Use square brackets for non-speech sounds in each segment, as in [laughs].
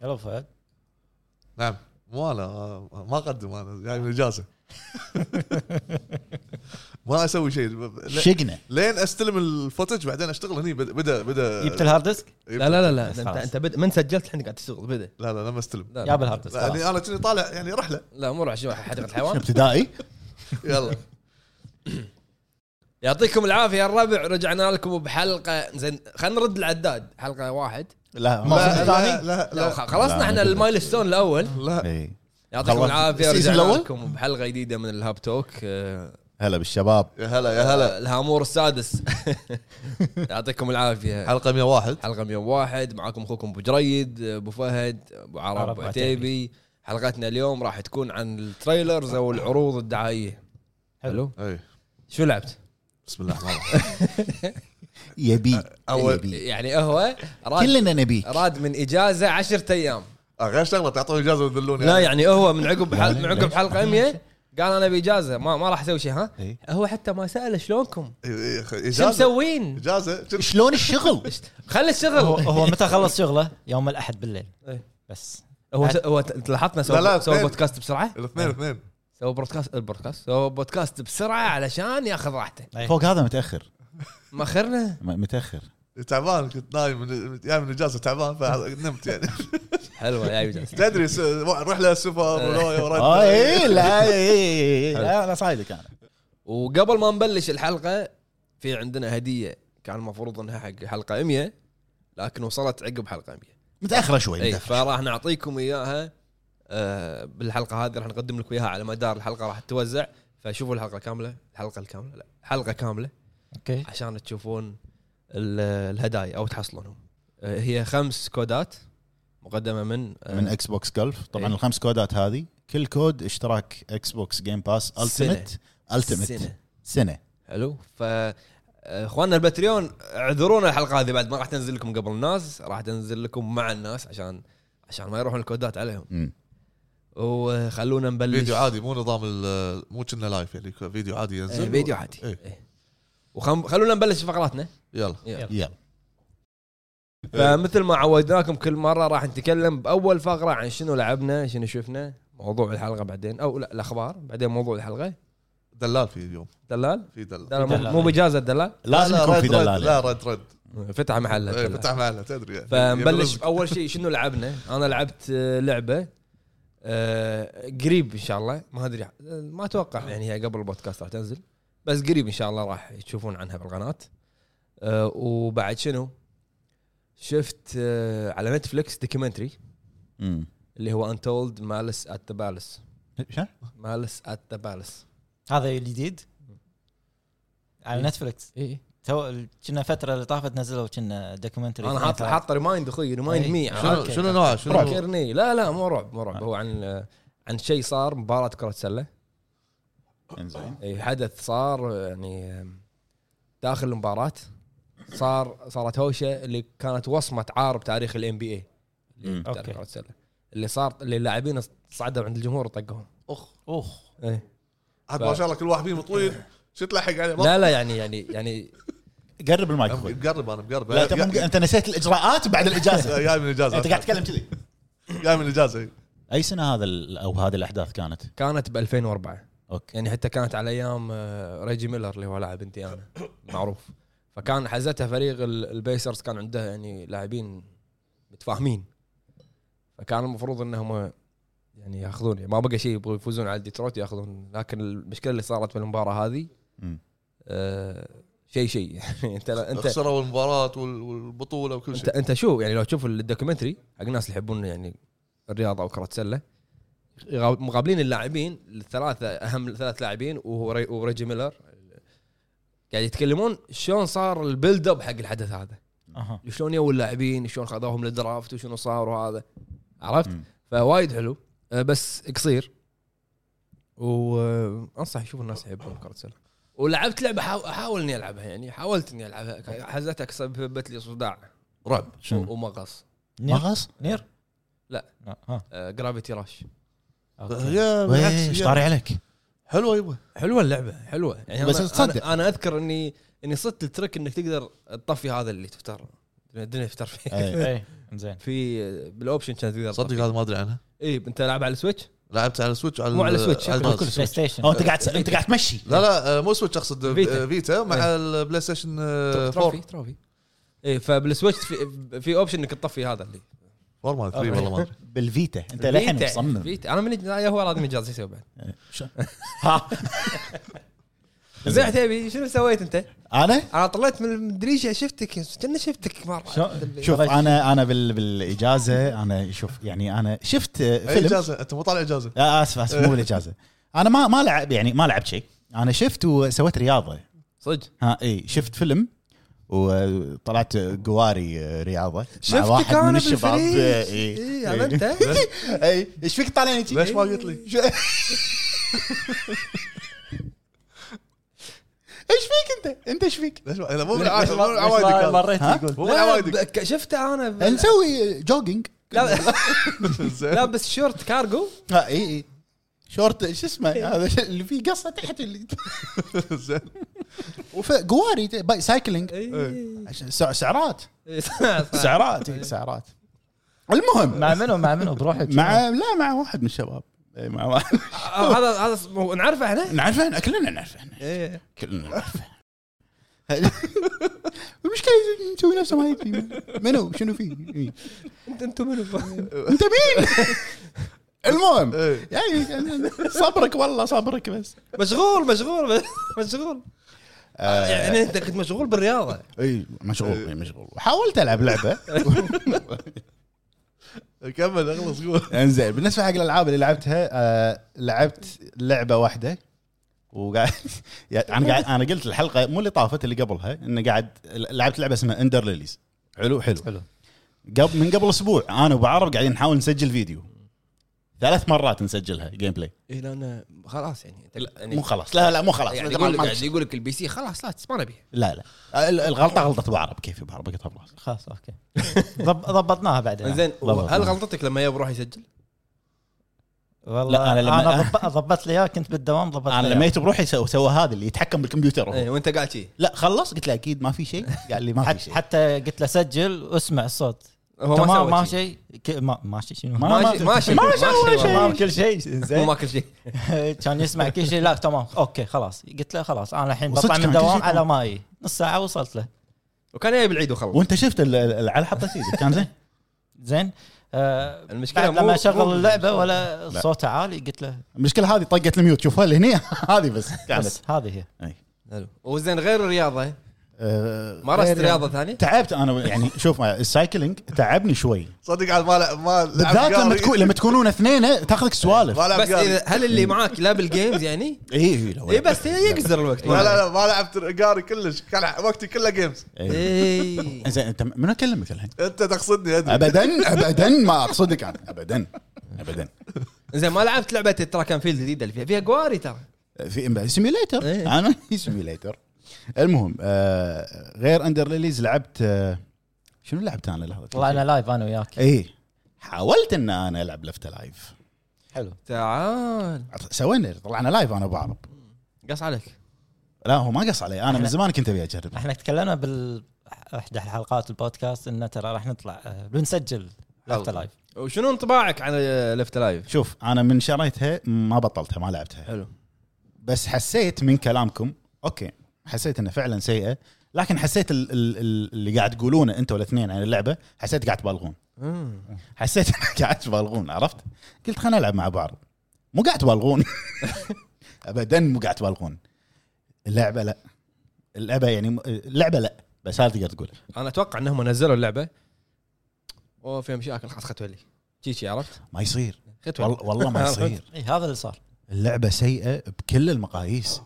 شلون فهد؟ نعم مو انا ما اقدم انا جاي من [laughs] اجازه ما اسوي شيء ل- شقنا لين استلم الفوتج بعدين اشتغل هني بد- بدا بدا جبت الهارد ديسك؟ لا لا لا لا لا لا انت خلاص. انت بد... من سجلت الحين قاعد تشتغل بدا لا لا لما استلم لا جاب لا. الهارد ديسك لا، خلاص. يعني انا كني طالع يعني رحله لا مو راح شو حديقه شنو الحيوان ابتدائي يلا يعطيكم العافيه يا الربع رجعنا لكم بحلقه زين خلينا نرد العداد حلقه واحد لا [laughs] ما لا وصلت لا ثاني لا لا لا خ- خلصنا لا، احنا لا. المايلستون الاول لا إي. يعطيكم خلص. العافيه السيزون رجعنا الأول؟ لكم بحلقه جديده من الهاب توك آه، هلا بالشباب يا هلا يا هلا الهامور السادس يعطيكم العافيه حلقه 101 حلقه 101 معاكم اخوكم ابو جريد ابو فهد ابو عرب عرب ابو عتيبي حلقتنا اليوم راح تكون عن التريلرز او العروض الدعائيه حلو اي شو لعبت؟ بسم الله الرحمن الرحيم يبي اول يعني هو راد كلنا نبي أه، راد من اجازه 10 ايام آه، غير شغله تعطوني اجازه وتذلوني لا يعني هو من عقب حل... من عقب ليش؟ حلقه 100 إيه؟ قال انا باجازه ما ما راح اسوي شيء ها إيه. هو حتى ما سال شلونكم إي- إي- إيه، خ- شو اجازه مسوين اجازه شو- [laughs] شلون الشغل؟ خلي هو, الشغل هو متى خلص شغله؟ يوم الاحد بالليل إيه. بس هو س- هو ت- لاحظنا سوى لا، لا، سوى اثنين. بودكاست بسرعه الاثنين الاثنين سوى بودكاست البودكاست سوى بودكاست بسرعه علشان ياخذ راحته إي. فوق هذا متاخر ما اخرنا م- متاخر تعبان كنت نايم من جاي من اجازه تعبان فنمت يعني حلوه يا يوجد تدري س- رحله سفر ولوية ورد اه اي لا إيه، اي لا انا صايدك انا وقبل ما نبلش الحلقه في عندنا هديه كان المفروض انها حق حلقه 100 لكن وصلت عقب حلقه 100 متاخره شوي اي متأخرة. إيه، فراح نعطيكم اياها آه، بالحلقه هذه راح نقدم لكم اياها على مدار الحلقه راح تتوزع فشوفوا الحلقه كامله الحلقه الكامله لا حلقه كامله اوكي عشان تشوفون ال- الهدايا او تحصلونهم آه، هي خمس كودات مقدمه من آه، من اكس بوكس جولف طبعا إي. الخمس كودات هذه كل كود اشتراك اكس بوكس جيم باس سنة. التيمت التيمت سنة. سنه حلو ف آه، اخواننا البتريون اعذرونا الحلقه هذه بعد ما راح تنزل لكم قبل الناس راح تنزل لكم مع الناس عشان عشان ما يروحون الكودات عليهم مم. وخلونا نبلش فيديو عادي مو نظام ال- مو كنا لايف يعني فيديو عادي آه، ينزل فيديو عادي إيه. إيه. وخلونا نبلش فقراتنا يلا يلا. يلا إيه. فمثل ما عودناكم كل مره راح نتكلم باول فقره عن شنو لعبنا شنو شفنا موضوع الحلقه بعدين او لا الاخبار بعدين موضوع الحلقه دلال في اليوم دلال في دلال دلال مو- دلال. مو بجازه دلال لازم لا، لا، يكون في رد- رد- دلاله لا رد رد فتح محل إيه، الدلال. فتح معنا تدري يعني. [laughs] فنبلش يبي اول شيء شنو لعبنا انا لعبت آه، لعبه آه، قريب ان شاء الله ما ادري آه، ما اتوقع يعني هي قبل البودكاست راح تنزل بس قريب ان شاء الله راح تشوفون عنها بالقناه آه، وبعد شنو شفت آه، على نتفلكس دوكيومنتري مم. اللي هو انتولد مالس ات ذا بالاس شا؟ مالس ات ذا بالاس هذا الجديد على إيه. نتفلكس اي تو كنا فتره اللي طافت نزلوا كنا دوكيومنتري انا حاط حاط ريمايند اخوي ريمايند إيه. مي شنو أوكي. شنو نوعه شنو فكرني لا لا مو رعب مو رعب هو عن آه، عن شيء صار مباراه كره سله انزين إي، إيه، حدث صار آه، يعني آه، داخل المباراه صار صارت هوشه اللي كانت وصمه عار بتاريخ الام بي اي مم. أوكي. كره السله اللي صار اللي اللاعبين صعدوا عند الجمهور وطقهم اخ اوخ إيه. عاد ف- ما شاء الله كل واحد فيهم طويل شو تلحق عليه ما- لا لا يعني يعني يعني قرب المايكروفون مقرب انا مقرب لا انت مو- انت نسيت الاجراءات [laughs] بعد الاجازه جاي من الاجازه انت قاعد تتكلم كذي جاي من الاجازه اي سنه هذا ال- او هذه الاحداث كانت كانت ب 2004 اوكي يعني حتى كانت على ايام آه، ريجي ميلر اللي هو لاعب انديانا معروف فكان حزتها فريق ال- البيسرز كان عنده يعني لاعبين متفاهمين فكان المفروض انهم يعني ياخذون ما بقى شيء يبغوا يفوزون على ديترويت ياخذون لكن المشكله اللي صارت في المباراه هذه مم. آه، شيء شيء [laughs] يعني انت انت خسروا المباراه وال- والبطوله وكل انت شيء انت شو يعني لو تشوف الدوكيومنتري حق الناس اللي يحبون يعني الرياضه او كره سله غا- مقابلين اللاعبين الثلاثه اهم ثلاث لاعبين وهو ري- وريجي ميلر قاعد يتكلمون شلون صار البيلد اب حق الحدث هذا اها شلون يو اللاعبين شلون خذوهم للدرافت وشنو صار وهذا عرفت مم. فوايد حلو أه، بس قصير وانصح يشوف الناس يحبون كره السله ولعبت لعبه حاو- احاول اني العبها يعني حاولت اني العبها ك- حزتها سببت لي صداع رعب شنو؟ ومغص مغص نير لا. آه، [laughs] ها جرافيتي راش أوكي. يا بالعكس، ايش يا- إيه، طاري عليك حلوه يبا حلوه اللعبه حلوه يعني بس أنا, تصدق. أنا, انا اذكر اني اني صدت الترك انك تقدر تطفي هذا اللي تفتر الدنيا تفتر فيه إيه. إيه. زين [laughs] في بالاوبشن كانت تقدر صدق هذا ما ادري عنها اي انت لاعب على السويتش لعبت على سويتش وعلى مو على ال- سويتش، على على الجهاز. كل بلاي ستيشن أو انت قاعد انت قاعد تمشي لا لا آه، مو سويتش اقصد فيتا. فيتا, فيتا مع إيه. البلاي ستيشن آه، 4 تروفي تروفي اي إيه، فبالسويتش في, في اوبشن انك تطفي هذا اللي 4 ما 3 والله ما ادري بالفيتا انت للحين فيتا- مصمم إيه، فيتا. انا من يا هو لازم يجاز يسوي [laughs] بعد [laughs] شو- زين عتيبي شنو سويت انت؟ انا انا طلعت من الدريشه شفتك كنا شفتك مره شوف طيب. انا انا بال... بالاجازه انا شوف يعني انا شفت آه، أي فيلم اجازه انت مو طالع اجازه آه، اسف اسف مو بالاجازه انا ما ما لعب يعني ما لعبت شيء انا شفت وسويت رياضه صدق ها اي شفت فيلم وطلعت قواري رياضه مع شفتك إيه، انا بالشباب اي اي هذا انت إيه. [laughs] [laughs] اي ايش فيك طالعني هيك؟ ليش ما قلت لي؟ شو- ايش فيك انت؟ انت ايش فيك؟ ليش ما- لا، [laughs] مو من عادة- مو من عوايدك ما- هذا. مريت ها؟ يقول مو من لا، عوايدك ب- شفته انا ب- نسوي جوجينج لا- زين لابس شورت كارجو ها اي اي شورت شو اسمه هذا اللي فيه قصه تحت اللي زين وف- قواري ت- باي- سايكلينج إي. عشان سع- سعرات إي، [laughs] صح، صح. سعرات إي، سعرات المهم مع منو [laughs] مع منو بروحك مع لا مع واحد من الشباب إي، مع واحد هذا هذا اسمه- نعرفه احنا نعرفه إحنا، كلنا نعرفه إحنا. إي. كلنا نعرفه [laughs] المشكله مسوي نفسه ما يدري منو شنو فيه إي. انت انتم منو [laughs] انت [laughs] مين المهم إيه. يعني صبرك والله صبرك بس مشغول مشغول [laughs] مشغول يعني انت كنت مشغول بالرياضه اي آه، إيه، مشغول إي، مشغول حاولت العب لعبه كمل اخلص قول انزين بالنسبه حق الالعاب اللي لعبتها آه لعبت لعبه واحده وقاعد [laughs] يعني انا قاعد انا قلت الحلقه مو اللي طافت اللي قبلها اني قاعد لعبت لعبه اسمها اندر ليليز حلو حلو حلو. قبل من قبل اسبوع انا وابو عرب قاعدين نحاول نسجل فيديو ثلاث مرات نسجلها جيم بلاي اي لا انا خلاص يعني أنت- يعني مو خلاص لا لا مو خلاص يعني ما- يقول ما- قاعد يقول لك البي سي خلاص لا ما نبي لا لا ال- الغلطه غلطه ابو عرب كيف ابو عرب قطع براس خلاص اوكي ضب- ضبطناها بعدين زين ضبط. هل غلطتك لما يب روح يسجل؟ والله لا، أنا انا لما- لما انا ضب- ضبطت لي اياه كنت بالدوام ضبطت انا لي لما إياه. جيت بروحي سو- سوى هذا اللي يتحكم بالكمبيوتر هو. إيه، وانت قاعد شي لا خلص قلت له اكيد ما في شيء قال لي ما في حت- شيء حتى قلت له سجل واسمع الصوت هو تمام سوى ما شي. شيء ك- ما ماشي شنو [laughs] ما- ماشي ماشي ما ماشي تمام كل شيء مو زين ماكل شيء كان يسمع كل شيء لا تمام اوكي خلاص قلت له خلاص انا الحين وصدق بطلع من كان كل شيء الدوام على تمام. ماي نص ساعه وصلت له وكان جايب العيد وخلص وانت شفت ال- ال- على حطه ايدك كان زين زين آه، المشكله بعد مو لما اشغل مو- اللعبه ولا لا. صوتها عالي قلت له المشكله هذه طقت الميوت شوفها اللي هنا [laughs] هذه بس كانت بس هذه هي حلو. وزين غير الرياضه آه، مارست غير- رياضه ثانيه؟ تعبت انا يعني شوف ما- السايكلينج تعبني شوي صدق على ما لعب- ما لعب بالذات لما قاري. تكون لما تكونون اثنين تاخذك سوالف ما لعب بس قاري. إذا هل اللي معاك لا بالجيمز [laughs] يعني؟ اي اي بس إيه، يقدر الوقت لا لا لا ما لعبت قاري كلش كان وقتي كله جيمز إيه. اي زين انت منو اكلمك الحين؟ انت تقصدني ادري ابدا ابدا ما اقصدك انا ابدا ابدا زين ما لعبت لعبه تراك اند فيلد الجديده اللي فيها فيها قواري ترى في إيه. سيميليتر [laughs] انا سيميليتر المهم آه غير اندر ليليز لعبت آه شنو لعبت انا لحظه طلعنا لايف انا وياك اي حاولت ان انا العب لفت لايف حلو تعال سوينا طلعنا لايف انا ابو عرب قص عليك لا هو ما قص علي انا من إحنا- زمان كنت ابي اجرب احنا تكلمنا بال احدى حلقات البودكاست انه ترى راح نطلع آه، بنسجل لافتر لايف وشنو انطباعك عن لفت لايف؟ شوف انا من شريتها ما بطلتها ما لعبتها حلو بس حسيت من كلامكم اوكي حسيت انها فعلا سيئه لكن حسيت ال- ال- ال- اللي قاعد تقولونه انتوا الاثنين عن اللعبه حسيت قاعد تبالغون حسيت [laughs] انك قاعد تبالغون عرفت؟ قلت خلينا نلعب مع بعض مو قاعد تبالغون [laughs] ابدا مو قاعد تبالغون اللعبه لا اللعبه يعني م- اللعبه لا بس هذا تقدر تقول انا اتوقع انهم نزلوا اللعبه اوه فيها مشاكل خلاص خذ ولي شي شي عرفت؟ [laughs] ما يصير خذ ولي وال- [laughs] والله ما يصير اي هذا اللي صار اللعبه سيئه بكل المقاييس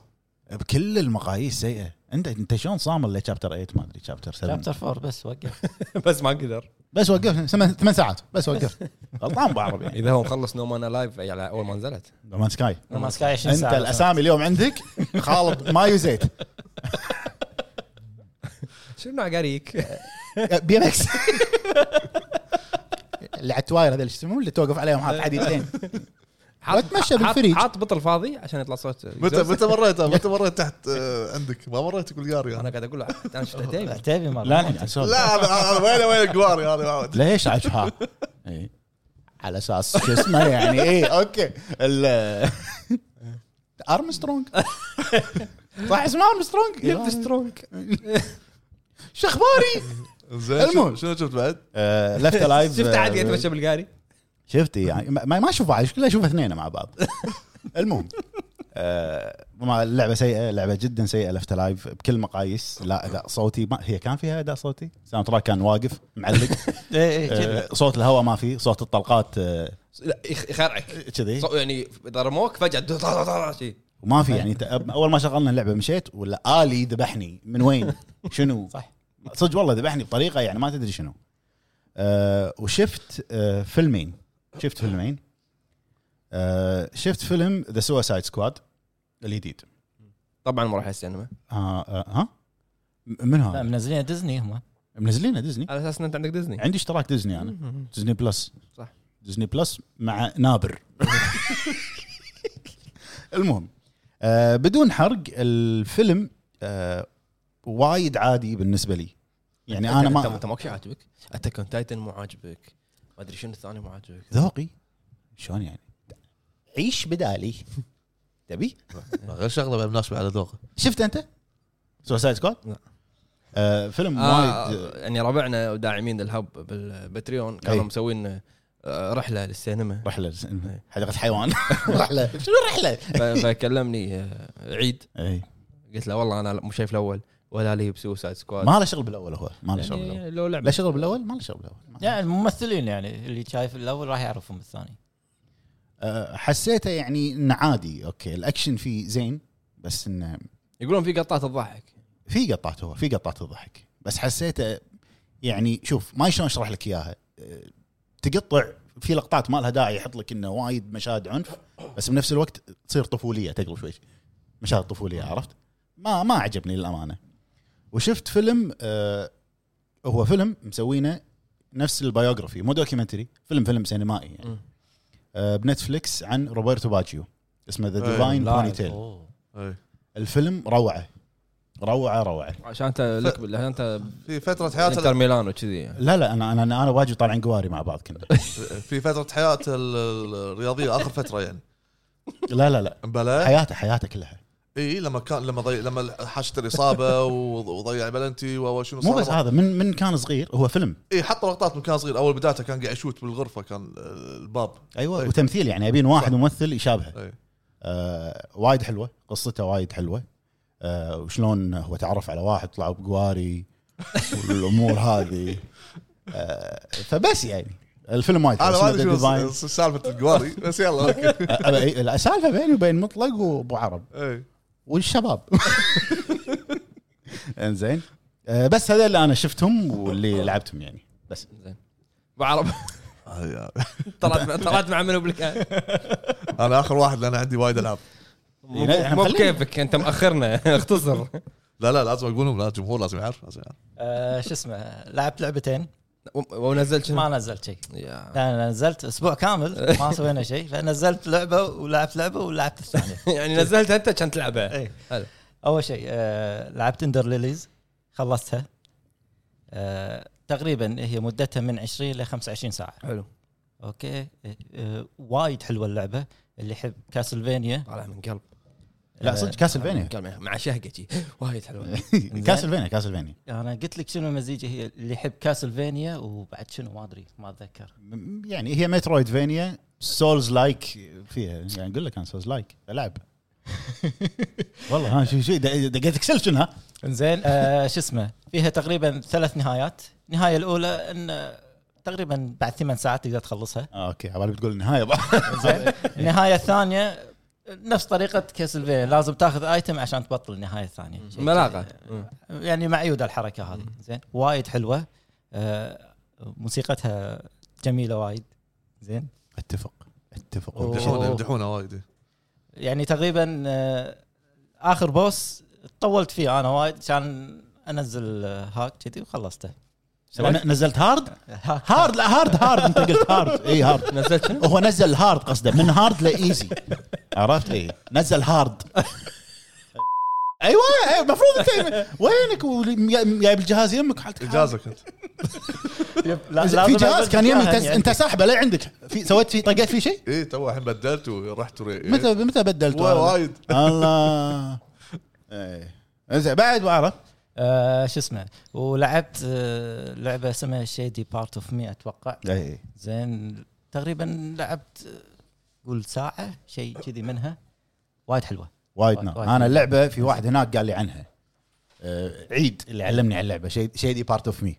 بكل المقاييس سيئه انت انت شلون صامل لشابتر 8 ما ادري شابتر 7 شابتر 4 بس وقف بس ما قدر بس وقفت ثمان ثمان ساعات [laughs] بس وقفت غلطان بعرب يعني اذا هو مخلص نومان لايف على اول يعني ما نزلت مان سكاي ما سكاي 20 انت ساعه الاسامي اليوم عندك خالط ماي وزيت شنو عقاريك؟ بي ام [laughs] اكس اللي على التواير هذول شو يسمون اللي توقف عليهم حاط حديدتين حاط- واتمشى حاط- بالفريج. حاط بطل فاضي عشان يطلع صوت متى متى مريت متى مريت تحت آه، عندك ما مريت يقول انا قاري قاعد اقول له انا شفت عتيبي عتيبي مره لا لا سوري. لا أنا- أنا وين وين قواري هذا ما أعرف. ليش [laughs] عجبها؟ إي. على اساس شو اسمه يعني ايه اوكي ال- ارمسترونج صح اسمه ارمسترونج سترونج شو اخباري؟ [laughs] زين المهم. شنو- شنو شفت بعد؟ لفت الايف شفت عادي يتمشى بالقاري آه، شفت يعني ما ما اشوف واحد كله اشوف اثنين مع [laughs] بعض المهم آه ما اللعبه سيئه لعبه جدا سيئه لفت لايف بكل مقاييس لا اداء صوتي ما هي كان فيها اداء صوتي ساوند تراك كان واقف [laughs] معلق إيه، إيه، كذي. آه صوت الهواء ما في صوت الطلقات آه، لا يخ- يخرعك كذي صو- يعني اذا رموك فجاه دو- طلع طلع شيء وما في يعني ت- اول ما شغلنا اللعبه مشيت ولا الي ذبحني [laughs] من وين شنو صح. صدق والله ذبحني بطريقه يعني ما تدري شنو آه وشفت آه فيلمين شفت فيلمين آه شفت فيلم ذا سوسايد سكواد الجديد طبعا ما راح السينما آه آه ها م- من لا هذا منزلين ديزني هم منزلينه ديزني على اساس ان انت عندك ديزني عندي اشتراك ديزني انا ديزني بلس إيه. صح. ديزني بلس مع [laughs] نابر المهم آه بدون حرق الفيلم آه وايد عادي بالنسبه لي يعني انا أنت- ما انت ماكش عاجبك اتاك اون تايتن مو عاجبك ما ادري شنو الثاني مو [laughs] عاجبك ذوقي شلون يعني [laughs] عيش بدالي تبي غير شغله بالمناسبه على ذوقه شفت انت سوسايد سكواد لا. آه فيلم آه، وايد يعني ربعنا وداعمين الهب بالبتريون كانوا أي. مسوين آه، رحله للسينما رحله إيه. حديقه [laughs] حيوان رحله [laughs] شنو رحله ف- فكلمني آه، عيد اي قلت له والله انا مو شايف الاول ولا لي بسوسايد سكواد ما له شغل بالاول هو ما له شغل بالاول يعني لو لا لعبه شغل بالاول ما له شغل بالاول ما- يعني الممثلين يعني اللي شايف الاول راح يعرفهم الثاني أه، حسيته يعني انه عادي اوكي الاكشن فيه زين بس انه يقولون في قطات تضحك في قطات هو في قطات الضحك بس حسيته يعني شوف ما شلون اشرح لك اياها أه، تقطع في لقطات ما لها داعي يحط لك انه وايد مشاهد عنف بس بنفس الوقت تصير طفوليه تقلب شوي مشاهد طفوليه عرفت؟ ما ما عجبني للامانه وشفت فيلم أه هو فيلم مسوينه نفس البايوغرافي مو دوكيومنتري فيلم فيلم سينمائي يعني آه، بنتفليكس عن روبرتو باجيو اسمه ذا إيه، ديفاين لاعب. بوني تيل أوه. إيه. الفيلم روعه روعه روعه عشان انت لك عشان انت في فتره حياته انتر ميلان وكذي يعني. لا لا انا انا انا واجي طالعين قواري مع بعض [laughs] كنا في فتره حياته ال- ال- الرياضيه اخر فتره يعني لا لا لا بلا حياته حياته كلها اي لما كان لما ضي... لما حاشت الاصابه وض- وضيع بلنتي وشنو مو بس هذا من من كان صغير هو فيلم اي حط لقطات من كان صغير اول بدايته كان قاعد يشوت بالغرفه كان آه، الباب ايوه أي. وتمثيل يعني يبين واحد ممثل يشابهه اي آه وايد حلوه قصته وايد حلوه آه وشلون هو تعرف على واحد طلعوا بقواري [laughs] والامور هذه آه فبس يعني الفيلم وايد حلو. انا ما ادري اسمه The Divine. شو سالفه القواري بس يلا [laughs] اوكي أبا- السالفه إيه، بيني وبين مطلق وابو عرب إي. والشباب [laughs] انزين آه، بس هذول اللي انا شفتهم واللي لعبتهم يعني بس زين بعرب آه، يا. طلعت طلعت مع منو بالك انا اخر واحد لان عندي وايد العاب مو- لا، إحنا مو مخلينا. بكيفك انت مأخرنا [laughs] اختصر لا لا لازم اقولهم لا الجمهور لازم يعرف لازم يعرف آه، شو اسمه لعبت لعبتين و- ونزلت شنو؟ ما نزلت شيء يا. لا، انا نزلت اسبوع كامل [laughs] ما سوينا شيء فنزلت لعبه ولعبت لعبه ولعبت [laughs] الثانيه يعني نزلت انت عشان تلعبها إيه. حلو. اول شيء آه، لعبت اندر ليليز خلصتها آه، تقريبا هي مدتها من 20 ل 25 ساعه حلو اوكي آه، آه، وايد حلوه اللعبه اللي يحب كاسلفينيا طالع من قلب لا صدق كاسلفينيا [laughs] من قلب، مع شهقه شي. وايد حلوه كاسلفينيا كاسلفينيا انا قلت لك شنو مزيجه هي اللي يحب كاسلفينيا وبعد شنو ما ادري ما اتذكر م- يعني هي مترويد فينيا سولز لايك فيها يعني اقول لك انا سولز لايك [laughs] العب والله ها شو شو د- دقيت اكسلشن ها انزين آه شو اسمه فيها تقريبا ثلاث نهايات النهايه الاولى ان آه، تقريبا بعد ثمان ساعات تقدر [laughs] تخلصها آه، اوكي عبالي بتقول [laughs] النهايه بقى [laughs] زين النهايه الثانيه نفس طريقه كاسلفينيا لازم تاخذ ايتم عشان تبطل النهايه الثانيه شيء ملاقه كذي. يعني معيوده الحركه هذه زين وايد حلوه آه موسيقتها جميله وايد زين اتفق اتفق أوه. يمدحونه يمدحونه وايد يعني تقريبا آه، اخر [laughs] بوس طولت فيه انا وايد عشان انزل آه، هاك كذي وخلصته أنا نزلت هارد هارد لا هارد هارد انت قلت هارد اي هارد نزلت شنو؟ هو نزل هارد قصده من هارد لايزي عرفت اي نزل هارد ايوه أيوة، المفروض انت وينك ولي- جايب الجهاز يمك حالتك حالة. اجازه كنت لا- في لازم جهاز كان أجيب يمك جهاز انت يعني. انت ساحبه لا عندك في سويت فيه طقيت فيه شيء اي تو الحين بدلت ورحت وري متى متى بدلت وايد الله إيه. زين بعد وعرف آه، شو اسمه ولعبت آه، لعبه اسمها شيدي بارت اوف مي اتوقع اي زين تقريبا لعبت آه، قول ساعه شيء كذي منها وايد حلوه وايد وايد- نار وايد. انا اللعبه في واحد هناك قال لي عنها آه، عيد اللي علمني على اللعبه شيء شيء دي بارت اوف مي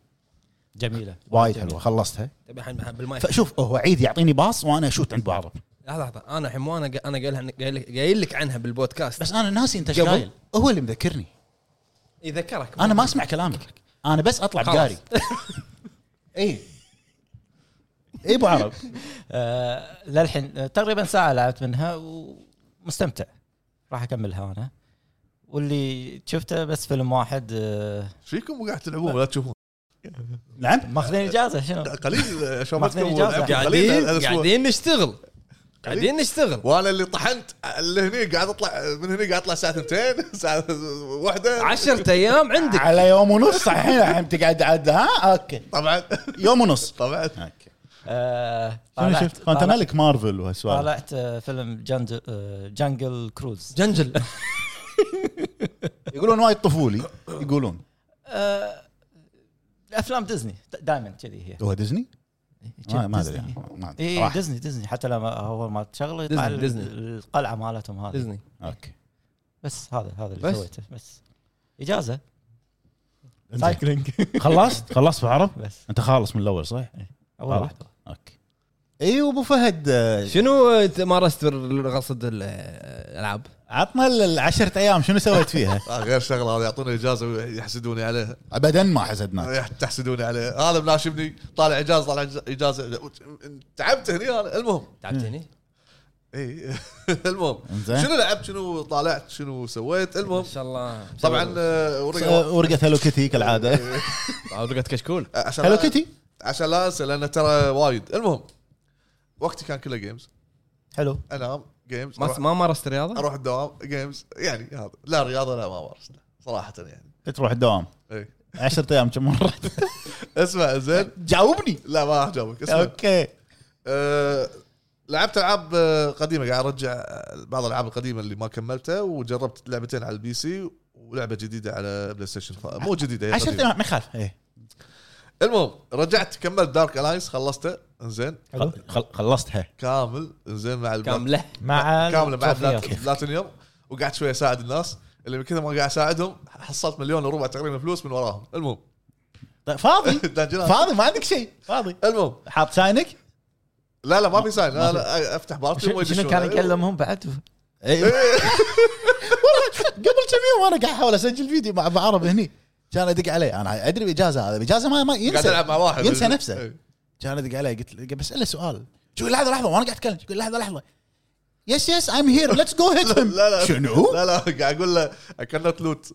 جميله وايد حلوه خلصتها تبي طيب الحين بالمايك فشوف هو عيد يعطيني باص وانا اشوت عند بعض لحظه لحظه انا الحين مو انا انا قايل لك- قايل لك قايل لك عنها بالبودكاست بس انا ناسي انت ايش قبل؟ قايل هو اللي مذكرني يذكرك انا ما اسمع كلامك انا بس اطلع خلاص. [laughs] بقاري اي اي ابو إيه، عرب آه، للحين آه، تقريبا ساعه لعبت منها ومستمتع راح اكملها انا واللي شفته بس فيلم واحد آه، ايش فيكم قاعد تلعبون ولا تشوفون نعم ماخذين اجازه شنو قليل ماخذين شوفتكم إجازة. قاعدين قاعدين نشتغل قاعدين نشتغل وانا اللي طحنت اللي هني قاعد اطلع من هني قاعد اطلع الساعه [laughs] 2 الساعه 1 عشرة ايام عندك على يوم ونص الحين الحين تقعد عاد ها اوكي طبعا يوم ونص طبعا اوكي آه، شنو طلعت- شفت؟ انت طلعت- مالك مارفل وهالسوالف طلعت آه، فيلم جنج- آه، جنجل كروز جنجل يقولون وايد طفولي يقولون آه، افلام ديزني دائما كذي هي هو ديزني؟ ما ما ادري ديزني. ما أدري. اي صراحة. إيه، ديزني ديزني حتى لما اول ما تشغله ديزني- يطلع ال- ديزني. القلعه مالتهم هذه ديزني اوكي بس هذا هذا اللي بس؟ سويته بس اجازه إنزين. سايكلينج [laughs] خلصت خلصت بعرب بس انت خالص من الاول صح؟ اول خلاص. واحده اوكي اي وابو فهد آه، شنو آه، مارست قصد الالعاب؟ عطنا العشرة ايام شنو سويت [laughs] فيها؟ آه، غير شغله هذا يعطوني اجازه ويحسدوني عليها ابدا ما آه. حسدناك يح- تحسدوني عليها هذا مناشبني طالع اجازه طالع إج- اجازه تعبت هني انا المهم تعبت هني؟ اي [laughs] المهم انزين شنو لعبت شنو طالعت شنو سويت ما المهم شاء الله طبعا آه، ورقة- آه، ورقة هلو كيتي كالعادة [laughs] ورقة كشكول آه، عشان هلو لا- كيتي عشان لا انسى لان ترى وايد المهم وقتي كان كله جيمز حلو انام جيمز ما أروح- ما مارست رياضة؟ اروح الدوام جيمز يعني هذا لا رياضه لا ما مارست صراحه يعني تروح الدوام إي. عشرة ايام كم مرة اسمع زين [laughs] جاوبني إيه، لا ما راح اجاوبك اسمع اوكي أه لعبت العاب آه، قديمه قاعد ارجع آه، بعض الالعاب القديمه اللي ما كملتها وجربت لعبتين على البي سي ولعبه جديده على بلاي ستيشن خ- مو جديده هي عشرة قديمة. ايام ما يخالف إيه. المهم رجعت كملت دارك الاينس خلصته انزين حلو خل- خلصتها كامل انزين مع البلات- كاملة مع كامله مع التوفيات. بلات- بلاتينيوم وقعدت شوي اساعد الناس اللي من كثر ما قاعد اساعدهم حصلت مليون وربع تقريبا فلوس من وراهم المهم طيب فاضي [laughs] دنجنات. فاضي ما عندك شيء فاضي المهم حاط ساينك لا لا ما في ساين انا افتح بارتي أيوه. وما شنو- شنو يدشون. كان يكلمهم بعد إيه. [laughs] قبل كم يوم انا قاعد احاول اسجل فيديو مع ابو عرب هني كان ادق عليه انا ادري باجازه هذا باجازه ما, ما قاعد العب ينسى مع واحد ينسى نفسه. إيه. كان ادق عليه قلت له بساله سؤال شو لحظه لحظه وانا قاعد اتكلم يقول لحظه لحظه يس يس ايم هير ليتس جو هيت لا لا شنو؟ لا لا قاعد اقول له I cannot loot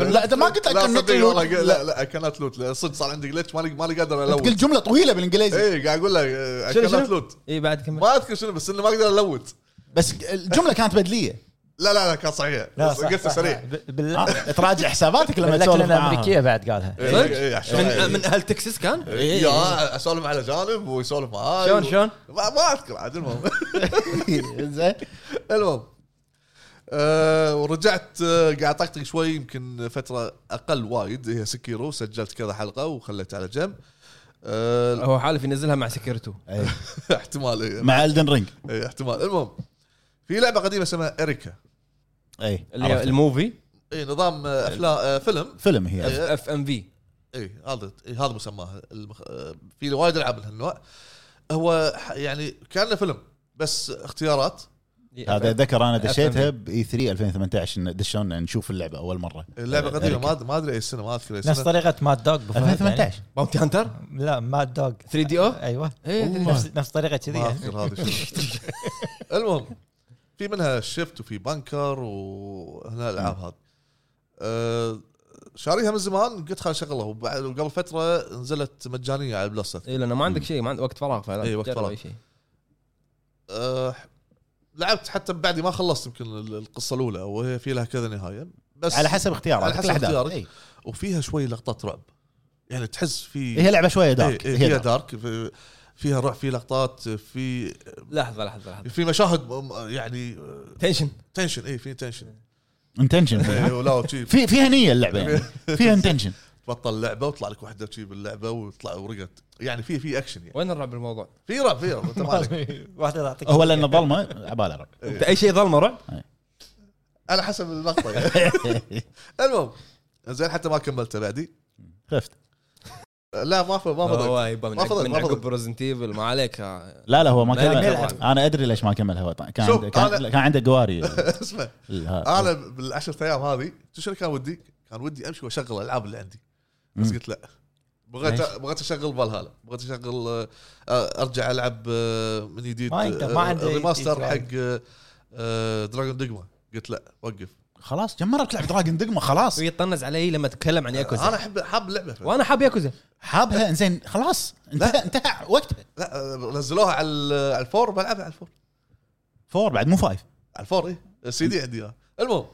لا، أنت ما قلت I لا، cannot صدق loot. والله، لا لا I cannot loot لا، صدق صار عندي جلتش ماني ماني قادر تقول الوت جمله طويله بالانجليزي اي قاعد اقول له I شنو- cannot شنو؟ loot اي بعد كمل ما اذكر شنو بس انه ما اقدر الوت بس الجمله كانت بدليه لا لا لا كان صحيح بس قلت سريع بال آه، تراجع حساباتك لما تسولف بالاكله معاهم الامريكيه بعد قالها إيه، صدق؟ إيه، عشان- إيه. من من اهل تكساس كان؟ يا اسولف على جانب ويسولف معاي شلون و- شلون؟ ما ما اذكر عاد المهم [laughs] زين المهم أه ورجعت آه، قاعد طقطق شوي يمكن فتره اقل وايد هي سكيرو سجلت كذا حلقه وخليتها على جنب أه هو حالف ينزلها مع سكيرتو إيه. [laughs] احتمال إيه. مع الدن رينج اي احتمال المهم في لعبه قديمه اسمها اريكا اي اللي هي الموفي اي نظام آه، افلام آه، فيلم فيلم هي إيه. اف ام في اي هذا إي، هذا مسماه المخ... آه، في وايد العاب من هالنوع هو ح- يعني كانه فيلم بس اختيارات هذا ذكر انا FMV. دشيتها ب اي 3 2018 إن دشونا نشوف اللعبه اول مره اللعبه إيه، قديمه أريكا. ما أد- ما ادري اي سنه ما اذكر اي نفس سنه طريقه ماد دوغ 2018 باونتي هانتر يعني. لا ماد دوغ 3 دي إيه، او ايوه ايه نفس نفس طريقه كذي ما يعني. اذكر هذا [laughs] شنو. المهم في منها شيفت وفي بانكر وهنا الالعاب هذه أه شاريها من زمان قلت خل اشغلها وبعد- وقبل فتره نزلت مجانيه على البلس اي لان إيه، ما عندك شيء ما عندك وقت فراغ فلا إي، إيه، وقت تجرب فراغ. أي شيء أه لعبت حتى بعد ما خلصت يمكن ال- القصه الاولى وهي في لها كذا نهايه بس على حسب اختيارك على حسب الأحداث. اختيارك. إي. وفيها شوي لقطات رعب يعني تحس في هي لعبه شويه إيه، دارك إيه، هي فيها دارك. دارك في- فيها رعب في لقطات في لحظه لحظه لحظه في مشاهد م- يعني آه، تنشن تنشن اي في تنشن انتنشن إيه، ولا وشي [laughs] في فيها نيه اللعبه [laughs] يعني فيها انتنشن تبطل لعبه وطلع لك وحده شي باللعبه وطلع ورقت يعني في في اكشن يعني وين الرعب بالموضوع؟ في رعب في رعب انت مالك [laughs] واحده تعطيك هو لان ظلمه [laughs] عباله رعب انت اي شيء ظلمه رعب؟ على حسب اللقطه يعني المهم زين حتى ما كملته بعدي خفت آه، لا ما ف- ما فضلت هو يبا من ما فضل- عقب- من ما فضل. عقب بريزنت ايفل ما [laughs] عليك آه. لا لا هو ما لا، كمل لا، انا ادري ليش ما كمل هو طبعاً. كان شوف، عنده كان, أنا- كان عنده [laughs] [laughs] قواري اسمع ال- ها- انا بالعشرة ايام هذه شنو كان ودي؟ كان ودي امشي واشغل الالعاب اللي عندي بس مم. قلت لا بغيت ليش؟ بغيت اشغل فالهالا بغيت اشغل آه، آه، ارجع العب آه، من جديد ما يقدر، ما آه، عنده ريماستر يتراجع. حق آه، دراجون دجما قلت لا وقف خلاص كم مره بتلعب دراجون دقمه خلاص ويطنز علي لما اتكلم عن ياكوزا انا احب حاب اللعبه وانا حاب ياكوزا حابها انزين خلاص انتهى انتهى وقتها لا آه، نزلوها على ال- على الفور بلعبها على الفور فور بعد مو فايف على الفور ايه السي دي عندي إياه. المهم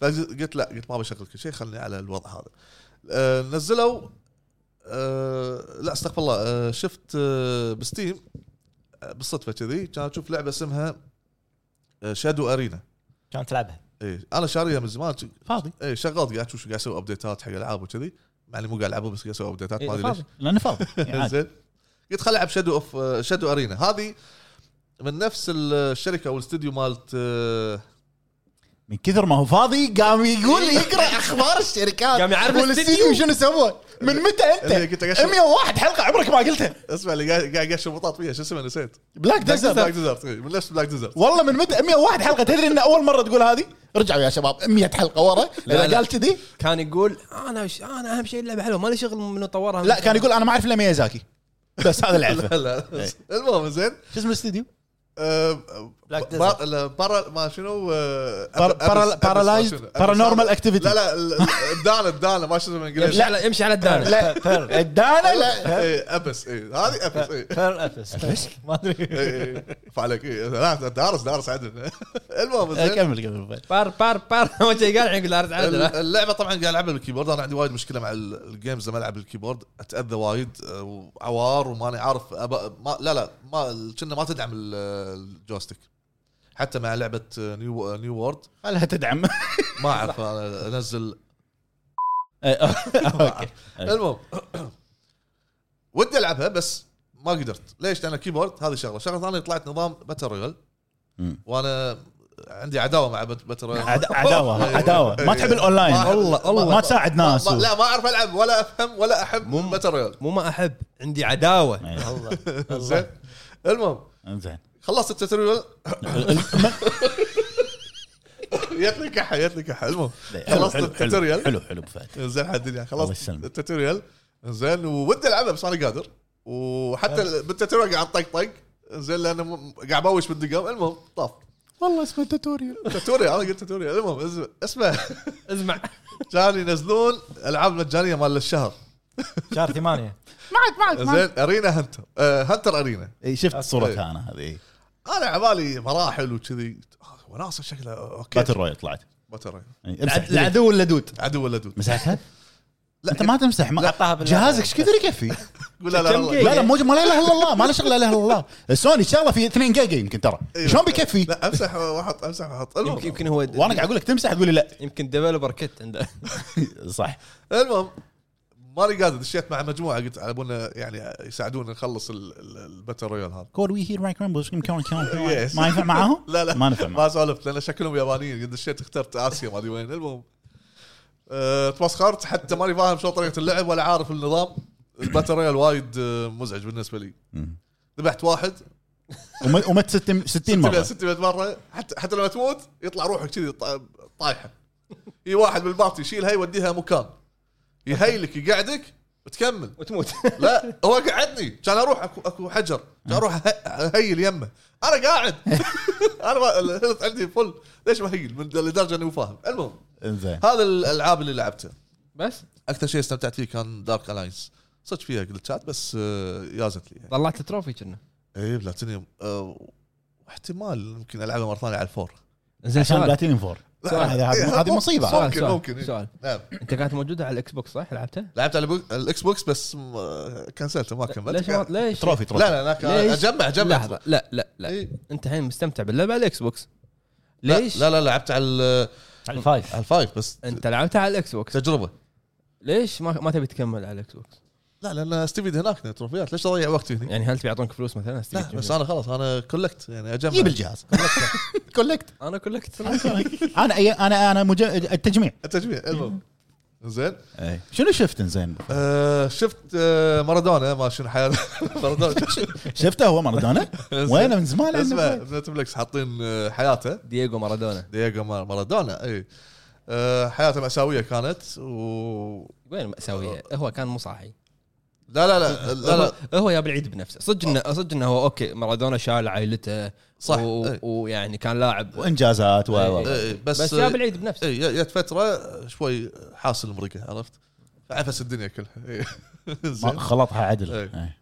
فقلت لا قلت ما بشغل كل شيء خلني على الوضع هذا آه، نزلوا آه، لا استغفر الله آه، شفت آه، بستيم آه، بالصدفه كذي كان اشوف لعبه اسمها آه، شادو ارينا كانت تلعبها اي انا إيه، شاريها من زمان فاضي اي شغلت قاعد اشوف شو قاعد اسوي ابديتات حق العاب وكذي مع اني مو قاعد العبها بس قاعد اسوي ابديتات إيه، ما ادري ليش لانه [laughs] فاضي يعني عادي. زين قلت خل العب شادو اوف شادو ارينا آه، هذه من نفس الشركه او الاستوديو مالت آه، من كثر ما هو فاضي قام يقول يقرا اخبار الشركات إيه. قام يعرف والاستديو شنو سوى من متى اللي انت إيه، كنت اقشر 101 حلقه عمرك ما قلتها اسمع اللي قاعد قاعد يقشر بطاط فيها شو اسمه نسيت بلاك بلاك ديزرت ديزرت إي، من نفس بلاك ديزرت والله من متى 101 حلقه تدري ان اول مره تقول هذه رجعوا يا شباب 100 حلقه ورا لا، اذا لا. قال كذي كان يقول انا ش... انا اهم شيء اللعبه حلوه ما لي شغل من طورها لا كان يقول انا ما اعرف الا ميازاكي بس هذا اللي [laughs] اعرفه لا لا المهم زين آه، شو اسم الاستديو؟ Black Desert. بارا ما شنو آه، بار- بارا- Paralyzed- Paranormal Activity. [laughs] لا لا ال- الدانه الدانه ما شو اسمه بالانجليزي يمشي على يمشي على الدانه لا الدانا لا لا ابس اي إيه، هذه إيه. ابس اي فير افس ليش؟ ما ادري إيه، فعلك اي لا دارس دارس عدل [laughs] المهم زين إيه، كمل كمل بار بار بار [laughs] ما شيء قال الحين قلت ال- عادل اللعبه طبعا قاعد العبها بالكيبورد انا عندي وايد مشكله مع ال- الجيمز لما العب بالكيبورد اتاذى وايد آه، وعوار وماني عارف أبا ما لا لا ما كنا ما تدعم ال- الجويستيك حتى مع لعبه آه، نيو آه، نيو وورد خلها [laughs] تدعم ما آه، اعرف أنا انزل اوكي المهم [clears throat] ودي العبها بس ما قدرت ليش لان الكيبورد هذه شغله شغله ثانيه طلعت نظام باتل رويال مم. وانا عندي عداوه مع بات- باتل رويال عد- عداوه عداوه ما تحب الاونلاين ما- والله ما تساعد ناس ما- لا ما اعرف العب ولا افهم ولا احب مم. باتل رويال مو ما احب عندي عداوه إيه. الله زين المهم انزين خلصت الباتل [laughs] رويال ال- ال- ما- جتني كحه جتني كحه المهم حلو خلصت حلو التوتوريال. حلو حلو حلو فهد زين حد الدنيا الله خلصت يسلمك. التوتوريال زين ودي العبها بس انا قادر وحتى ال- بالتوتوريال قاعد طق طق زين لان م- قاعد باوش بالدقام المهم طاف والله اسمه توتوريال توتوريال انا قلت توتوريال المهم اسمع- [laughs] اسمع اسمع كانوا ينزلون العاب مجانيه مال الشهر شهر ثمانية معك معك معك زين ارينا هنتر آه، هنتر ارينا إيه، شفت صورتها انا هذه إيه. انا عبالي مراحل وكذي آه، وناسه شكلها اوكي باتل رويال طلعت باتل رويال. إيه، امسح. العدو اللدود عدو ولا دود مسحتها؟ لا انت ما تمسح ما قطعها بال- جهازك ايش كثر يكفي؟ قول لا لا كم والله. جيجا؟ لا لا مو ما لا اله الا الله ما له شغل لا اله الا الله سوني شغله في 2 جيجا يمكن ترى أيوة. شلون بيكفي؟ لا امسح واحط امسح واحط يمكن المهم يمكن هو وانا قاعد اقول لك تمسح تقول لي لا يمكن ديفلوبر كيت عنده [laughs] صح المهم ماني قادر دشيت مع مجموعه قلت على ابونا يعني يساعدونا نخلص ال- ال- الباتل رويال هذا كول وي هير رانك رامبلز Yes. ما ينفع معاهم؟ لا لا ما نفع معاهم ما سولفت لان شكلهم يابانيين قد دشيت اخترت اسيا ما ادري وين المهم أه تمسخرت حتى ماني فاهم شو طريقه اللعب ولا عارف النظام الباتل رويال وايد آه، مزعج بالنسبه لي مم. ذبحت واحد وم- ومت 60 60 مره 600 مره حتى حتى لما تموت يطلع روحك كذي طا- طايحه [laughs] في واحد بالبارتي يشيلها يوديها مكان يهيلك يقعدك وتكمل وتموت لا هو قعدني كان اروح اكو اكو حجر كان اروح أه- اهيل يمه انا قاعد [laughs] انا ما- الهيلث عندي فل ليش ما هيل من- لدرجه اني مو فاهم المهم انزين هذا الالعاب اللي لعبتها بس اكثر شيء استمتعت فيه كان دارك الاينس صدق فيها جلتشات بس آه، يازت لي يعني. طلعت التروفي كنا اي إيه، بلاتينيوم آه، واحتمال يمكن العبها مره ثانيه على الفور زين عشان سؤال بلاتينيوم فور سؤال. هذه هذه- هذه مصيبه سؤال إيه، ممكن، سؤال, ممكن، إيه. سؤال. نعم انت كانت موجوده على الاكس بوكس صح لعبتها؟ لعبت على بو- الاكس بوكس بس م- كنسلته ما كملت ليش ما- ليش؟ تروفي لا تروفي لا لا كان- ليش؟ اجمع اجمع لحظه لا لا لا إيه. انت الحين مستمتع باللعبه على الاكس بوكس لا، ليش؟ لا لا لعبت على على الفايف على الفايف بس انت لعبتها على الاكس بوكس تجربه ليش ما, ما تبي تكمل على الاكس بوكس؟ لا لان استفيد هناك من التروفيات ليش اضيع وقتي هنا يعني هل تبي يعطونك فلوس مثلا؟ لا بس انا خلاص انا كولكت يعني اجمع جيب الجهاز كولكت انا كولكت انا أي- انا انا مج- التجميع [laughs] التجميع المهم زين شنو شفت زين آه شفت آه مارادونا ما شنو حياته [laughs] مارادونا شفته [laughs] هو مارادونا وين من زمان اسمه عنه نتفلكس حاطين آه، حياته دييغو مارادونا دييغو مار- مارادونا اي آه حياته مأساوية كانت و وين مأساوية؟ هو كان مو صاحي لا لا لا لا, لا. هو- هو جاب العيد بنفسه صدق انه صدق انه هو اوكي مارادونا شال عائلته صح و- إيه. ويعني كان لاعب وانجازات و و- إيه. إيه، بس بس بس جاب العيد بنفسه اي جت فترة شوي حاصل مرقة عرفت فعفس الدنيا كلها إيه. ما- [laughs] زين. خلطها عدل إيه. إيه.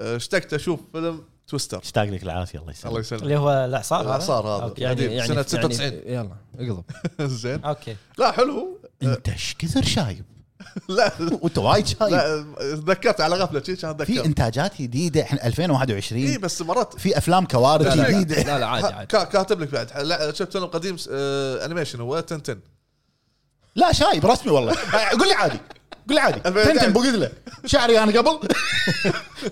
آه، اشتقت اشوف فيلم تويستر اشتاق لك العافيه الله الله يسلمك اللي يسلمك هو الاعصار هذا؟ الإعصار هذا. أوكي. يعني سنة 96. يلا [laughs] اقلب زين اوكي لا حلو انت ايش كثر شايب لا وانت وايد شايب لا تذكرت على غفله شي كان في اتذكر انتاجات جديده احنا اي 2021 إيه، بس مرات في افلام كوارث لا، لا، جديده لا لا [laughs] عادي ها- عادي كا- كاتب لك بعد لا شفت فيلم قديم آه، انيميشن هو تنتن لا شايب رسمي والله [laughs] قول لي عادي قول لي عادي تنتن بقول له شعري انا قبل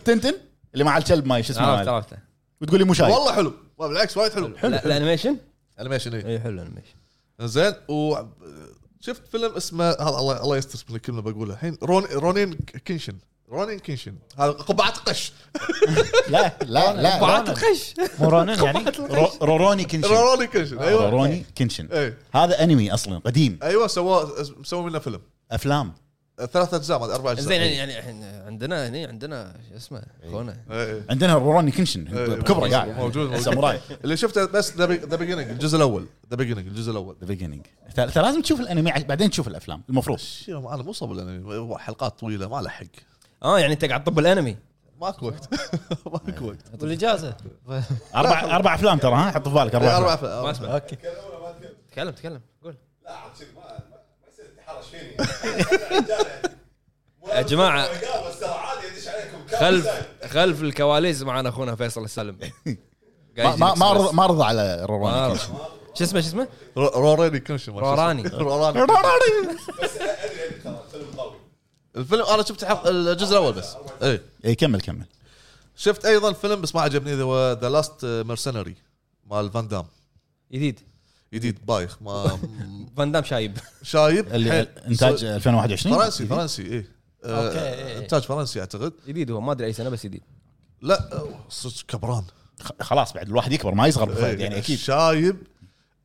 تنتن اللي مع الكلب ماي شو اسمه عرفت ماله. عرفته وتقول لي مو شايب آه، والله حلو بالعكس وايد حلو لا- الانيميشن انيميشن اي اي حلو الانيميشن زين و شفت فيلم اسمه هذا الله الله يستر من الكلمه بقولها الحين رون رونين كينشن رونين كينشن هذا قبعات قش لا لا لا بعد لا. الخش مو [laughs] رونن يعني رو- روروني كنشن رونين كينشن آه. ايوه روروني كنشن اي هذا انمي اصلا قديم ايوه سوى سووا منه فيلم افلام ثلاث اجزاء ما أدري، اربع اجزاء زين يعني يعني الحين عندنا هني عندنا شو اسمه كونه إيه. عندنا روروني كنشن إيه. بكبره قاعد موجود موجود ساموراي اللي شفته بس ذا بيجننج الجزء الاول ذا بيجننج الجزء الاول ذا بيجنينج انت لازم تشوف الانمي عش- بعدين تشوف الافلام المفروض شي، انا مو صبر لأن حلقات طويله ما له حق اه يعني انت قاعد تطب الانمي ماكو وقت [laughs] ماكو وقت والاجازه اربع اربع افلام ترى ها حط في بالك اربع اربع افلام ما إيه، أفلام. اسمع اوكي تكلم تكلم قول [laughs] يا جماعه خلف خلف الكواليس معنا اخونا فيصل [laughs] السلم ما ما ما رضى- ما رضى على روروني ما- كنشن شو اسمه شو اسمه؟ رو- روراني كنشن ما شو اسمه. روراني. [laughs] روراني [laughs] الفيلم انا شفت حق الجزء الاول بس إيه. اي اي إيه، كمل كمل شفت ايضا فيلم بس ما عجبني ذا ذا لاست مرسنري مال فان دام جديد جديد بايخ ما [laughs] فان دام شايب [laughs] شايب اللي حيل. انتاج سو- 2021 فرنسي فرنسي اي أوكي، إيه. انتاج فرنسي اعتقد جديد هو ما ادري اي سنه بس جديد لا آه، صدق كبران خ- خلاص بعد الواحد يكبر ما يصغر بفرد إيه، يعني اكيد شايب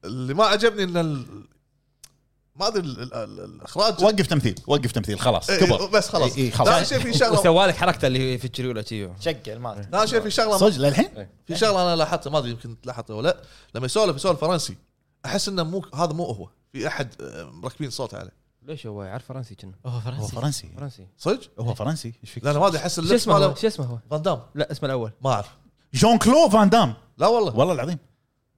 اللي ما عجبني ان ال... ما ادري ال- ال- ال- الاخراج وقف تمثيل وقف تمثيل خلاص إيه، كبر بس خلاص إيه، إيه، خلاص. ثاني شيء في شغله وسوى لك حركته اللي في الشريوله شي. شقه المال ثاني شيء في شغله صدق للحين في شغله انا لاحظتها ما ادري يمكن تلاحظها ولا لا لما يسولف يسولف فرنسي احس انه مو هذا مو هو في احد آه، مركبين صوت عليه ليش هو يعرف فرنسي كنا اوه هو فرنسي فرنسي فرنسي صدق؟ هو فرنسي ايش فيك لان ما ادري احس شو اللبس اسمه هو؟ ماله شو اسمه هو؟ فان دام لا اسمه الاول ما اعرف جون كلو فان دام لا والله والله العظيم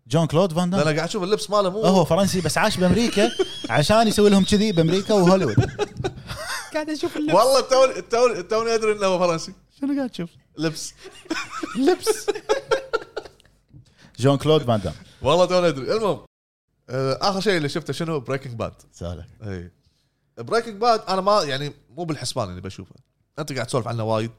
جون كلود فان لان دام قاعد اشوف اللبس ماله مو هو فرنسي بس عاش بامريكا عشان يسوي لهم كذي بامريكا وهوليوود قاعد اشوف والله توني توني توني ادري انه هو فرنسي شنو قاعد تشوف؟ لبس لبس جون كلود فان دام والله توني ادري المهم آه، اخر شيء اللي شفته شنو إيه. بريكنج باد سؤالك اي بريكنج باد انا ما يعني مو بالحسبان اللي بشوفه انت قاعد تسولف عنه وايد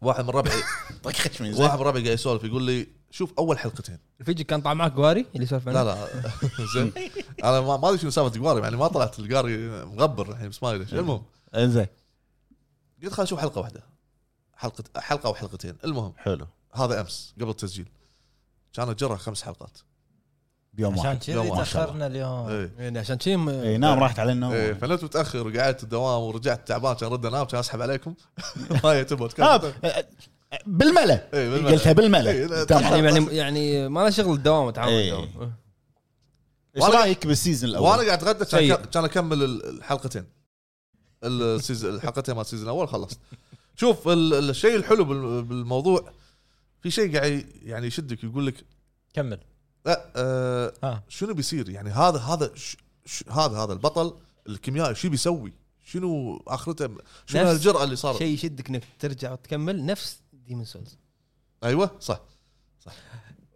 واحد من [laughs] ربعي طق خش من واحد من ربعي قاعد يسولف يقول لي شوف اول حلقتين فيجي كان طالع معك جواري اللي سولف لا عنه لا [laughs] زين انا ما ما ادري شنو سالفه القواري يعني ما طلعت القاري مغبر الحين بس ما ادري إيش. المهم انزين قلت خليني اشوف حلقه واحده حلقه حلقه او حلقتين المهم حلو هذا امس قبل التسجيل كانت جرى خمس حلقات بيوم عشان واحد يوم كذي واحد. تاخرنا اليوم ايه يعني عشان شي م- اي نام راحت على ايه النوم آه، فنمت متاخر وقعدت الدوام ورجعت تعبان كان رد انام كان اسحب عليكم [laughs] ما إيه، يتم آه، بودكاست بالملا إيه، بالملأ. قلتها إيه، لا، بالملا تمام تخيل. يعني يعني ما له شغل الدوام وتعامل إيه. الدوام ايش رايك بالسيزون وانا الاول؟ قاعد اتغدى سيء. كان- كان اكمل ال- الحلقتين السيزون حلقتها مال السيزون الاول خلصت شوف ال- الشيء الحلو بال- بالموضوع في شيء قاعد يعني يشدك يقول لك كمل لا آه ها شنو بيصير يعني هذا هذا ش ش هذا هذا البطل الكيميائي شو بيسوي شنو اخرته شنو نفس هالجرأه اللي صارت شيء يشدك انك ترجع وتكمل نفس ديمون سولز ايوه صح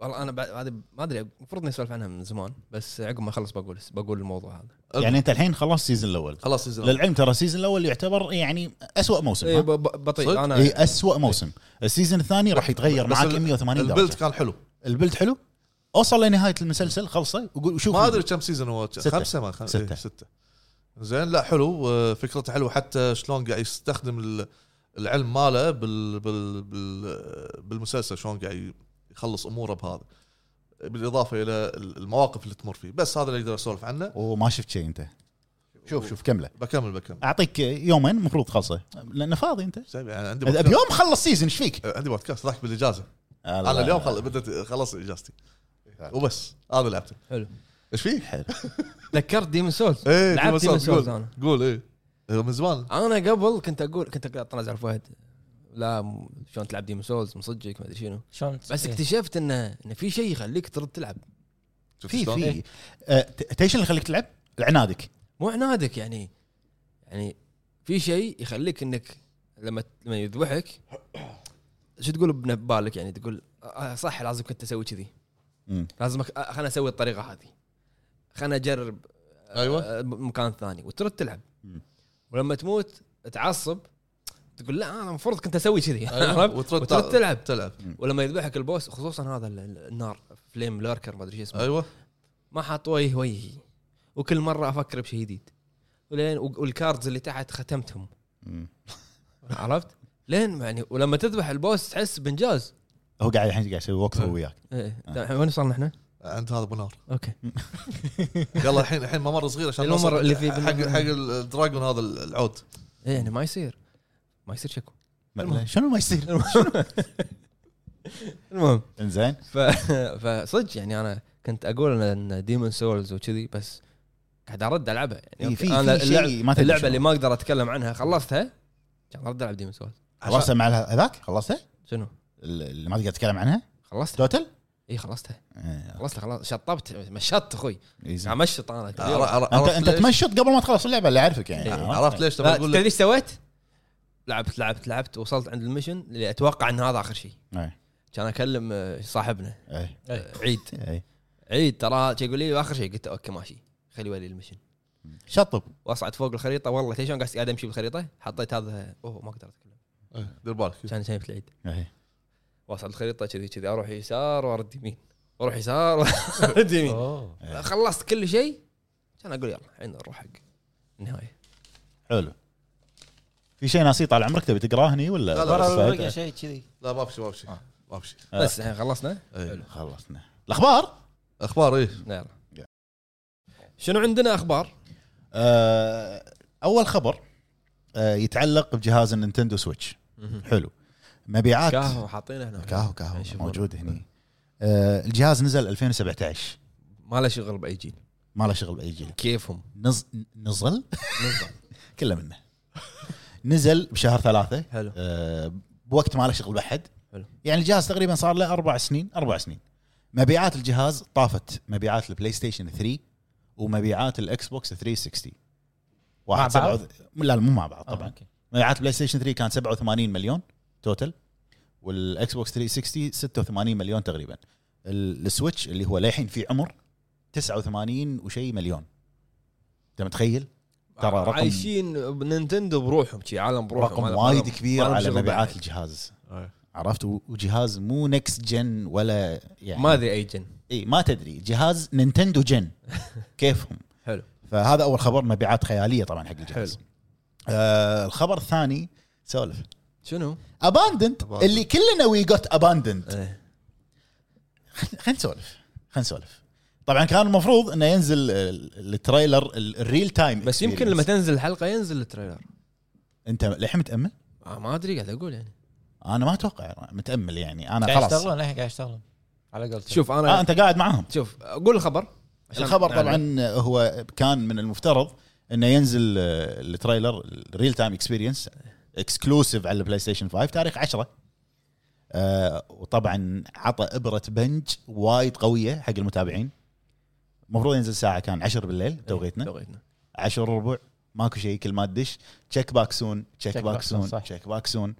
والله انا بعد بعد- ما ادري المفروض اني اسولف عنها من زمان بس عقب ما اخلص بقول بقول الموضوع هذا يعني انت الحين خلاص السيزون الاول خلاص سيزون للعلم ترى السيزون الاول يعتبر يعني أسوأ موسم إيه، ها؟ ب- ب- بطيء صدق؟ إيه. انا اي اسوء موسم السيزون الثاني راح يتغير بس معك ال- 180 درجه البلد كان حلو البلد حلو اوصل لنهايه المسلسل خلصه وقول وشوف ما ادري كم سيزون هو ستة. خمسه ما خم... ستة. ستة. ستة زين لا حلو آه، فكرته حلوه حتى شلون قاعد يستخدم ال- العلم ماله بال... بال... بال... بالمسلسل شلون قاعد يخلص اموره بهذا بالاضافه الى ال- المواقف اللي تمر فيه بس هذا اللي اقدر اسولف عنه وما شفت شيء انت شوف شوف كمله بكمل بكمل اعطيك يومين المفروض خلصه لانه فاضي انت زين، يعني عندي اذا بودكاست- بيوم خلص سيزون ايش فيك؟ آه، عندي بودكاست ذاك بالاجازه آه، انا اليوم خل... بدت خلصت اجازتي وبس هذا لعبته حلو ايش فيه؟ حلو تذكرت ديمون سولز ايه لعبت ديمون Demon's Souls قول- أنا. قول ايه إيه، من زمان انا قبل كنت اقول كنت قاعد اطنز على فهد لا م- شلون تلعب ديمون سولز مصجك ما ادري شنو شلون بس إيه. اكتشفت انه انه في شيء يخليك ترد تلعب شفت في شلون؟ إيه. في آه، ت- تدري شنو اللي يخليك تلعب؟ العنادك مو عنادك يعني يعني في شيء يخليك انك لما لما يذبحك شو تقول بن- ببالك يعني تقول آه، صح لازم كنت اسوي كذي مم. لازم أك- آه، خلنا اسوي الطريقه هذه خلنا اجرب آه، أيوة. آه، مكان ثاني وترد تلعب مم. ولما تموت تعصب تقول لا انا المفروض كنت اسوي كذي أيوة. عرفت؟ وترد وترد تلعب تلعب ولما يذبحك البوس خصوصا هذا ال- ال- النار فليم لوركر ما ادري شو اسمه ايوه ما حاط وجه وجهي وكل مره افكر بشيء جديد ولين والكاردز اللي تحت ختمتهم مم. عرفت؟ لين يعني ولما تذبح البوس تحس بانجاز هو قاعد الحين قاعد يسوي وقت هو وياك ايه الحين وين وصلنا احنا؟ عند هذا ابو نار اوكي يلا الحين الحين ممر صغير عشان الممر نوصل اللي فيه حق بالنهاية. حق الدراجون هذا العود ايه يعني ما يصير ما يصير شكو ما- المهم. شنو ما يصير؟ المهم [laughs] انزين ف... فصدق يعني انا كنت اقول ان ديمون سولز وكذي بس قاعد ارد العبها يعني إيه، في- أوكي، في انا شيء اللعب... ما تدري اللعبه شنو. اللي ما اقدر اتكلم عنها خلصتها كان ارد العب ديمون سولز خلصت مع هذاك؟ خلصته؟ شنو؟ اللي ما تقدر تتكلم عنها؟ خلصتها توتل؟ اي خلصتها آه، خلصتها خلاص شطبت مشطت اخوي إيزي. قاعد مشط انا عر- آه، عر- كبير. عرفت انت انت ليش؟ تمشط قبل ما تخلص اللعبه اللي اعرفك إيه. يعني عرفت ليش لما لا، اقول تدري لك ايش سويت؟ لعبت لعبت لعبت وصلت عند المشن اللي اتوقع ان هذا اخر شيء إيه. كان اكلم آه، صاحبنا إيه. آه، عيد إيه. عيد ترى شي يقول لي اخر شيء قلت له، اوكي ماشي خلي ولي المشن شطب واصعد فوق الخريطه والله تدري شلون قاعد قاعد امشي بالخريطه حطيت هذا اوه ما [laughs] اقدر اتكلم إيه، دير بالك كان شايف العيد إيه. واصعد الخريطه كذي كذي اروح يسار وارد يمين واروح يسار [laughs] وارد يمين أوه. إيه. خلصت كل شيء كان اقول يلا الحين نروح حق النهايه حلو في شيء ناسي طال عمرك تبي تقراه هني ولا لا، لا، برا بس الورقه فهد؟ شيء كذي لا ما في شيء ما في شيء آه. ما في شيء آه. بس الحين خلصنا إيه. خلصنا الاخبار اخبار ايه يلا يلا. شنو عندنا اخبار؟ آه، اول خبر آه، يتعلق بجهاز النينتندو سويتش حلو مبيعات كاهو حاطينه هنا يعني كاهو كاهو نشوف موجود هني آه، الجهاز نزل 2017 ما له شغل باي جيل ما له شغل باي جيل كيفهم نز... نزل نظام [laughs] كله منه نزل بشهر ثلاثة حلو آه، بوقت ما له شغل بحد حلو. يعني الجهاز تقريبا صار له اربع سنين اربع سنين مبيعات الجهاز طافت مبيعات البلاي ستيشن 3 ومبيعات الاكس بوكس 360 واحد مع سبعة بعض؟ وث- لا مو مع بعض طبعا طبعا آه، أوكي. مبيعات البلاي ستيشن 3 كان 87 مليون توتل والاكس بوكس 360 86 مليون تقريبا ال- السويتش اللي هو للحين في عمر 89 وشي مليون انت متخيل ترى رقم- عايشين نينتندو بروحهم شي عالم بروحهم رقم عالم- وايد عالم- كبير عالم على شغل مبيعات بعد. الجهاز إيه. عرفت و- وجهاز مو نكس جن ولا يعني ما ما ادري اي جن اي ما تدري جهاز نينتندو [laughs] جن كيفهم حلو فهذا اول خبر مبيعات خياليه طبعا حق الجهاز حلو. آه الخبر الثاني سولف شنو؟ اباندنت Abandoned. اللي كلنا وي جوت اباندنت ايه خلينا نسولف خلينا نسولف طبعا كان المفروض انه ينزل ال- التريلر ال- الريل تايم بس يمكن experience. لما تنزل الحلقه ينزل التريلر انت للحين متامل؟ آه ما ادري قاعد اقول يعني انا ما اتوقع متامل يعني انا قاعد خلاص يشتغلون الحين قاعد يشتغلون على قولتهم شوف انا آه انت قاعد معاهم شوف قول الخبر عشان يعني الخبر يعني نعلم. طبعا هو كان من المفترض انه ينزل آه، التريلر الريل تايم اكسبيرينس اكسكلوسيف على البلاي ستيشن 5 تاريخ 10 آه وطبعا عطى ابره بنج وايد قويه حق المتابعين المفروض ينزل ساعه كان 10 بالليل إيه، توقيتنا توقيتنا 10 وربع ماكو شيء كل ما تدش تشيك باك سون تشيك Check باك back soon، سون صح. تشيك باك سون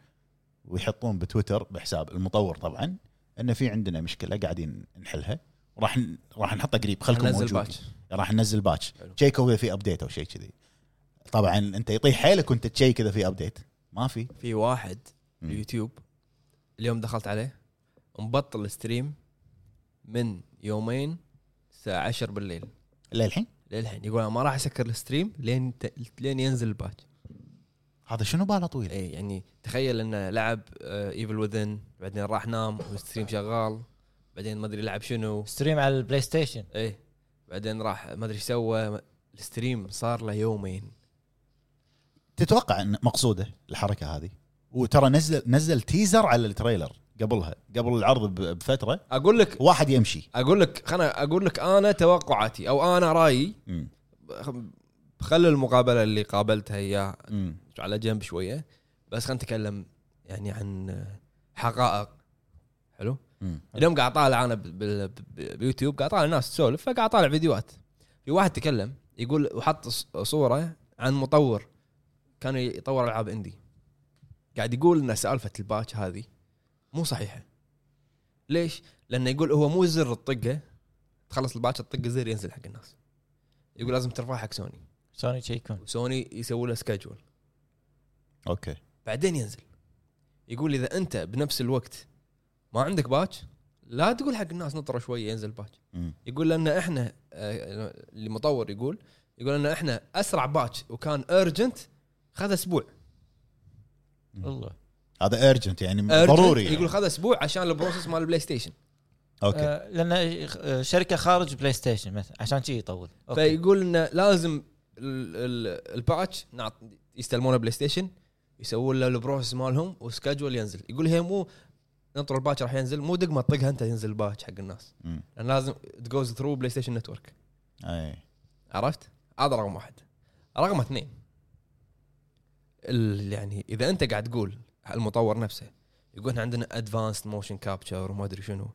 ويحطون بتويتر بحساب المطور طبعا انه في عندنا مشكله قاعدين نحلها راح ن- راح نحطها قريب خلكم ننزل موجودين باتش راح ننزل باتش حلو. تشيك اذا في ابديت او شيء كذي طبعا انت يطيح حيلك وانت تشيك اذا في ابديت ما في في واحد مم. اليوتيوب اليوم دخلت عليه مبطل الستريم من يومين الساعه 10 بالليل للحين للحين يقول انا ما راح اسكر الستريم لين ت... لين ينزل الباتش هذا شنو باله طويل اي يعني تخيل انه لعب ايفل وذن بعدين راح نام والستريم شغال بعدين ما ادري لعب شنو ستريم على البلاي ستيشن اي بعدين راح ما ادري ايش سوى الستريم صار له يومين تتوقع ان مقصوده الحركه هذه وترى نزل نزل تيزر على التريلر قبلها قبل العرض ب- بفتره اقول لك واحد يمشي اقول لك خلنا اقول لك انا توقعاتي او انا رايي مم. خلي المقابله اللي قابلتها اياه مم. على جنب شويه بس خلينا نتكلم يعني عن حقائق حلو مم. اليوم قاعد اطالع انا ب- ب- ب- بيوتيوب قاعد اطالع ناس تسولف فقاعد اطالع فيديوهات في واحد تكلم يقول وحط ص- صوره عن مطور كان يطور العاب اندي قاعد يقول ان سالفه الباتش هذه مو صحيحه ليش؟ لانه يقول هو مو زر تطقه تخلص الباتش تطق زر ينزل حق الناس يقول لازم ترفع حق سوني سوني شي يكون وسوني يسوي له سكجول اوكي بعدين ينزل يقول اذا انت بنفس الوقت ما عندك باتش لا تقول حق الناس نطروا شويه ينزل باتش مم. يقول لان احنا آه، اللي مطور يقول يقول ان احنا اسرع باتش وكان ارجنت خذ اسبوع والله هذا ايرجنت يعني Urgent ضروري يعني. يقول خذ اسبوع عشان البروسس مال البلاي ستيشن اوكي آه، لان ش- آه، شركه خارج بلاي ستيشن مثلا عشان شي يطول اوكي فيقول انه لازم ال- ال- الباتش نعط- يستلمونه بلاي ستيشن يسوون له البروسس مالهم وسكجول ينزل يقول هي مو ننطر الباتش راح ينزل مو دق ما تطقها انت ينزل الباتش حق الناس مم. لان لازم تجوز ثرو بلاي ستيشن نتورك اي عرفت؟ هذا رقم واحد. رقم اثنين ال- يعني اذا انت قاعد تقول المطور نفسه يقول احنا عندنا ادفانسد موشن كابتشر وما ادري شنو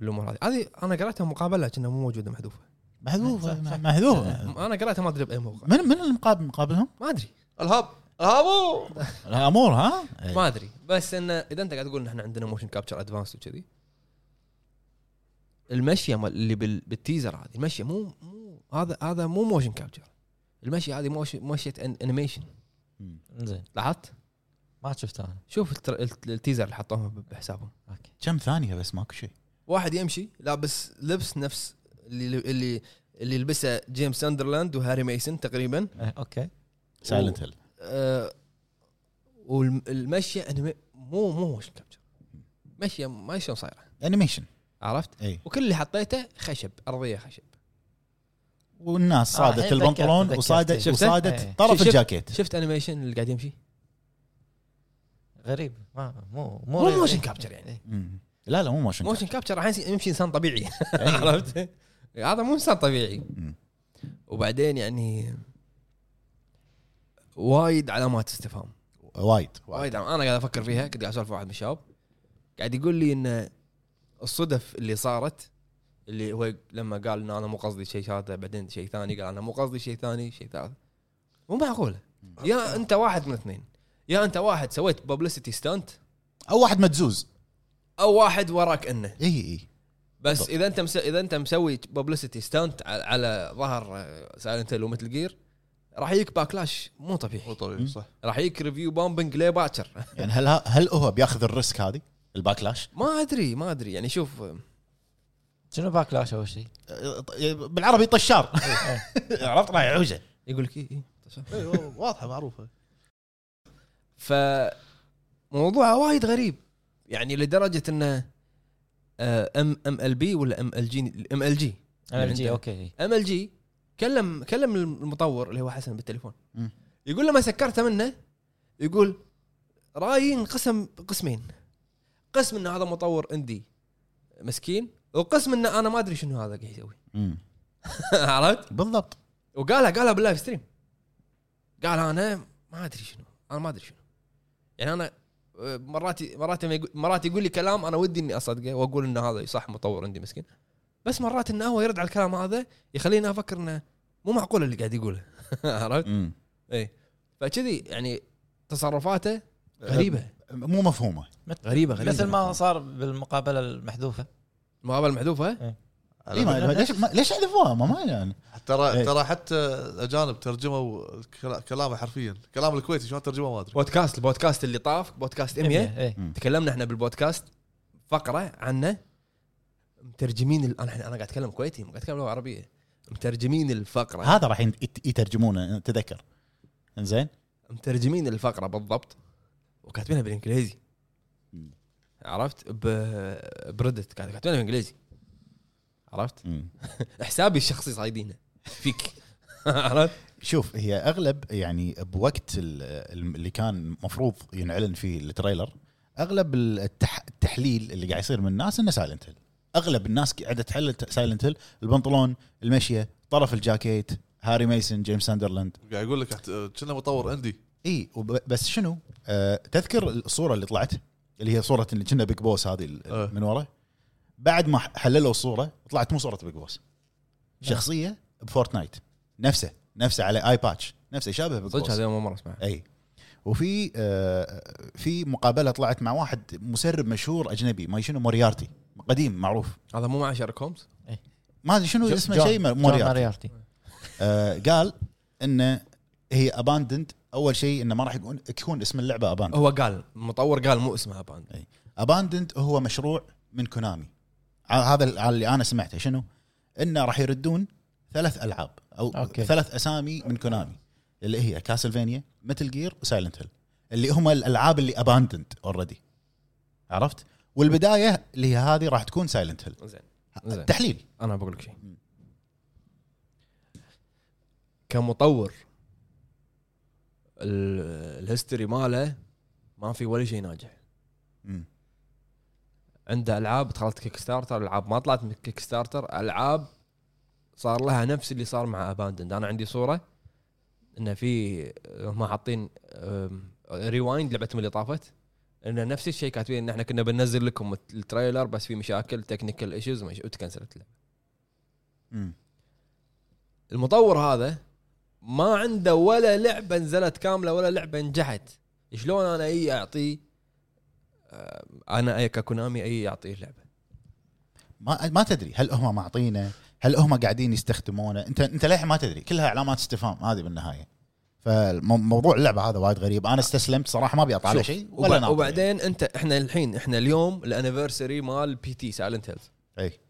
الامور هذه هذه انا قرأتها مقابله كانها مو موجوده محذوفه صح، صح. محذوفه محذوفه انا قرأتها ما ادري باي موقع من من المقابل مقابلهم؟ ما ادري الهاب الهابو الامور ها؟ إي. [laughs] ما ادري بس انه اذا انت قاعد تقول ان احنا عندنا موشن كابتشر ادفانس وكذي المشيه مال- اللي بال- بالتيزر هذه المشيه مو مو هذا هذا مو موشن كابتشر المشيه هذه موش- مشيه أن- انيميشن مم. زين لاحظت؟ ما شفته انا شوف التر- الت- التيزر اللي حطوهم ب- بحسابهم اوكي كم ثانيه بس ماكو شيء واحد يمشي لابس لبس نفس اللي اللي اللي لبسه جيمس ساندرلاند وهاري ميسن تقريبا آه، اوكي سايلنت هيل آه، والمشيه أنيمي- مو مو موشن كابتشر مشيه ما شلون صايره انيميشن عرفت؟ اي وكل اللي حطيته خشب ارضيه خشب والناس صادت الحين البنطلون تذكرت، وصادت تذكرت. إي. وصادت طرف شفت- الجاكيت شفت انيميشن اللي قاعد يمشي؟ غريب ما مو مو ريال. موشن كابتشر يعني مم. لا لا مو موشن موشن كابتشر راح يس- يمشي انسان طبيعي إي. [laughs] عرفت؟ هذا مو انسان طبيعي مم. وبعدين يعني وايد علامات استفهام وايد وايد وايد علامات. انا قاعد افكر فيها كنت قاعد اسولف مع واحد من الشباب قاعد يقول لي ان الصدف اللي صارت اللي هو لما قال ان انا مو قصدي شيء هذا بعدين شيء ثاني قال انا مو قصدي شيء ثاني شيء ثالث مو معقوله يا انت واحد من اثنين يا انت واحد سويت ببلستي ستانت او واحد مدزوز او واحد وراك انه اي اي بس بالضبط. اذا انت مس... اذا انت مسوي ببلستي ستانت على, على ظهر سايلنت هيل ومثل جير راح يجيك باكلاش مو مو طبيعي طبيعي صح راح يجيك ريفيو بامبنج ليه باكر يعني هل هل هو بياخذ الريسك هذه الباكلاش ما ادري ما ادري يعني شوف شنو باكلاش اول شيء؟ أه، ط- بالعربي طشار [laughs] عرفت رايح عوجه يقول لك إيه إيه. إي، واضحه معروفه ف موضوعه وايد غريب يعني آه، لدرجه انه ام ام ال بي ولا ام ال جي ام ال جي انا يعني بجي أنت- اوكي ام ال جي كلم كلم المطور اللي هو حسن بالتليفون مم. يقول لما سكرته منه يقول رايي انقسم قسمين قسم ان هذا مطور اندي مسكين وقسم ان انا ما ادري شنو هذا قاعد يسوي [laughs] مم. عرفت بالضبط وقالها قالها باللايف ستريم قال انا ما ادري شنو انا ما ادري شنو يعني انا آه، مرات مرات لما يقول- مرات يقول لي كلام انا ودي اني اصدقه واقول ان هذا صح مطور عندي مسكين بس مرات انه هو يرد على الكلام هذا يخليني افكر انه مو معقول اللي قاعد يقوله [laughs] عرفت؟ مم. اي فكذي يعني تصرفاته غريبه مو مفهومه غريبه غريبه مثل ما صار بالمقابله المحذوفه المقابله المحذوفه إيه ما- ما- ليش ما ليش حذفوها ما ما يعني ترى إيه. ترى حتى الاجانب ترجموا الكلا- كلامه حرفيا كلام الكويتي شلون ترجمه ما ادري بودكاست البودكاست اللي طاف بودكاست 100 إيه. تكلمنا احنا بالبودكاست فقره عنه مترجمين ال... انا انا قاعد اتكلم كويتي مو قاعد اتكلم لغه عربيه مترجمين الفقره هذا راح يت- يترجمونه تذكر انزين مترجمين الفقره بالضبط وكاتبينها بالانجليزي مم. عرفت ب... بردت قاعد- كاتبينها بالانجليزي عرفت مم. حسابي الشخصي صايدينه فيك [laughs] عرفت شوف هي اغلب يعني بوقت ال- ال- اللي كان مفروض ينعلن فيه التريلر اغلب التح التحليل اللي قاعد يصير من الناس انه سايلنت هيل اغلب الناس قاعده تحلل سايلنت هيل البنطلون المشيه طرف الجاكيت هاري ميسن جيمس ساندرلاند قاعد يقول لك احت- كنا مطور عندي اي وب- بس شنو آه تذكر الصوره اللي طلعت اللي هي صوره اللي كنا بيج بوس هذه ال- آه. من ورا بعد ما حللوا الصوره طلعت مو صوره بيج بوس آه. شخصيه بفورتنايت نفسه نفسه على اي باتش نفسه شابه بيج صدق بوس هذا أول مره اسمعها اي وفي آه في مقابله طلعت مع واحد مسرب مشهور اجنبي ما شنو موريارتي قديم معروف هذا مو مع شارك هومز ما ادري شنو جو- اسمه جون- شيء جون موريارتي ماريارتي آه قال انه هي اباندنت اول شيء انه ما راح يكون يكون اسم اللعبه اباندنت هو قال المطور قال مو اسمها باند اباندنت هو مشروع من كونامي على هذا ال- على اللي انا سمعته شنو؟ انه راح يردون ثلاث العاب او أوكي. أوكي. ثلاث اسامي من كونامي اللي هي كاسلفينيا متل جير وسايلنت هيل اللي هم الالعاب اللي اباندنت اوريدي عرفت؟ والبدايه اللي هي هذه راح تكون سايلنت هيل زين زين. التحليل انا بقول لك شيء مم. كمطور ال- الهيستوري ماله ما في ولا شيء ناجح مم. عنده العاب دخلت كيك ستارتر العاب ما طلعت من كيك ستارتر العاب صار لها نفس اللي صار مع اباندند انا عندي صوره انه في هم حاطين ريوايند لعبتهم اللي طافت انه نفس الشيء كاتبين ان احنا كنا بننزل لكم التريلر بس في مشاكل تكنيكال ايشوز وتكنسلت اللعبه مم. المطور هذا ما عنده ولا لعبه نزلت كامله ولا لعبه نجحت شلون انا اي اعطيه آه، انا اي ككونامي اي اعطيه لعبه ما ما تدري هل هم معطينا هل هم قاعدين يستخدمونه انت انت للحين ما تدري كلها علامات استفهام هذه بالنهايه فموضوع اللعبه هذا وايد غريب انا استسلمت صراحه ما ابي شوف، اطالع شيء وب- ولا ناطر. وبعدين انت احنا الحين احنا اليوم الانيفرساري مال بي تي سايلنت هيلز اي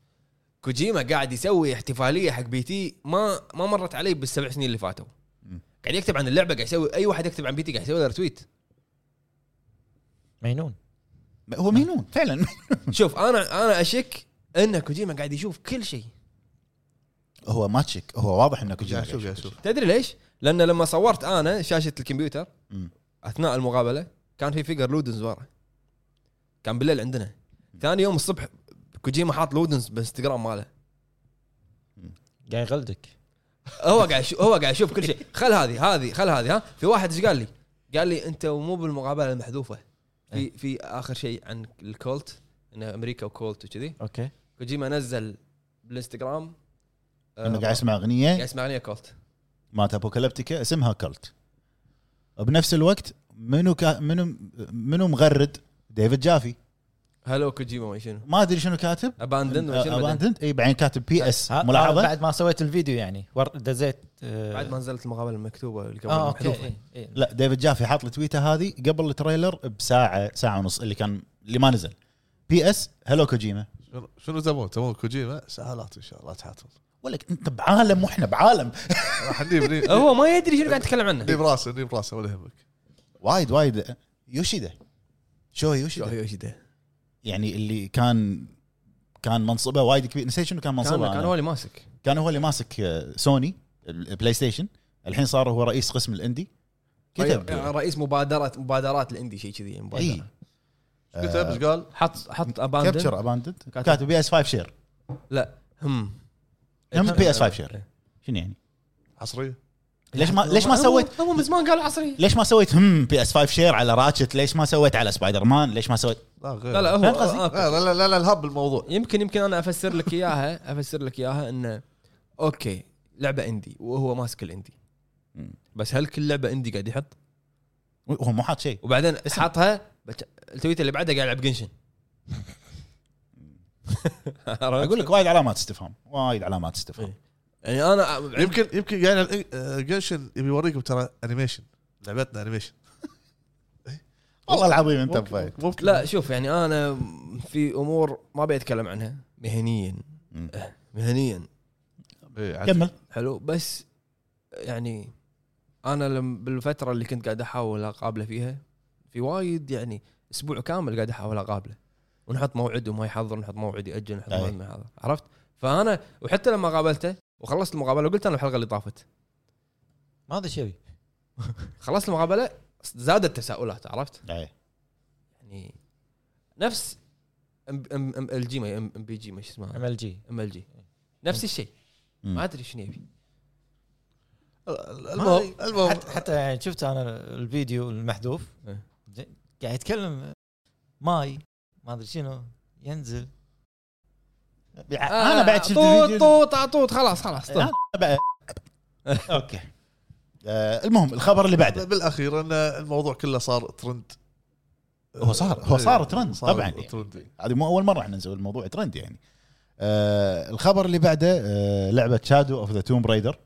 كوجيما قاعد يسوي احتفاليه حق بي تي ما ما مرت علي بالسبع سنين اللي فاتوا مم. قاعد يكتب عن اللعبه قاعد يسوي اي واحد يكتب عن بي تي قاعد يسوي له رتويت مجنون هو مجنون فعلا شوف انا انا اشك ان كوجيما قاعد يشوف كل شيء [laughs] هو ما تشك هو واضح انه كوجيما قاعد اشوف قاعد اشوف تدري ليش؟ لان لما صورت انا شاشه الكمبيوتر مم. اثناء المقابله كان في فيجر لودنز ورا كان بالليل عندنا ثاني يوم الصبح كوجيما حاط لودنز بالانستغرام ماله قاعد يغلدك هو قاعد يشوف هو قاعد يشوف كل شيء خل هذه هذه خل هذه ها في واحد ايش قال لي؟ قال لي انت مو بالمقابله المحذوفه إيه. في في اخر شيء عن الكولت ان امريكا وكولت وكذي اوكي كوجيما نزل بالانستغرام آه، انه قاعد يسمع قاعد اغنيه يسمع اغنيه كولت مات ابوكاليبتيكا اسمها كالت بنفس الوقت منو كا منو منو مغرد ديفيد جافي هلو كوجيما ما شنو ما ادري شنو كاتب اباندن وشنو بعدين؟ آه، اباندنت اي بعدين كاتب بي اس ها- ملاحظه بعد ما سويت الفيديو يعني ور- دزيت آه، بعد ما نزلت المقابله المكتوبه اللي قبل اه اوكي المحذوفة. إيه، إيه. لا ديفيد جافي حاط لي تويته هذه قبل التريلر بساعه ساعه ونص اللي كان اللي ما نزل بي اس هلو كوجيما شنو- شنو تبون تبون كوجيما سهالات ان شاء الله لا تحاتون ولك انت بعالم واحنا بعالم راح نجيب نجيب- هو ما يدري شنو قاعد يتكلم عنه نجيب راسه نجيب راسه ولا يهمك وايد وايد يوشيدا شو يوشيدا يوشيدا يعني اللي كان كان منصبه وايد كبير نسيت شنو كان كان منصبه كان هو اللي ماسك كان هو اللي ماسك آه، سوني البلاي ستيشن الحين صار هو رئيس قسم الاندي كتب إيه، رئي- يعني رئيس مبادره مبادرات الاندي شيء كذي اي مبادره إيش كتب ايش قال؟ حط حط اباندن كابتشر اباندد كاتب. كاتب بي اس 5 شير لا هم إيه، هم بي اس 5 شير شنو يعني؟ حصريه ليش [laughs] ما ليش ما هو- سويت هو من زمان قال عصري ليش ما سويت هم بي اس 5 شير على راتشت ليش ما سويت على سبايدر مان ليش ما سويت لا غير لا لا هو فاهم قصدي؟ آه، لا لا لا, لا الهب الموضوع يمكن يمكن انا افسر لك [laughs] اياها افسر لك اياها انه اوكي لعبه اندي وهو ماسك الاندي مم. بس هل كل لعبه اندي قاعد يحط هو مو حاط شيء وبعدين حاطها بت- التويته اللي بعدها قاعد يلعب جنشن اقول لك وايد علامات استفهام وايد علامات استفهام إيه. يعني انا يمكن يمكن يعني جنشن يبي يوريكم ترى انيميشن لعبتنا انيميشن والله العظيم انت ممكن, بفايد ممكن لا شوف يعني انا في امور ما ابي اتكلم عنها مهنيا مم. مهنيا إيه، عاد- كمل حلو بس يعني انا لم بالفتره اللي كنت قاعد احاول اقابله فيها في وايد يعني اسبوع كامل قاعد احاول اقابله ونحط موعد وما يحضر نحط موعد ياجل نحط أي. موعد ما يحضر عرفت فانا وحتى لما قابلته وخلصت المقابله قلت انا الحلقه اللي طافت ما ادري شو أبي. خلصت المقابله زادت تساؤلات عرفت إيه. يعني نفس ام ام ام ال جي ما- ام ام بي جي ما شو اسمها ام ال جي ام ال جي إيه. نفس الشيء ما ادري شنو يبي المهم المهم حتى, حتى يعني شفت انا الفيديو المحذوف إيه. زين، قاعد يتكلم ماي ما ادري شنو ينزل آه، انا بعد شفت طوط الفيديو إيه، طوط آه، طوط خلاص خلاص طوط. أنا بعد- اوكي آه، المهم الخبر اللي بعده بالاخير ان الموضوع كله صار ترند هو صار- هو صار ترند، صار طبعاً. يعني. ترند هذه مو اول مره احنا نسوي الموضوع ترند يعني آه الخبر اللي بعده آه لعبه شادو اوف ذا توم رايدر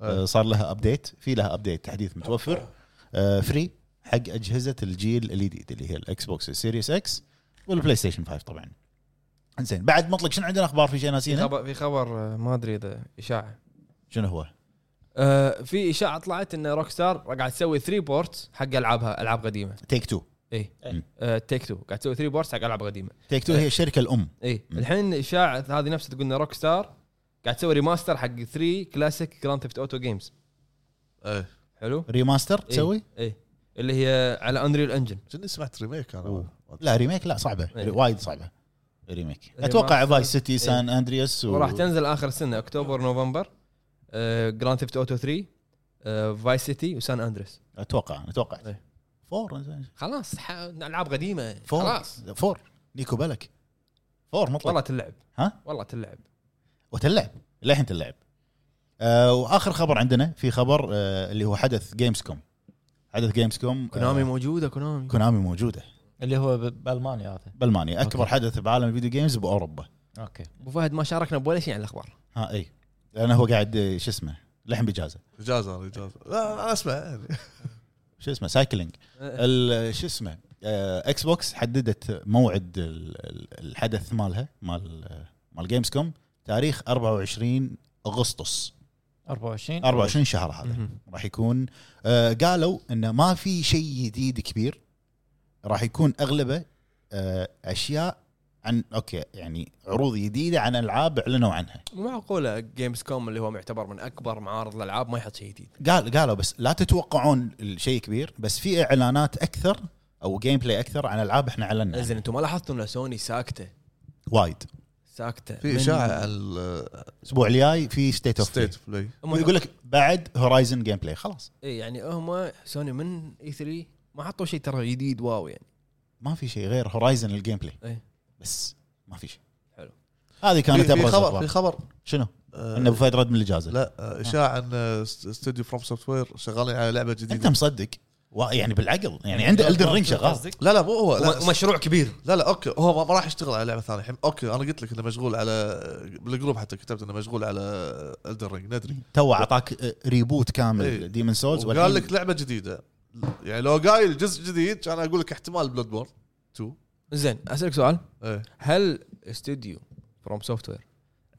آه. أي. آه، صار لها ابديت في لها ابديت تحديث متوفر آه فري حق اجهزه الجيل الجديد اللي هي الاكس بوكس سيريس اكس والبلاي ستيشن 5 طبعا زين بعد مطلق شنو عندنا اخبار في شيء في ناسينه خبر في خبر آه، ما ادري اذا اشاعه شنو هو آه، في اشاعه طلعت ان روك ستار قاعد تسوي 3 بورتس حق العابها العاب قديمه تيك تو اي إيه. تيك تو آه، قاعد تسوي 3 بورتس حق العاب قديمه تيك تو هي الشركه الام اي مم. الحين اشاعه هذه نفسها تقول ان روك ستار قاعد تسوي ريماستر حق 3 كلاسيك جراند ثيفت اوتو جيمز ايه حلو ريماستر إيه. تسوي اي اللي هي على انريل انجن كني سمعت ريميك انا أوه. لا ريميك لا صعبه إيه. وايد صعبه ريميك اتوقع فايس سيتي سان اندرياس و... وراح تنزل اخر السنه اكتوبر نوفمبر آه، جراند ثيفت اوتو 3 فايس سيتي آه، وسان اندريس اتوقع اتوقع إيه. فور خلاص ح- العاب قديمه فور خلاص فور نيكو بالك فور والله مطلق تلعب ها؟ آه. والله تلعب وتلعب للحين تلعب آه واخر خبر عندنا في خبر آه اللي هو حدث جيمز كوم حدث جيمز كوم كونامي آه موجوده كونامي كونامي موجوده اللي هو ب- بالمانيا هذا بالمانيا اكبر أوكي. حدث بعالم الفيديو جيمز باوروبا اوكي ابو فهد ما شاركنا بولا شيء عن الاخبار ها اي لانه هو قاعد آه، شو اسمه لحم بجازه اجازه انا اجازه لا انا اسمع يعني شو اسمه سايكلينج ال- شو اسمه آه، اكس بوكس حددت موعد ال- ال- الحدث مالها مال آه، مال جيمز كوم تاريخ 24 اغسطس 24 24 شهر هذا راح يكون آه، قالوا انه ما في شيء جديد كبير راح يكون اغلبه آه، اشياء عن اوكي يعني عروض جديده عن العاب اعلنوا عنها مو معقوله جيمز كوم اللي هو يعتبر من اكبر معارض الالعاب ما يحط شيء جديد قال قالوا بس لا تتوقعون الشيء كبير بس في اعلانات اكثر او جيم بلاي اكثر عن العاب احنا اعلنا عنها. زين انتم ما لاحظتوا ان سوني ساكته وايد ساكته في من- اشاعه على الاسبوع الجاي في ستيت اوف ستيت بلاي هم يقول لك بعد هورايزن جيم بلاي خلاص إيه يعني هم سوني من اي 3 ما حطوا شيء ترى جديد واو يعني ما في شيء غير هورايزن الجيم بلاي إيه. بس ما في شيء حلو. هذه كانت في- في ابرز خبر في الاخبار خبر شنو؟ آه، ان ابو فهد رد من الاجازه لا آه، اشاعه ان آه، ست- استوديو فروم سوفت وير شغالين على لعبه انت جديده مصدق وا- يعني بالعقل يعني إيه، عنده الدن رينج شغال قصدك؟ لا لا مو هو لا وم- ومشروع كبير لا لا اوكي هو ما- ما راح يشتغل على لعبه ثانيه الحين اوكي انا قلت لك انه مشغول على بالجروب حتى كتبت انه مشغول على الدر رينج ندري تو اعطاك آه، ريبوت إيه. كامل ديمن سولز قال لك لعبه جديده يعني لو قايل جزء جديد كان اقول لك احتمال بلاد بورن 2 زين اسالك سؤال ايه هل استوديو فروم سوفت وير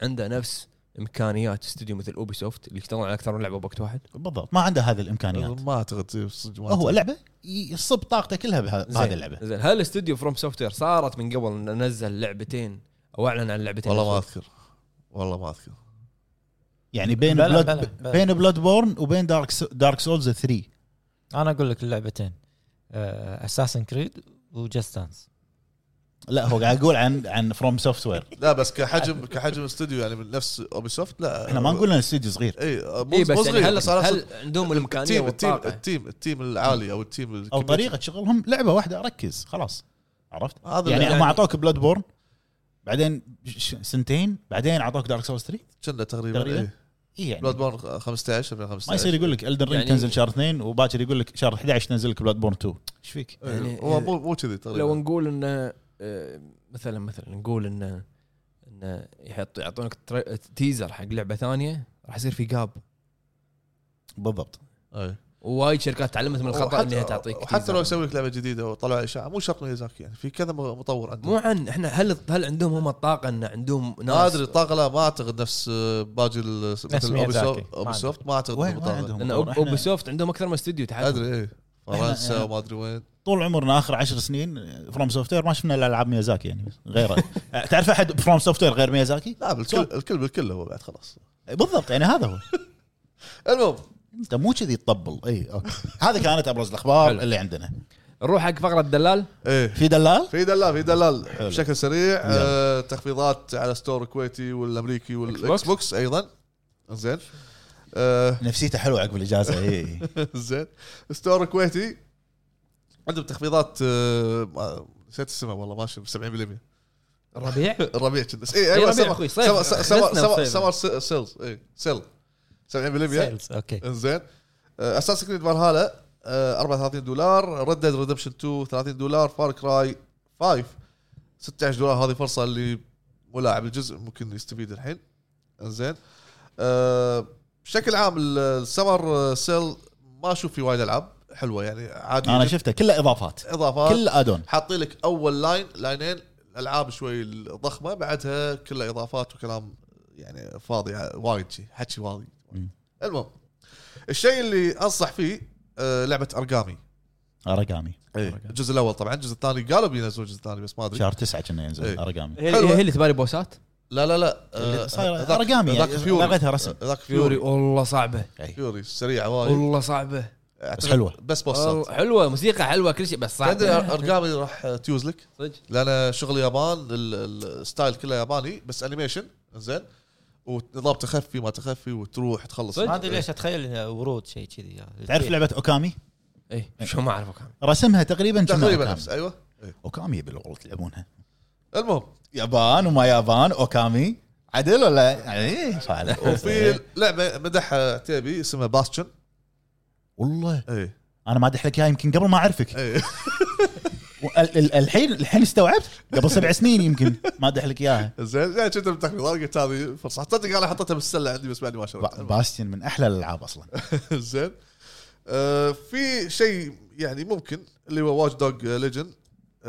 عنده نفس امكانيات استوديو مثل اوبي سوفت اللي يشتغلون على اكثر من لعبه بوقت واحد بالضبط ما عنده هذه الامكانيات ما اعتقد صدق ما يعني هو أعتقد. لعبه يصب طاقته كلها بها- بهذه زين. اللعبه زين هل استوديو فروم سوفت وير صارت من قبل انه نزل لعبتين او اعلن عن لعبتين والله ما اذكر والله ما اذكر يعني بين بلا- بلاد بلا- بلا. بين بلاد بورن وبين دارك س- دارك سولز 3 آه، انا اقول لك اللعبتين اساسن كريد وجاست دانس لا هو قاعد يقول عن عن فروم سوفت وير لا بس كحجم كحجم استوديو يعني من نفس اوبي سوفت لا احنا ما نقول انه استوديو صغير اي اي مو بس يعني صغير هل بس على هل عندهم الامكانيه التيم التيم والطاقه التيم التيم العالي او التيم او الكبير. طريقه شغلهم لعبه واحده ركز خلاص عرفت هذا يعني يعني هم اعطوك بلاد بورن بعدين ش- سنتين بعدين اعطوك دارك سولز 3 كنا إيه، تقريبا تقريباً. اي اي يعني بلاد بورن 15 قبل 15 ما يصير يقول لك الدن رينج يعني- تنزل شهر اثنين وباكر يقول لك شهر 11 تنزل لك بلاد بورن 2 ايش فيك؟ إيه، يعني- هو مو مو كذي تقريبا لو نقول انه آه، مثلا مثلا نقول انه انه يحط يعطونك تر- تيزر حق لعبه ثانيه راح يصير في جاب بالضبط إيه. ووايد شركات تعلمت من الخطا وحتى- انها تعطيك وحتى لو تيزر. يسوي لك لعبه جديده وطلع اشاعه مو شرط ميازاكي يعني في كذا مطور عنده مو عن احنا هل هل عندهم هم الطاقه ان عندهم ناس ما ادري الطاقه لا ما اعتقد نفس باقي ال- مثل ميازاكي. ما اوبي سوفت ما اعتقد وين إنهم وين طاقة. عندهم؟ لان طور؟ اوبي إحنا سوفت عندهم اكثر من استوديو تحدي ادري ايه فرنسا وما ادري وين طول عمرنا اخر عشر سنين فروم سوفت وير ما شفنا الا العاب ميازاكي يعني غيره أه، تعرف احد فروم سوفت وير غير ميازاكي؟ لا بالكل الكل بالكل هو بعد خلاص بالضبط يعني هذا هو المهم انت مو كذي تطبل اي اوكي هذه كانت ابرز الاخبار حلو. اللي عندنا نروح حق فقره الدلال ايه في دلال في دلال في دلال حلو. بشكل سريع نعم. آه تخفيضات على ستور الكويتي والامريكي والاكس إكس بوكس ايضا زين آه [laughs] نفسيته حلوه عقب الاجازه [laughs] اي زين ستور الكويتي عندهم تخفيضات آه ما- نسيت اسمها والله ماشي ب 70% ربيع الربيع كنا اي إيه، ربيع ايوه سمر- أخوي، صيف. سمر- سمر- سمر- دسنا بصيف. سمر سمر سيلز اي سيل 70% سيلز اوكي انزين اساس كريد فالهالا آه، 34 دولار ريد ديد ريدمشن 2 30 دولار فار كراي 5 16 دولار هذه فرصه اللي مو لاعب الجزء ممكن يستفيد الحين انزين آه، بشكل عام ال- السمر سيل ما اشوف في وايد العاب حلوه يعني عادي انا يجيب شفته كله اضافات اضافات كل ادون حاطين لك اول لاين لاينين الالعاب شوي الضخمه بعدها كلها اضافات وكلام يعني فاضي وايد شي حكي فاضي مم. المهم الشيء اللي انصح فيه آه، لعبه ارقامي اراجامي الجزء الاول طبعا الجزء الثاني قالوا بينزلون الجزء الثاني بس ما ادري شهر تسعة كنا ينزل إيه. اراجامي [laughs] هي حلوة. هي اللي تباري بوسات لا لا لا آه، اللي صاير ذاك- اراجامي ذاك يعني فيوري لغيتها رسم ذاك فيوري فيوري والله صعبه فيوري سريعه وايد والله صعبه أعتقد حلوة. بس والله بوسات حلوه موسيقى حلوه كل شيء بس تدري صعبه ارقامي راح تيوز لك صدق لان شغل يابان ال- ال- الستايل كله ياباني بس انيميشن زين ونظام تخفي ما تخفي وتروح تخلص ما ادري ليش اتخيل إنه ورود شيء كذي تعرف لعبه اوكامي اي إيه. شو ما اعرفه كان رسمها تقريبا كنا تقريبا أوكامي. نفس ايوه اوكامي بالغلط تلعبونها المهم يابان وما يابان اوكامي عدل ولا يعني إيه، فعلا. وفي لعبه مدحها عتيبي اسمها إيه. باستشن والله اي انا ما ادح لك اياها يمكن قبل ما اعرفك اي وال- ال- الحين الحين استوعبت قبل سبع سنين يمكن ما ادح لك اياها زين يعني كنت بالتخفيضات قلت هذه فرصه تصدق انا حطيتها بالسله عندي بس بعد ما با- شريتها باستين من احلى الالعاب اصلا زين آه، في شيء يعني ممكن اللي هو واتش دوج ليجن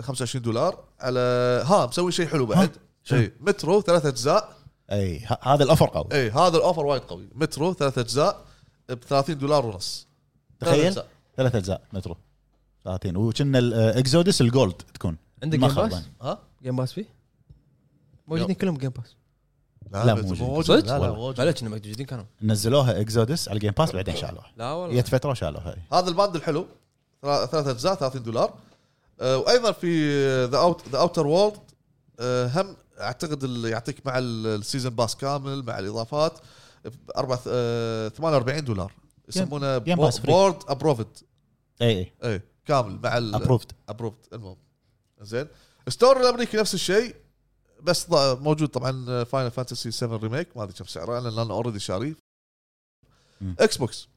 25 دولار على ها مسوي شيء حلو بعد إيه. شو؟ إي، مترو ثلاث اجزاء اي ه- هذا الافر قوي اي إيه، هذا الاوفر وايد قوي مترو ثلاث اجزاء ب 30 دولار ونص ثلاث تخيل أجزاء. ثلاث اجزاء مترو 30 وكنا الاكزودس الجولد تكون عندك ما جيم باس؟ خربان. ها جيم باس فيه؟ موجودين كلهم جيم باس لا، بس- موجود. موجود صدق؟ لا لا والله. موجود بلا كنا موجودين كانوا نزلوها اكزودس على الجيم باس بعدين شالوها لا والله جت فتره وشالوها إي. هذا الباند الحلو ثلا- ثلاث اجزاء 30 دولار آه، وايضا في ذا اوت ذا اوتر وورلد آه، هم اعتقد اللي يعطيك مع ال- السيزون باس كامل مع الاضافات ب 48 دولار يسمونه Game Pass free. بورد ابروفد اي اي اي إيه، كامل مع ال- ابروفد ابروفد المهم زين ستور الامريكي نفس الشيء بس ط- موجود طبعا فاينل فانتسي 7 ريميك ما ادري كم سعره انا لان اوريدي شاريه مم. اكس بوكس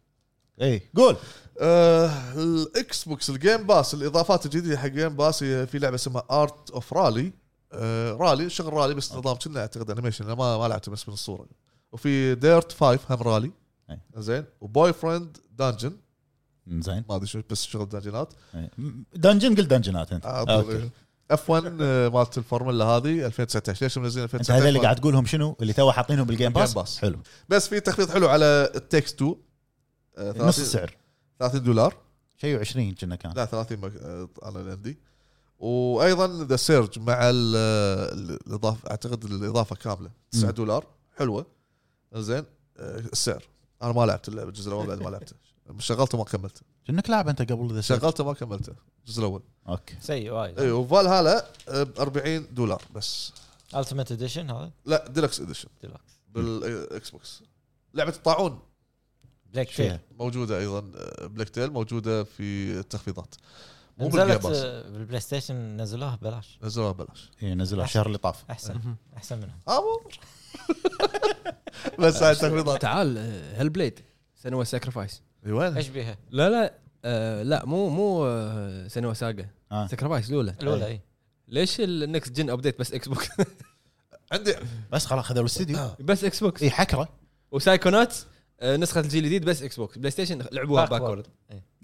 اي قول آه الاكس بوكس الجيم باس الاضافات الجديده حق جيم باس هي في لعبه اسمها ارت اوف رالي آه رالي شغل رالي بس نظام كنا اعتقد انيميشن أنا ما ما لعبته بس من الصوره وفي ديرت 5 هم رالي أي. زين وبوي فريند دانجن زين ما ادري شو بس شغل دانجنات إي. دنجن قلت دنجنات آه، انت إيه. اوكي اف 1 آه، مالت الفورمولا هذه 2019 ليش منزلين انت هذول اللي 2019 قاعد تقولهم شنو اللي تو حاطينهم بالجيم بالجيم باس, باس. حلو بس في تخفيض حلو على التكست 2 آه، نص 30 السعر 30 دولار شيء و20 كنا كان لا 30 مك... آه، على الاندي وايضا ذا سيرج مع ال- آه، الاضافه اعتقد الاضافه كامله 9 مم. دولار حلوه زين آه، السعر انا ما لعبت [laughs] اللعبه الجزء الاول بعد ما لعبته [laughs] شغلته ما كملته كأنك لاعب انت قبل ذا شغلته ما كملته الجزء الاول اوكي سيء وايد ايوه وفال هالا ب 40 دولار بس التيمت اديشن هذا لا ديلكس اديشن ديلكس بالاكس بوكس لعبه الطاعون بلاك شو تيل فيها؟ موجوده ايضا آه، بلاك تيل موجوده في التخفيضات مو نزلت بالجيم باس. آه، بالبلاي ستيشن نزلوها ببلاش نزلوها ببلاش اي نزلوها إيه، الشهر اللي طاف احسن [laughs] احسن منها امور [laughs] بس هاي التخفيضات تعال آه، هل بليد سنوا ساكرفايس إي وين ايش بيها؟ لا لا آه لا مو مو آه، سنوا ساجا آه. ساكرفايس الاولى الاولى إيه. اي ليش النكست جن ابديت بس اكس بوكس [laughs] عندي بس خلاص إيه، خذوا الاستديو بس اكس بوكس اي حكره وسايكونات آه، نسخه الجيل الجديد بس اكس بوكس بلاي ستيشن لعبوها Backward. باكورد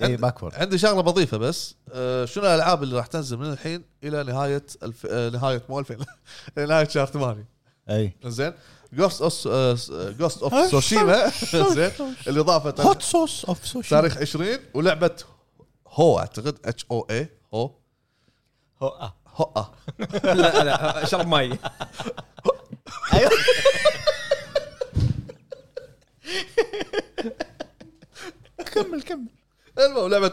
اي باكورد عندي شغله بضيفها بس آه، شنو الالعاب اللي راح تنزل من الحين الى نهايه الف... آه، نهايه مو [laughs] 2000 نهايه شهر 8 اي زين جوست اوف جوست اوف سوشيما [laughs] زين اللي اضافه هوت صوص اوف سوشي تاريخ 20 ولعبه هو اعتقد اتش او اي هو هو آه. هو لا لا شرب مي كمل كمل المهم لعبه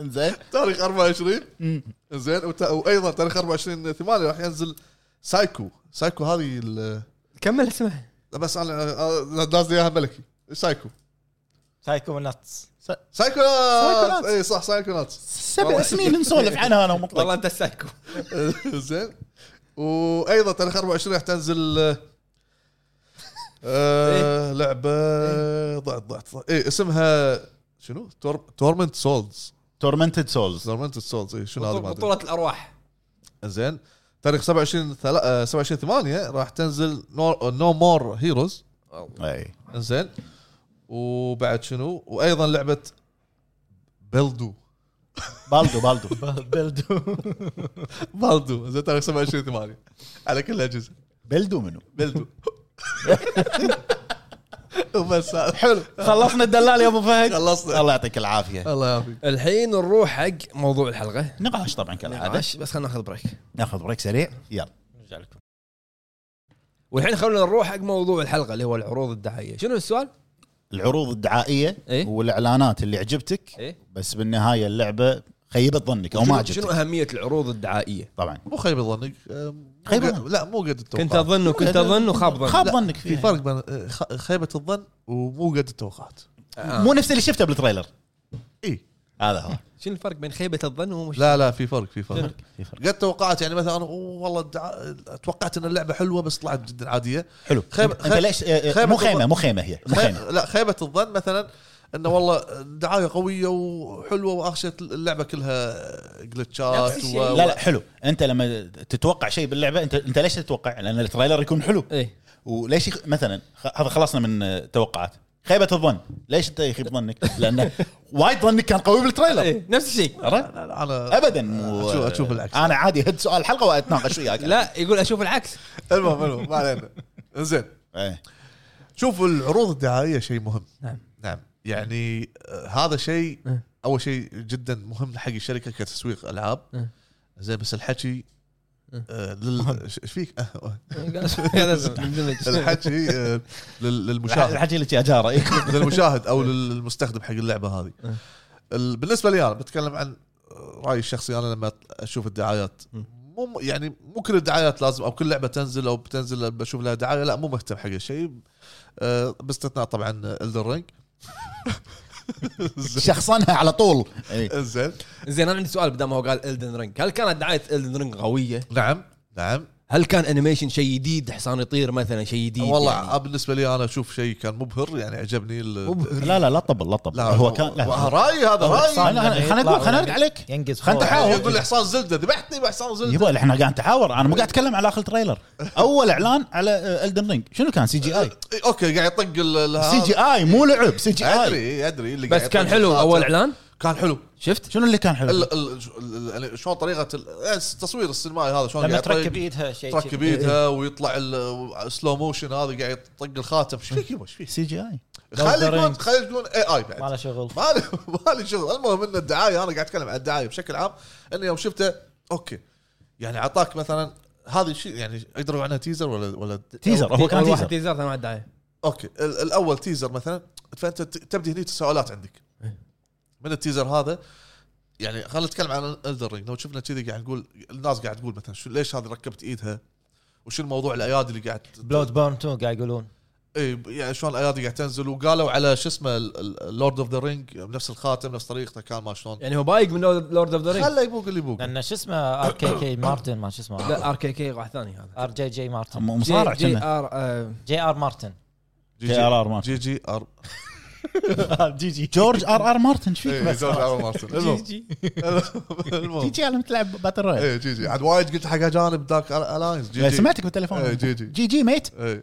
زين تاريخ 24 زين وت- وايضا تاريخ 24 8 راح ينزل سايكو سايكو هذه ال- كمل اسمه بس انا أنا داز لي اياها ملكي سايكو سايكو ناتس سايكو سايكوناتس. اي صح سايكو ناتس [laughs] سبع سنين نسولف عنها انا والله ومطلق انت السايكو زين وايضا تاريخ 24 راح تنزل آه، آه لعبه ضعت ضعت ضعت. اي إيه، اسمها شنو؟ تورمنت سولز تورمنتد سولز تورمنت سولز اي إيه، شنو هذا ما أدري. بطوله الارواح زين تاريخ 27 ثلا- آه، 27 8 راح تنزل آه، نو مور هيروز اي زين وبعد شنو؟ وايضا لعبه بلدو بالدو بالدو بلدو بالدو زين تاريخ 27 8 على كل الاجهزه بلدو منو [laughs] بلدو وبس هذا. حلو خلصنا الدلال يا ابو فهد خلصنا الله يعطيك العافيه الله يعافيك الحين نروح حق موضوع الحلقه نقاش طبعا كالعاده عش- بس خلينا ناخذ بريك ناخذ بريك سريع يلا نرجع لكم والحين خلونا نروح حق موضوع الحلقه اللي هو العروض الدعائيه شنو السؤال؟ العروض الدعائيه إيه؟ والاعلانات اللي عجبتك إيه؟ بس بالنهايه اللعبه خيبت ظنك او ما شنو- شنو عجبتك اهميه العروض الدعائيه؟ طبعا مو خيب ظنك آم، مو خيب قد- ظنك. لا مو قد التوقعات كنت اظن وكنت اظن وخاب إيه. ظن خاب ظنك في فيها فرق بين آه، خ- خيبه الظن ومو قد التوقعات آه. مو نفس اللي شفته بالتريلر إيه. اي هذا هو شنو الفرق بين خيبه الظن ومو لا لا في فرق في فرق شنو؟ في فرق قد توقعت يعني مثلا أنا، أوه والله الدعاء- توقعت ان اللعبه حلوه بس طلعت جدا عاديه حلو خيب- انت خيب- ليش آه، آه، خيبة مو خيمه الظن. مو خيمه هي مو خي... خيمه لا خيبه الظن مثلا انه والله دعايه قويه وحلوه واخشى اللعبه كلها نفس جلتشات الشيء. و... لا لا حلو انت لما تتوقع شيء باللعبه انت انت ليش تتوقع؟ لان التريلر يكون حلو ايه وليش يخ... مثلا خ... هذا خلصنا من آه، توقعات خيبه الظن ليش انت يخيب ظنك؟ لانه وايد ظنك كان قوي بالتريلر ايه نفس الشيء عرفت؟ لا، لا، انا ابدا مو أشوف- أشوف العكس. انا عادي هد سؤال الحلقه واتناقش وياك لا يقول اشوف العكس المهم المهم ما علينا زين إيه. شوف العروض الدعائيه شيء مهم نعم. نعم يعني آه هذا شيء إيه. اول شيء جدا مهم حق الشركه كتسويق العاب إيه. زين بس الحكي إيه. آه، لل... ايش فيك؟ [laughs] آه، [laughs] الحج الحكي آه، لل- للمشاهد الحكي لك يا جاره إيه. للمشاهد او للمستخدم حق اللعبه هذه أه. ال- بالنسبه لي انا بتكلم عن رايي الشخصي انا لما اشوف الدعايات م. مو يعني مو كل الدعايات لازم او كل لعبه تنزل او بتنزل بشوف لها دعايه لا مو مهتم حق الشيء أه، باستثناء طبعا الدر رينج شخصنها على طول إيه. زين زين انا عندي سؤال بدل ما هو قال الدن رينج هل كانت دعايه الدن رينج قويه؟ نعم نعم هل كان انيميشن شيء جديد حصان يطير مثلا شيء جديد والله يعني؟ يعني. بالنسبه لي انا اشوف شيء كان مبهر يعني عجبني ال- لا لا لا طبل لا طبل هو كان لا وه- رايي هذا رايي خلنا- خلنا- خلنا نقول- خلنا نرد عليك. ينقز خلنا فوق. نتحاور. يقول لي حصان زلده ذبحتني بحصان زلده يبا احنا قاعد نتحاور انا مو قاعد اتكلم على اخر تريلر اول اعلان على الدن رينج شنو كان سي جي اي إيه، اوكي قاعد يطق سي جي اي مو لعب سي جي اي ادري ادري اللي بس قاعد كان يطق حلو الخاتم. اول اعلان كان حلو شفت؟ شنو اللي كان حلو ال ال ال- ال- شلون طريقه ال- التصوير السينمائي هذا شلون لما قاعد تركب يطق- ايدها شيء تركب ايدها ويطلع السلو موشن هذا قاعد يطق الخاتم ايش فيك يبا ايش فيك؟ سي جي اي خلي Elden يكون Ring. خلي يكون اي اي بعد ما له شغل ما لي ما لي شغل المهم ان الدعايه انا قاعد اتكلم عن الدعايه بشكل عام اني يوم شفته اوكي يعني اعطاك مثلا هذا الشيء يعني يقدروا عنها تيزر ولا ولا تيزر هو كان أول واحد تيزر تيزر ثاني واحد دعايه اوكي ال- إيه. الاول تيزر مثلا فانت ت- تبدي هني تساؤلات عندك من التيزر هذا يعني خلينا نتكلم عن الدرينج لو شفنا كذي قاعد نقول الناس قاعد تقول مثلا شو ليش هذه ركبت ايدها وشو الموضوع الايادي اللي قاعد بلود بورن 2 قاعد يقولون اي يعني شلون الايادي قاعد تنزل وقالوا على شو اسمه اللورد اوف ذا رينج بنفس الخاتم نفس طريقته كان ما شلون يعني هو بايق من لورد اوف ذا رينج خله يبوق اللي يعني يبوق لان شو اسمه ار [coughs] كي كي مارتن ما شو اسمه لا ار كي كي واحد ثاني هذا ار جي جي مارتن م- مصارع جي, [laughs] جي كنا ار آه، جي ار مارتن جي جي ار ار مارتن جي جي ار جي جي [laughs] جورج ار ار مارتن ايش فيك إيه، بس زوج ار مارتن المهم جي [laughs] المهم جي علم تلعب باتل رويال اي جي جي عاد وايد قلت حق اجانب ذاك الاينز جي جي سمعتك إيه، بالتليفون جي جي جي جي ميت إيه.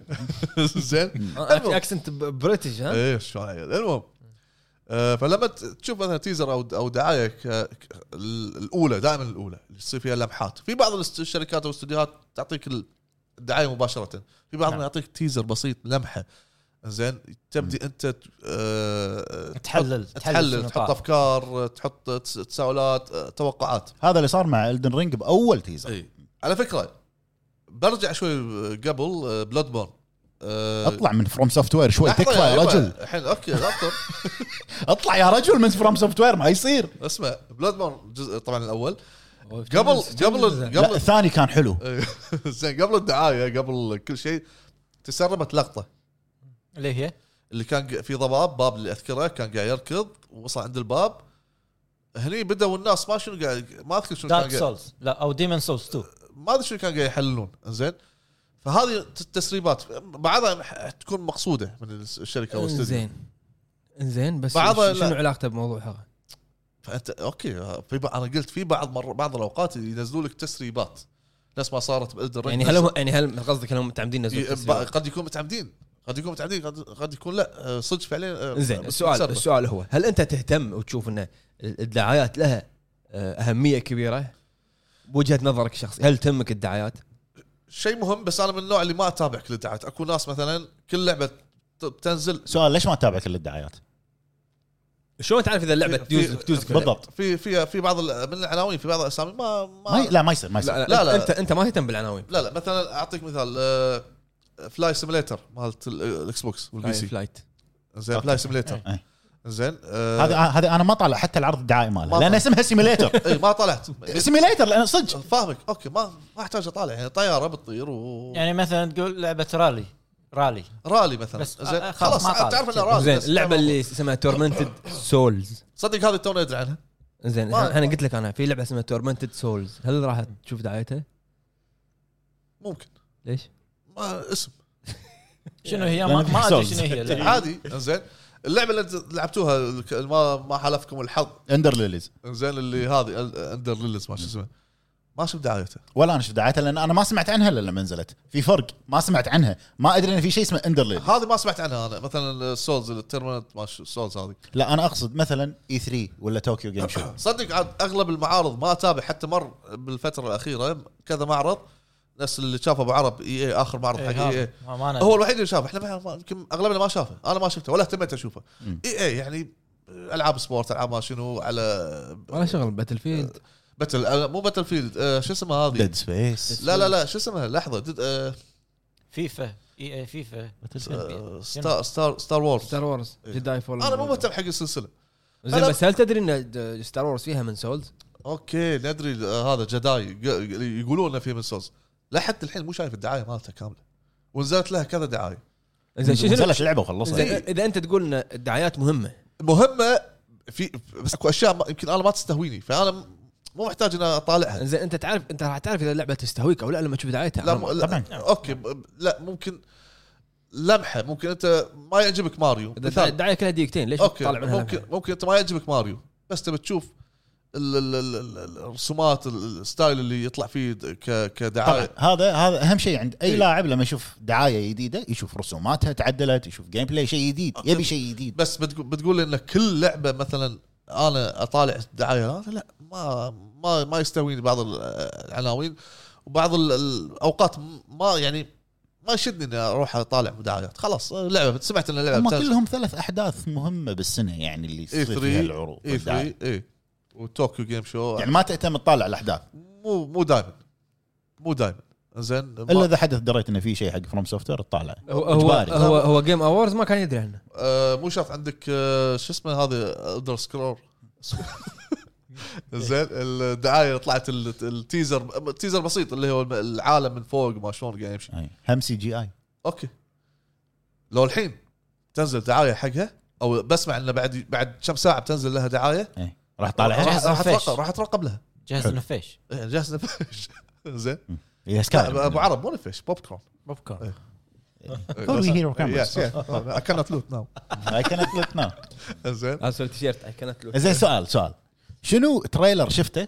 [laughs] زين آه، في اكسنت ب- بريتش ها ايه شلون عيل. المهم آه، فلما ت- تشوف مثلا تيزر او او دعايه ك- ك- ال- الاولى دائما الاولى اللي تصير فيها لمحات في بعض الاست- الشركات والاستديوهات تعطيك ال- الدعايه مباشره في بعضهم نعم. يعطيك تيزر بسيط لمحه زين تبدي انت ت- آه، تحلل تحط- تحلل شنو تحط طاف. افكار تحط تس- تساؤلات آه، توقعات هذا اللي صار مع الدن رينج باول تيزر اي على فكره برجع شوي قبل آه، بلاد بورن اطلع من فروم سوفت وير شوي تكفى يا رجل الحين اوكي اذكر [laughs] اطلع يا رجل من فروم سوفت وير ما يصير اسمع بلاد بورن الجزء طبعا [laughs] الاول قبل قبل لا قبل الثاني كان حلو [laughs] زين قبل الدعايه قبل كل شيء تسربت لقطه اللي هي اللي كان ق- في ضباب باب اللي اذكره كان قاعد يركض ووصل عند الباب هني بدأوا الناس ما شنو قاعد ما اذكر شنو دارك كان قاعد سولز لا او ديمن سولز 2 ما ادري شنو كان قاعد يحللون زين فهذه الت- التسريبات بعضها ح- تكون مقصوده من الس- الشركه او الاستوديو زين زين بس بعضها ش- لا. شنو علاقته بموضوع هذا؟ فانت اوكي في بعض انا قلت في بعض مر بعض الاوقات ينزلوا لك تسريبات نفس ما صارت بالدر يعني هل هم يعني هل قصدك انهم متعمدين ي- نزول إيه، ب- قد يكون متعمدين قد يكون متعمدين قد, قد يكون لا آه، صدق فعليا آه، زين بس السؤال متسرب. السؤال هو هل انت تهتم وتشوف ان الدعايات لها آه، اهميه كبيره؟ بوجهه نظرك الشخصيه هل تهمك الدعايات؟ شيء مهم بس انا من النوع اللي ما اتابع كل الدعايات اكو ناس مثلا كل لعبه ت- بتنزل سؤال ليش ما تتابع كل الدعايات؟ شلون تعرف اذا اللعبه في- تجوزك في- تجوزك ولا لا؟ بالضبط في في في بعض ال- من العناوين في بعض الاسامي ما ما ما ي... لا ما يصير ما يصير لا لا، لا, لا. لا انت انت ما تهتم بالعناوين لا لا مثلا اعطيك مثال فلاي سيميليتر مالت ال- الاكس بوكس والبي سي فلايت زين أوكي. فلاي سيميليتر إيه. زين آه، هذا هذا انا ما طالع حتى العرض الدعائي ما ماله لان طالع. اسمها [laughs] سيميليتر اي ما طلعت سيميليتر لان صدق فاهمك اوكي ما ما احتاج اطالع يعني طياره بتطير و يعني مثلا تقول لعبه رالي رالي رالي مثلا بس، آه، زين آه، خلاص خلاص، ما طالع. تعرف انه رالي زين بس اللعبه تعرف- اللي اسمها تورمنتد سولز صدق هذه تونا ادري عنها زين ما- انا قلت لك انا في لعبه اسمها تورمنتد سولز هل راح تشوف دعايتها؟ ممكن ليش؟ ما اسم شنو هي لأن ما, في ما ادري souls. شنو هي إيه. لا. عادي زين اللعبه اللي انت لعبتوها الك- ما ما حالفكم الحظ اندر ليليز زين اللي هذه ال- اندر ليلز ما شو اسمه ما شفت دعايته ولا انا شفت دعايتها لان انا ما سمعت عنها الا لما نزلت في فرق ما سمعت عنها ما ادري ان في شيء اسمه اندر ليليز هذه ما سمعت عنها انا مثلا السولز التيرمنت ما شو السولز هذه لا انا اقصد مثلا اي 3 E ولا طوكيو جيم [coughs] شو صدق عاد اغلب المعارض ما اتابع حتى مر بالفتره الاخيره كذا معرض نفس اللي شافه ابو عرب اي اي اخر إيه، معرض حق اي اي ما ما أنا آه، هو الوحيد اللي شافه احنا ما- ما- يمكن اغلبنا ما شافه انا ما شفته ولا اهتميت اشوفه مم. اي اي يعني العاب سبورت العاب ما شنو على ولا شغل باتل فيلد باتل مو باتل فيلد آه، شو اسمها هذه ديد سبيس لا لا لا شو اسمها لحظه دد- آه، فيفا اي اي فيفا آه، ستار ستار ستار وورز ستار وورز إيه. جداي فول انا مو مهتم حق السلسله أنا- زين بس هل تدري ان ستار وورز فيها من سولز؟ اوكي ندري آه، هذا جداي ق- يقولون انه في من سوز لا حتى الحين مو شايف الدعايه مالته كامله ونزلت لها كذا دعايه زين شنو نزلت لعبه زين وخلصها إيه. اذا انت تقول ان الدعايات مهمه مهمه في بس اكو اشياء ما- يمكن انا ما تستهويني فانا م- مو محتاج اني اطالعها زين انت تعرف انت راح تعرف اذا اللعبه تستهويك او لا لما تشوف دعايتها لا م- لا طبعاً. اوكي ب- لا ممكن لمحه ممكن انت ما يعجبك ماريو اذا الدع- مثال الدعايه كلها دقيقتين ليش اوكي تطالع منها ممكن ممكن انت ما يعجبك ماريو بس تبي تشوف ال- ال- ال- ال- الرسومات ال- الستايل اللي يطلع فيه د- ك- طبعا كدعايه هذا هذا اهم شيء عند اي آه. إيه. لاعب لما يشوف دعايه جديده يشوف رسوماتها تعدلت يشوف جيم بلاي شيء جديد أوكي. يبي شيء جديد بس بتقو- بتقول ان كل لعبه مثلا انا اطالع الدعايه هذا لا ما ما ما يستهويني بعض ال- العناوين وبعض ال- الاوقات ما يعني ما يشدني اني اروح اطالع دعايات خلاص لعبه سمعت ان اللعبه هم بتنزل. كلهم ثلاث احداث مهمه بالسنه يعني اللي اي تصير فيها 3 العروض اي والدعاية. 3 اي إيه. وطوكيو جيم شو يعني ما تهتم تطالع الاحداث مو مو دائما مو دائما زين ما- الا اذا حدث دريت انه في شيء حق فروم سوفت وير تطالع هو هو إجباري. هو, هو جيم اووردز ما كان يدري عنه آه، مو شرط عندك آه، شو اسمه هذا الدر سكرول زين الدعايه طلعت ال- التيزر تيزر بسيط اللي هو العالم من فوق ما شلون قاعد يمشي أي. هم سي جي اي اوكي لو الحين تنزل دعايه حقها او بسمع انه بعد بعد كم ساعه بتنزل لها دعايه أي. راح راح- طالع راح نفيش. اترقب راح اترقب لها جهز حلو. نفيش إيه، جاهز [laughs] نفش زين يس لا، ابو عرب مو نفش بوب كورن بوب كورن إيه. طيب. we hear our cameras. I cannot loot now اي كانت لوك ناو زين اسوي تيشيرت اي كانت لوك زين سؤال سؤال شنو تريلر شفته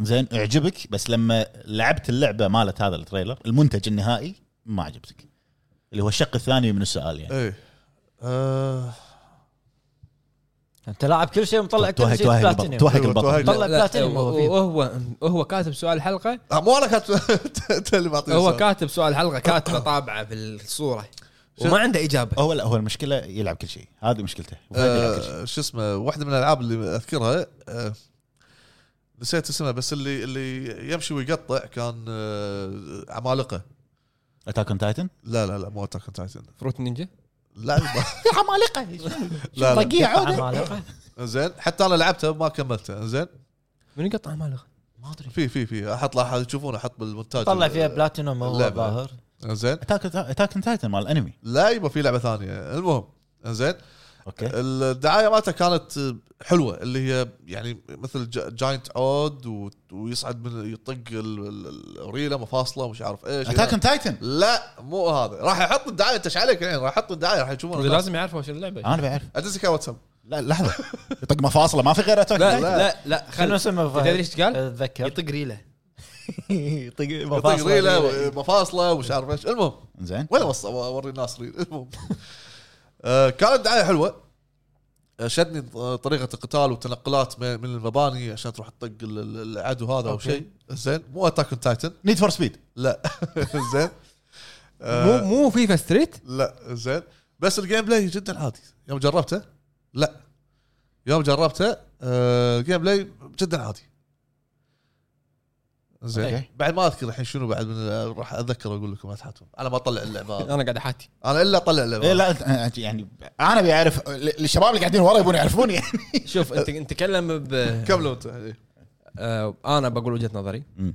زين اعجبك بس لما لعبت اللعبه مالت هذا التريلر المنتج النهائي ما عجبتك اللي هو الشق الثاني من السؤال يعني ايه آه، انت لاعب كل شيء مطلع كل توهق شيء توهق البطل بلاتينيوم توهق أيوة، توهق البطل البطل. طلع بلاتينيوم هو فيه. وهو وهو كاتب سؤال الحلقه آه، مو انا كاتب [laughs] انت اللي معطيني هو السؤال. كاتب سؤال الحلقه كاتبه طابعه في الصوره وما عنده اجابه هو لا هو المشكله يلعب كل شيء هذه مشكلته هو يلعب كل شيء. آه، شو اسمه واحده من الالعاب اللي اذكرها آه، نسيت اسمها بس اللي اللي يمشي ويقطع كان آه، عمالقه اتاك اون تايتن لا لا لا مو اتاك تايتن فروت نينجا لا لا، عمالقه لا لا طقيه عوده عمالقه [laughs] زين حتى انا لعبته ما كملته زين من يقطع [laughs] مالغ ما ادري طيب. في في في احط راح تشوفونه احط بالمونتاج طلع فيها بلاتينوم هو اللعبة. ظاهر زين اتاك اتاك تايتن مال الانمي لا يبا في لعبه ثانيه المهم زين آه. اوكي الدعايه مالته كانت حلوه اللي هي يعني مثل جا- جاينت عود و- ويصعد من يطق ال- ال- الريله مفاصله ومش عارف ايش اتاك اون تايتن لا مو هذا راح يحط الدعايه انت ايش عليك الحين راح يحط الدعايه راح يشوفون الناس. لازم يعرفوا شو اللعبه انا بعرف ادزك على واتساب لا [laughs] لحظه يطق مفاصله ما في غير اتاك لا تايتن لا لا شنو خلنا اسمه فهد؟ تدري ايش قال؟ اتذكر يطق ريله يطق يطق مفاصلة إيه. ريله ريلة. و- مفاصله ومش عارف ايش المهم زين وين وص- اوري الناس ريل المهم آه، كانت دعايه حلوه آه، شدني آه، طريقه القتال والتنقلات من من المباني عشان تروح تطق ال- ال- العدو هذا او أوكي. شيء زين مو اتاك تايتن نيد فور سبيد لا [laughs] زين مو آه مو فيفا ستريت لا زين بس الجيم بلاي جدا عادي يوم جربته لا يوم جربته آه الجيم بلاي جدا عادي زين أوكي. بعد ما اذكر الحين شنو بعد من راح اتذكر اقول لكم لا تحاتون انا ما اطلع اللعبه انا قاعد احاتي انا الا اطلع اللعبه إيه لا أنت- يعني انا بعرف الشباب اللي قاعدين ورا يبون يعرفوني يعني شوف انت انت تكلم ب كملوا انت إيه. آه، انا بقول وجهه نظري مم.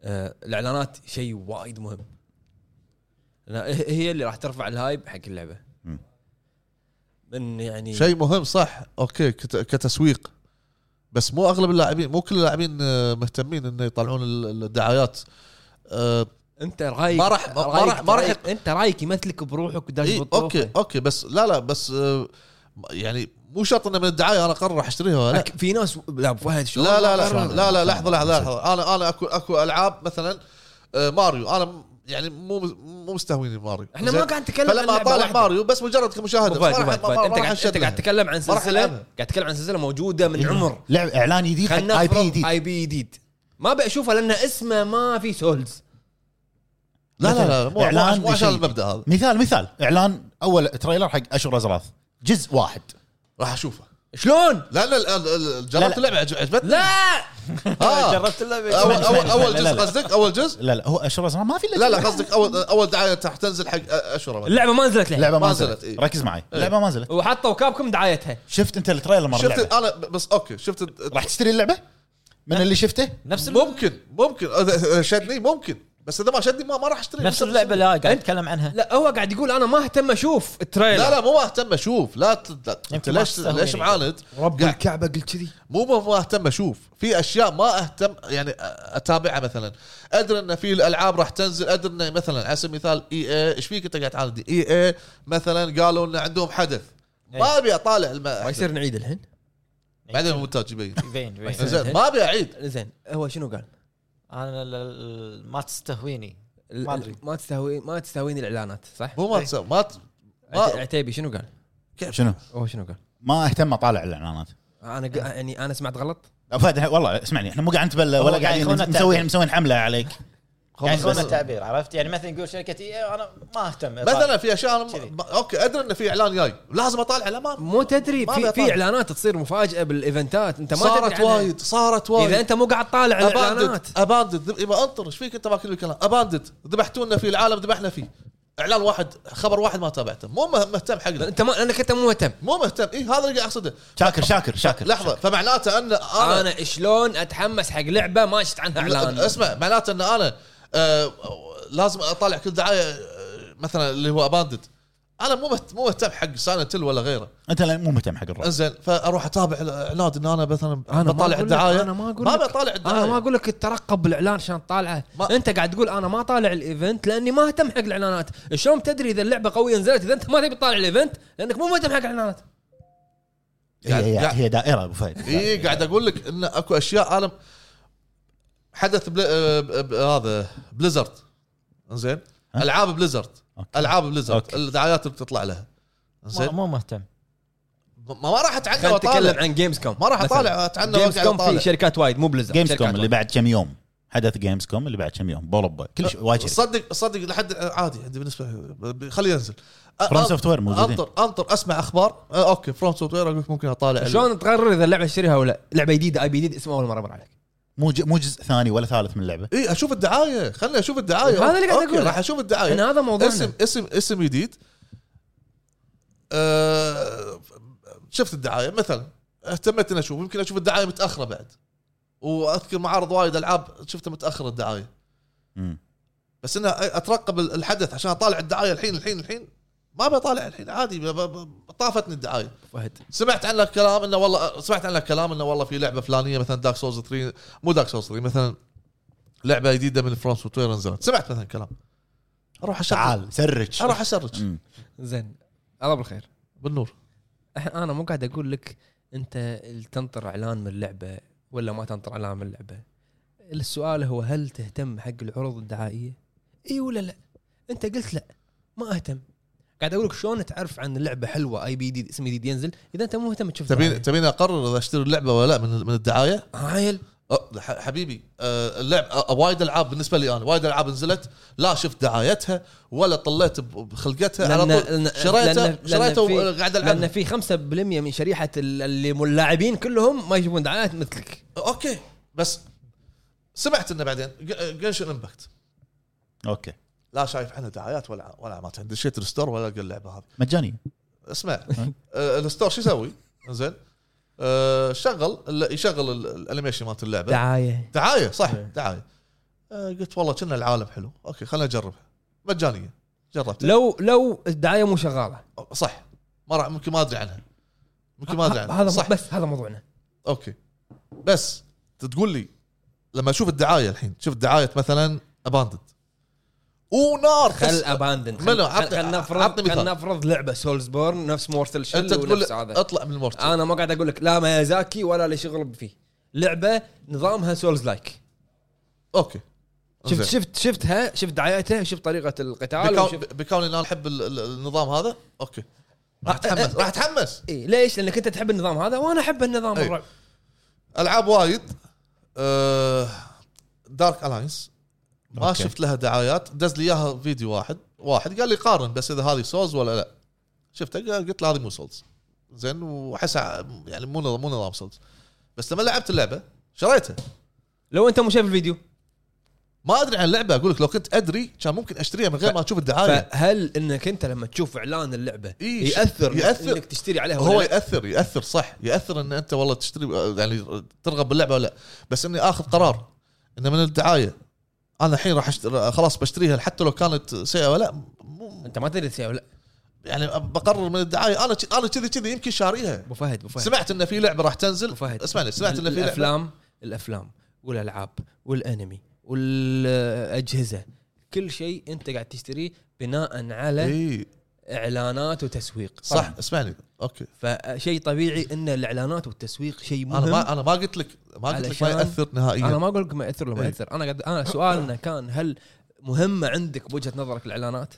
آه، الاعلانات شيء وايد مهم لأن هي هي اللي راح ترفع الهايب حق اللعبه مم. من يعني شيء مهم صح اوكي كت- كتسويق بس مو اغلب اللاعبين مو كل اللاعبين آه، مهتمين انه يطلعون ال- الدعايات آه، انت رايك ما راح- ما- ما رايك- راح- إيه، ما راح- رايك- انت رايك يمثلك بروحك وداش اي بطروفه. اوكي اوكي بس لا لا بس آه، يعني مو شرط انه من الدعايه انا اقرر راح اشتريها ولا لا أك- في ناس لا أبو فهد شلون لا لا لا أقرر؟ لا لا لحظه لحظه لحظه انا انا اكو اكو العاب مثلا آه، ماريو انا م- يعني مو مو مستهويني ماريو احنا ما زين؟ قاعد نتكلم عن فلما لعبة اطالع واحدة. ماريو بس مجرد أبو كمشاهده فهد، بس ما أبو راح- فهد، ما- ما انت راح قاعد أشد انت قاعد لها. تتكلم عن ما راح سلسله ألعبها. إيه، قاعد تتكلم عن سلسله موجوده من عمر لعب اعلان جديد حق اي بي جديد اي بي جديد E ما ابي اشوفه لان اسمه ما في سولز لا لا لا مو- مو إعلان عش- مو عشان لشيء. المبدا هذا مثال مثال اعلان اول تريلر حق اشهر ازراث جزء واحد راح اشوفه شلون؟ لا لا ال- ال- ال- لا، لا. جربت اللعبه عج- عجبتني لا آه. جربت اللعبه اول اسمعني، اول اسمعني، اول لا، لا، جزء لا. قصدك اول جزء لا لا هو اشهر ازراث ما في إلا لا لا جزء. قصدك اول اول دعايه راح تنزل حق اشهر اللعبه ما نزلت لعبه اللعبه ما نزلت، نزلت إيه. ركز معي إيه. اللعبه ما نزلت وحطوا كابكم دعايتها شفت انت التريلر مره شفت آه. شفت انا بس اوكي شفت الت- راح تشتري اللعبه من اللي شفته نفس ال- ممكن ممكن إذا- إذا شدني ممكن بس اذا ما شدني ما, ما راح اشتري نفس اللعبه اللي قاعد أنت- اتكلم عنها لا هو قاعد يقول انا ما اهتم اشوف التريلر لا لا مو اهتم اشوف لا ت- لا انت يمكن ما ليش تستهويني. ليش معاند رب قاعد- الكعبه قلت كذي مو مو مو اهتم اشوف في اشياء ما اهتم يعني أ- اتابعها مثلا ادري ان في الالعاب راح تنزل ادري انه مثلا على سبيل المثال اي اي ايش فيك انت قاعد تعاند اي اي مثلا قالوا ان عندهم حدث ما ابي اطالع الم... إيه. ما يصير إيه. نعيد الحين بعدين المونتاج [laughs] يبين يبين يبين بس- زين ما ابي اعيد زين هو شنو قال؟ انا ال- ال- ما يعني تستهويني ال- ما أدري. ما تستهوي ما تستهويني الاعلانات صح؟ مو ما تس- ما ت- عت- ما عتيبي شنو قال؟ شنو هو شنو قال؟ ما اهتم اطالع الاعلانات انا ق- يعني انا سمعت غلط؟ أبو فهد والله اسمعني احنا مو قاعد نتبلى هو ولا يعني قاعد قاعدين يخوننا مسوي تعبير. مسوين حمله عليك يعني بس- يكون التعبير عرفت يعني مثلا يقول شركه اي انا ما اهتم مثلا في اشياء أنا كذي. ما- ما... اوكي ادري ان في اعلان جاي لازم اطالع لا ما مو تدري ما في بيطالع. في اعلانات تصير مفاجاه بالايفنتات انت ما تدري صارت عنها. وايد صارت وايد اذا انت مو قاعد طالع اباندد الاعلانات اباندد يبا انطر ايش فيك انت ماكل الكلام اباندد ذبحتونا فيه العالم ذبحنا فيه اعلان واحد خبر واحد ما تابعته مو مه- مهتم حقنا انت ما لانك انت مو مهتم مو مهتم اي هذا اللي قاعد اقصده شاكر شاكر شاكر لحظه فمعناته ان انا, انا شلون اتحمس حق لعبه ما شفت عنها اعلان اسمع معناته ان انا آه لازم اطالع كل دعايه آه، مثلا اللي هو اباندد انا مو مهت- مو مهتم حق سايلنت تل ولا غيره انت لا- مو مهتم حق الرعب انزين فاروح اتابع الاعلان ان انا مثلا أنا ما أقول بطالع لك، الدعايه أنا ما أقول ما لك. بطالع الدعايه انا ما اقول لك ترقب الاعلان عشان تطالعه ما- انت قاعد تقول انا ما طالع الايفنت لاني ما اهتم حق الاعلانات شلون تدري اذا اللعبه قويه نزلت اذا انت ما تبي تطالع الايفنت لانك مو مهتم حق الاعلانات هي, هي, قاعد- إيه. هي دائره ابو فهد اي يعني. قاعد اقول لك ان اكو اشياء انا حدث بل... آه، ب- ب- هذا بليزرد زين ها؟ العاب بليزرد أوكي. العاب بليزرد أوكي. الدعايات اللي بتطلع لها زين مو- مو مهتم ما, ما راح اتعنى خلينا نتكلم واطالع عن جيمز كوم ما راح اطالع اتعنى جيمز واقعد كوم في اطالع شركات وايد مو بليزر جيمز كوم اللي بعد كم يوم حدث جيمز كوم اللي بعد كم يوم بولبا كل شيء وايد شيء صدق صدق لحد عادي عندي بالنسبه لي خليه ينزل أ- فروم سوفت وير موجودين انطر انطر اسمع اخبار آه، اوكي فروم سوفت وير اقول لك ممكن اطالع شلون تقرر اذا اللعبه تشتريها ولا لعبه جديده اي بي جديد اسمه اول مره مر عليك مو ج- مو جزء ثاني ولا ثالث من اللعبه اي اشوف الدعايه خلني اشوف الدعايه هذا اللي قاعد أوكي، أقوله. راح اشوف الدعايه احنا هذا موضوعنا طيب. اسم اسم اسم جديد أه شفت الدعايه مثلا اهتميت اني اشوف يمكن اشوف الدعايه متاخره بعد واذكر معارض وايد العاب شفتها متاخره الدعايه مم. بس انا اترقب الحدث عشان اطالع الدعايه الحين الحين الحين ما بطالع الحين عادي ب- ب- ب- طافتني الدعايه فهد سمعت عنه كلام انه والله سمعت عنه كلام انه والله في لعبه فلانيه مثلا دارك سولز 3 مو دارك سولز 3 مثلا لعبه جديده من فرونس وتوير نزلت سمعت مثلا كلام اروح اشغل تعال سرج اروح اسرج مم. زين الله بالخير بالنور إح- انا مو قاعد اقول لك انت ال- تنطر اعلان من اللعبه ولا ما تنطر اعلان من اللعبه السؤال هو هل تهتم حق العروض الدعائيه اي ولا لا انت قلت لا ما اهتم قاعد اقول لك شلون تعرف عن اللعبه حلوه اي بي جديد اسم جديد ينزل اذا انت مو مهتم تشوف آه، تبين دعاية. تبين اقرر اذا اشتري اللعبه ولا لا من من الدعايه عايل أه، ح- حبيبي أه، اللعب أه، وايد العاب بالنسبه لي انا وايد العاب نزلت لا شفت دعايتها ولا طليت ب- بخلقتها على لأن- طول لأن- لأن- شريته لأن شريته في- وقاعد لان العب في 5% من شريحه ال- اللي مو اللاعبين كلهم ما يشوفون دعايات مثلك اوكي بس سمعت انه بعدين جنشن امباكت اوكي لا شايف عنها دعايات ولا ولا ما عندي شيت الستور ولا القى اللعبه هذه مجانيه اسمع أه، الستور شو يسوي؟ زين أه، شغل ال- يشغل ال- الانيميشن مالت اللعبه دعايه دعايه صح إيه. دعايه آه، قلت والله كنا العالم حلو اوكي خلنا اجربها مجانيه جربتها لو لو الدعايه مو شغاله أو- صح ما راح ممكن ما ادري عنها ممكن ما ادري ه- عنها هذا صح صح بس هذا موضوعنا اوكي بس تقول لي لما اشوف الدعايه الحين شوف دعايه مثلا اباندد ونار خل خل اباندن منو؟ خل عطني- خل عطني نفرض مثال. خل نفرض لعبه سولزبورن نفس مورتل انت شل تقول ونفس هذا اطلع من المورتل انا ما قاعد اقول لك لا ميازاكي ولا لي شغل فيه لعبه نظامها سولز لايك آه. اوكي شفت زين. شفت شفتها شفت دعايتها شفت طريقه القتال بكون- وشفت بكوني ان انا احب ال- ال- النظام هذا اوكي راح اتحمس [laughs] راح اتحمس إيه ليش؟ لانك انت تحب النظام هذا وانا احب النظام إيه. الرعب العاب وايد آه، دارك الاينس ما أوكي. شفت لها دعايات دز لي اياها فيديو واحد واحد قال لي قارن بس اذا هذه سولز ولا لا شفته قال- قلت له هذه مو سولز زين واحسها يعني مو نظام مو نظام سولز بس لما لعبت اللعبه شريتها لو انت مو شايف الفيديو ما ادري عن اللعبه اقول لك لو كنت ادري كان ممكن اشتريها من غير ما اشوف الدعايه فهل انك انت لما تشوف اعلان اللعبه إيه، ياثر يأثر. ياثر انك تشتري عليها هو ولا لا؟ ياثر ياثر صح ياثر ان انت والله تشتري يعني ترغب باللعبه ولا لا بس اني اخذ قرار ان من الدعايه انا الحين راح أشتري خلاص بشتريها حتى لو كانت سيئه ولا مو انت ما تدري تسوي ولا لا يعني بقرر من الدعايه انا انا كذي كذي يمكن شاريها ابو فهد ابو فهد سمعت ان في لعبه راح تنزل أبو فهد اسمعني سمعت ان في لعبه الافلام الافلام والالعاب والانمي والاجهزه كل شيء انت قاعد تشتريه بناء على اي اعلانات وتسويق إيه، صح اسمعني اوكي فشيء طبيعي ان الاعلانات والتسويق شيء انا مهم ما انا ما قلت لك ما قلت لك ما علشان- ياثر نهائيا انا ما اقول لك ما ياثر ولا ما إيه. ياثر انا قاعد انا سؤالنا كان هل مهمه عندك بوجهه نظرك الاعلانات؟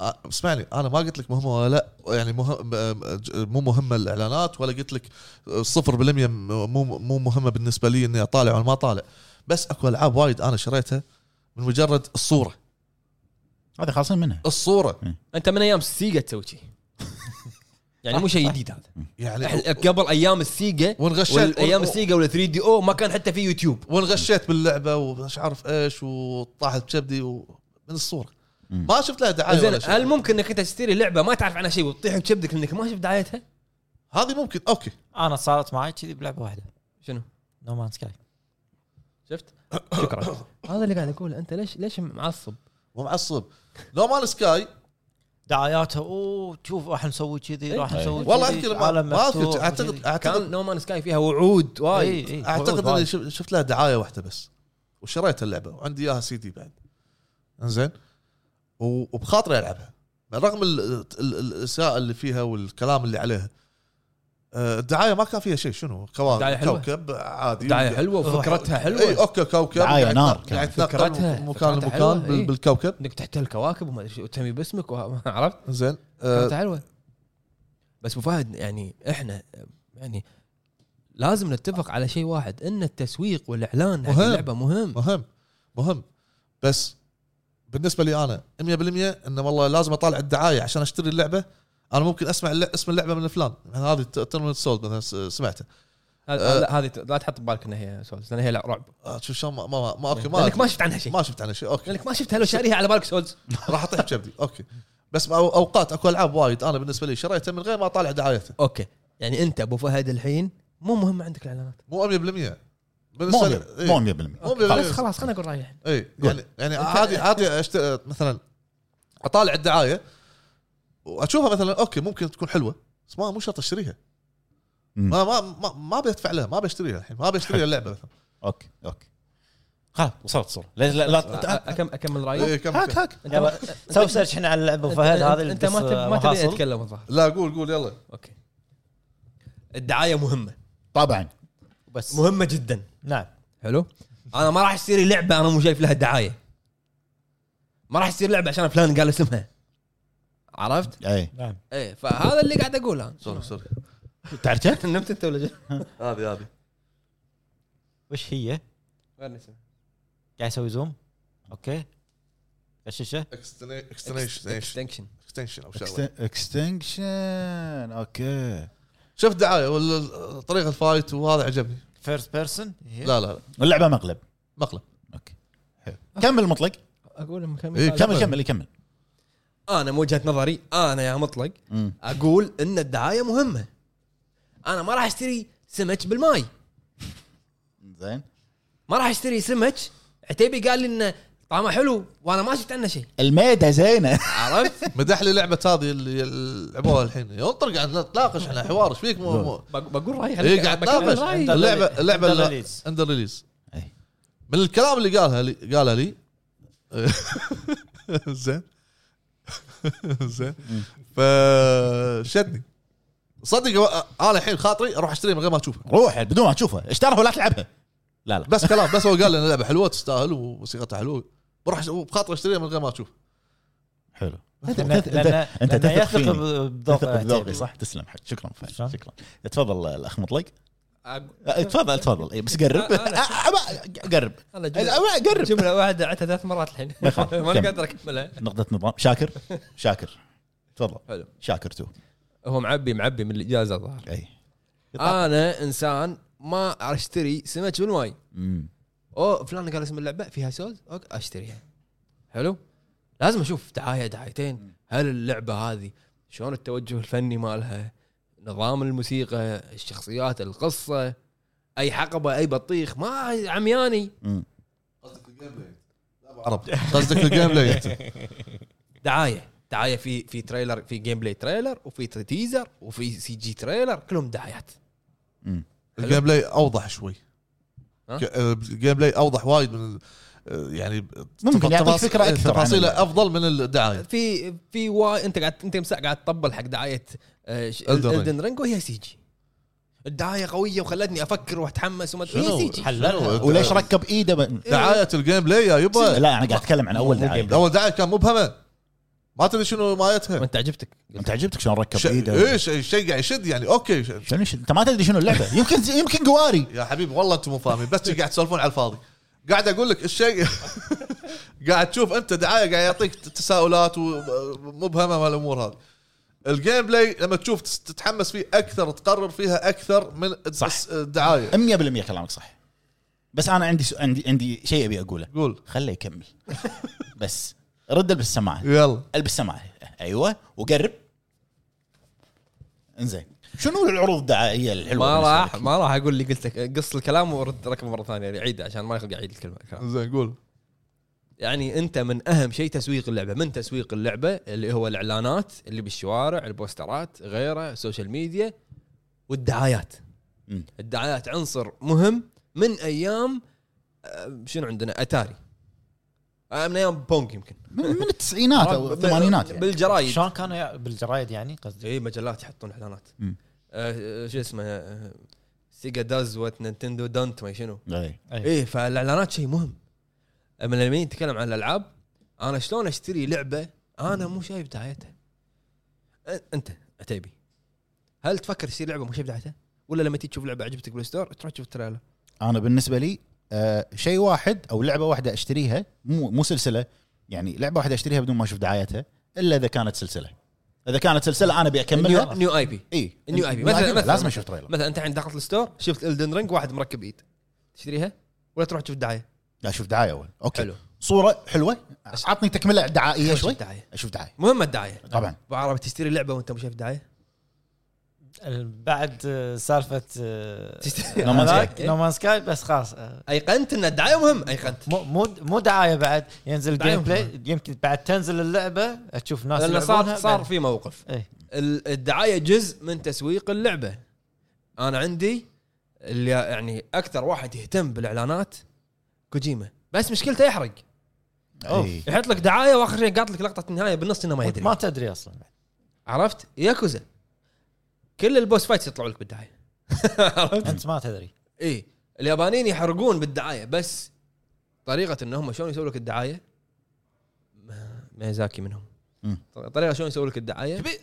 آه، اسمعني انا ما قلت لك مهمه ولا لا يعني مهم آه، ج- مو مهمه الاعلانات ولا قلت لك آه، صفر بالمية م- مو مو مهمه بالنسبه لي اني اطالع ولا ما اطالع بس اكو العاب وايد انا شريتها من مجرد الصوره هذا خالصين منها الصوره انت من ايام السيجا تسوي شيء يعني مو شيء جديد هذا يعني إحنا قبل ايام السيجا وانغشيت ايام ايام السيجا ولا 3 دي او ما كان حتى في يوتيوب وانغشيت باللعبه ومش عارف ايش وطاحت بكبدي و- من الصوره ما شفت لها دعايه زين أيوة، ولا شيء. هل ممكن انك انت تشتري لعبه ما تعرف عنها شيء وتطيح بكبدك لانك ما شفت دعايتها؟ هذه ممكن اوكي انا صارت معي كذي بلعبه واحده شنو؟ نو مان سكاي [coughs] شفت؟ شكرا هذا اللي قاعد اقوله انت ليش ليش معصب؟ مو معصب نو مان سكاي دعاياتها اوه شوف راح نسوي كذي إيه. راح إيه. نسوي والله كذي، اذكر ما- عالم ما اذكر مفتوح اعتقد وكذي. اعتقد كان نو مان سكاي فيها وعود وايد إيه، إيه. اعتقد وايد، اني وايد. شف- شفت لها دعايه واحده بس وشريت اللعبه وعندي اياها سي دي بعد انزين و- وبخاطري العبها رغم ال- ال- ال- الاساءه اللي فيها والكلام اللي عليها آه، الدعايه ما كان فيها شيء شنو دعاية كواكب حلوة. كوكب عادي دعايه حلوه وفكرتها اي حلوه اوكي كوكب دعاية قاعد- نار قاعد كانت. يتنقل فكرتها- من فكرتها مكان لمكان حلوة، بال- إي. بالكوكب انك تحتل كواكب وما ادري شو، وتسمي باسمك وما [laughs] عرفت؟ زين آه، فكرتها حلوه بس ابو فهد يعني احنا يعني لازم نتفق على شيء واحد ان التسويق والاعلان حق مهم. اللعبه مهم مهم مهم بس بالنسبه لي انا 100% انه والله لازم اطالع الدعايه عشان اشتري اللعبه انا ممكن اسمع الل- اسم اللعبه من فلان يعني هذه تيرمينال سولد مثلا س- سمعته هذه لا- هذه لا تحط ببالك انها هي سولز لان هي لع- رعب آه، شوف شلون أه. ما ما, ما اوكي ما لانك ما شفت عنها شيء ما شفت عنها شيء اوكي لانك ما شفتها لو شاريها على بالك سولز راح اطيح بكبدي اوكي بس أو- اوقات اكو العاب وايد انا بالنسبه لي شريتها من غير ما اطالع دعايتها اوكي يعني انت ابو فهد الحين مو مهم عندك الاعلانات مو 100% مو بالنسبه لي مية- إيه. مو مو 100% مية خلاص بالمية. خلاص خلينا نقول رايي الحين اي يعني يعني عادي عادي أشت... مثلا اطالع الدعايه واشوفها مثلا اوكي ممكن تكون حلوه بس ما مو شرط اشتريها مم. ما ما ما, ما بدفع لها ما بشتريها الحين ما بشتريها اللعبه مثلا اوكي اوكي خلاص وصلت الصوره لا لا, لا أكم اكمل رايي إيه، كم هاك كم. هاك انت يلا، ما- سوي سيرش احنا على اللعبه وفهد أنت- هذا اللي انت ما بس- تب- ما تبي وحاصل. اتكلم الظاهر لا قول قول يلا اوكي الدعايه مهمه طبعا بس مهمه جدا نعم حلو انا ما راح اشتري لعبه انا مو شايف لها دعايه ما راح اشتري لعبه عشان فلان قال اسمها عرفت؟ اي نعم ايه فهذا اللي قاعد اقوله أنا. سوري سوري [laughs] تعرفه؟ نمت انت ولا شو؟ هذه هذه وش هي؟ قاعد يسوي زوم اوكي غششه اكستنشن اكستنكشن اكستنشن او شغله اكستنكشن اوكي شوف دعايه ولا طريقه الفايت وهذا عجبني فيرست بيرسون إيه. لا لا لا واللعبه مقلب مقلب اوكي حلو كمل مطلق اقول مكمل إيه، كمل كمل يكمل انا من وجهه نظري انا يا مطلق مم. اقول ان الدعايه مهمه انا ما راح اشتري سمك بالماي زين ما راح اشتري سمك عتيبي قال لي انه طعمه حلو وانا ما شفت عنه شيء الميده زينه عرفت؟ [laughs] مدح لي لعبه هذه اللي لعبوها الحين ينطر قاعد نتناقش احنا حوار ايش فيك مو, مو بق- بقول رايي اي إيه، خليك- إيه، قاعد بكمل تناقش رأيي. اللعبه اللعبه عند اللي- الريليز. عند الريليز أي. من الكلام اللي قالها لي قالها لي [laughs] زين [laughs] زين فشدني صدق هو- انا الحين خاطري اروح اشتريها من غير ما اشوفها [laughs] روح بدون ما تشوفها اشترها ولا تلعبها لا لا بس كلام بس هو قال لي ان اللعبه حلوه تستاهل وموسيقتها حلوه بروح أش- بخاطري اشتريها من غير ما اشوفها حلو لأن- انت لأن- انت لأن تثق يثق يعني. فيني. بذوقي تثق بذوقي عتيبي. صح تسلم حق شكرا فهد، شكراً. شكرا تفضل الاخ مطلق أق- أه، تفضل تفضل إيه، بس قرب أه، أنا- أه، أبا- قرب يلا أه، جملة- أبا- قرب جمله واحده عدتها ثلاث مرات الحين [laughs] [laughs] بخاف. ما كمل. قادر اكملها نقطة نظام شاكر شاكر تفضل حلو شاكر تو هو معبي معبي من الاجازه الظاهر اي انا انسان ما اشتري سمك بالماي مم. او فلان قال اسم اللعبه فيها سولز اوكي اشتريها حلو لازم اشوف دعايه دعايتين هل اللعبه هذه شلون التوجه الفني مالها نظام الموسيقى الشخصيات القصه اي حقبه اي بطيخ ما عمياني مم. قصدك الجيم بلاي عرب قصدك الجيم بلاي دعايه دعايه في في تريلر في جيم بلاي تريلر وفي تيزر وفي سي جي تريلر كلهم دعايات مم. الجيم بلاي اوضح شوي ها؟ ك- آه، الجيم بلاي اوضح وايد من ال- يعني ممكن يعطيك تفاصيل- فكرة أكثر عن تفاصيله افضل من الدعايه في في واي انت قاعد انت مساء قاعد تطبل حق دعايه Elden Ring. الدن رينج وهي سي جي الدعايه قويه وخلتني افكر واتحمس وما هي شنو؟ سي جي شنو؟ وليش آه. ركب ايده ب... دعايه الجيم بلاي يا يبا لا انا قاعد اتكلم عن اول مو دعايه اول دعايه كان مبهمه ما تدري شنو مايتها وانت عجبتك انت عجبتك شلون ركب ش... ايده ايش شيء قاعد يشد يعني اوكي ش... شنو شنو- انت ما تدري شنو اللعبه يمكن يمكن قواري يا حبيبي والله انتم مو فاهمين بس قاعد تسولفون على الفاضي قاعد اقول لك الشيء [laughs] قاعد تشوف انت دعايه قاعد يعطيك تساؤلات ومبهمه من الامور هذه الجيم بلاي لما تشوف تس- تتحمس فيه اكثر تقرر فيها اكثر من صح. الس- الدعايه 100% كلامك صح بس انا عندي سو... عندي عندي شيء ابي اقوله قول خله يكمل بس رد البس السماعه يلا البس السماعه ايوه وقرب انزين شنو العروض الدعائيه الحلوه ما بالنسبة راح لك؟ ما راح اقول اللي قلت لك قص الكلام ورد ركبه مره ثانيه يعني عيد عشان ما يخلق عيد الكلمه الكلام. زين قول يعني انت من اهم شيء تسويق اللعبه من تسويق اللعبه اللي هو الاعلانات اللي بالشوارع البوسترات غيره السوشيال ميديا والدعايات مم. الدعايات عنصر مهم من ايام آه، شنو عندنا اتاري آه، من ايام بونج يمكن آه، من, من التسعينات [laughs] او الثمانينات يعني. بالجرايد شلون كانوا يع- بالجرايد يعني قصدي إيه. اي مجلات يحطون اعلانات مم. آه، شو اسمه آه، سيجا داز وات نينتندو دونت ما شنو إي. أي. ايه فالاعلانات شيء مهم اما لما نتكلم عن الالعاب انا شلون اشتري لعبه انا مو شايف دعايتها أ- انت عتيبي هل تفكر تشتري لعبه مو شايف دعايتها ولا لما تيجي تشوف لعبه عجبتك بالستور تروح تشوف التريلر انا بالنسبه لي آه شيء واحد او لعبه واحده اشتريها مو مو سلسله يعني لعبه واحده اشتريها بدون ما اشوف دعايتها الا اذا كانت سلسله اذا كانت سلسله انا ابي اكملها نيو اي بي اي نيو آي بي. مثلاً- مثلا مثلاً- لازم اشوف تريلر مثلا انت عند دخلت الستور شفت الدن رينج واحد مركب ايد تشتريها ولا تروح تشوف دعايه اشوف دعايه اول اوكي حلو صوره حلوه أش- عطني تكمله دعائيه تروح تشوف شوي دعايه اشوف دعايه مهمه الدعايه طبعا ابو عربي تشتري لعبه وانت مو شايف دعايه بعد آه، سالفه آه، تشتري- No Man's Sky. هذاك نومان سكاي بس خلاص آه، ايقنت ان الدعايه مهم ايقنت مو مو مو دعايه بعد ينزل دعاية جيم بلاي يمكن بعد تنزل اللعبه تشوف ناس لان يلعبونها صار صار بعد- في موقف إيه. ال- الدعايه جزء من تسويق اللعبه انا عندي اللي يعني اكثر واحد يهتم بالاعلانات كوجيما بس مشكلته يحرق أوف. أوف. يحط لك دعايه واخر شيء قاط لك لقطه النهايه بالنص انه ما يدري ما تدري اصلا عرفت ياكوزا كل البوس فايتس يطلعوا لك بالدعايه [laughs] عرفت انت ما تدري اي اليابانيين يحرقون بالدعايه بس طريقه انهم شلون يسووا لك الدعايه ما- ميزاكي منهم مم. طريقه شلون يسووا لك الدعايه كبير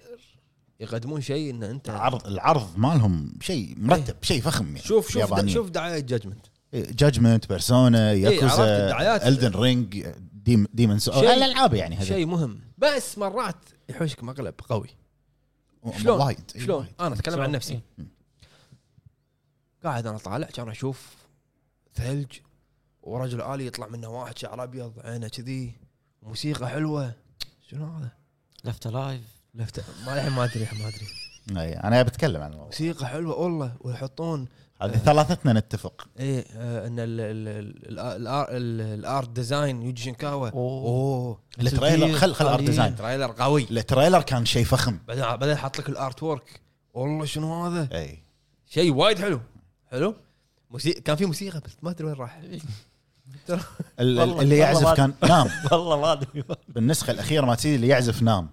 يقدمون شيء ان انت العرض العرض مالهم شيء مرتب شيء فخم يعني إيه. إيه، شوف شوف دا شوف دعايه جادجمنت جادجمنت بيرسونا عرفت ياكوزا الدعايات. الدن رينج ديم ديمن سو شيء- الالعاب يعني هذه شيء مهم بس مرات يحوشك مقلب قوي شلون؟ وايد إي، شلون إيه، وايد. انا اتكلم عن شلون؟ نفسي إيه. قاعد انا طالع كان اشوف ثلج ورجل الي يطلع منه واحد شعر ابيض عينه كذي موسيقى حلوه شنو هذا؟ لفت [laughs] لايف لفت ما الحين ما ادري ما ادري إي، انا إيه، بتكلم عن الموضوع موسيقى حلوه والله ويحطون هذه ثلاثتنا نتفق ايه آه، ان الارت ديزاين يوجي شنكاوا أوه. اوه التريلر خل خل ارت ديزاين تريلر قوي التريلر كان شيء فخم بعدين بعدين حاط لك الارت وورك والله شنو هذا؟ اي شيء وايد حلو حلو موسيقى كان في موسيقى بس ما ادري وين [laughs] راح ال- ال- والله- اللي يعزف والله كان نام والله ما ادري بالنسخه الاخيره ما تسيدي اللي يعزف نام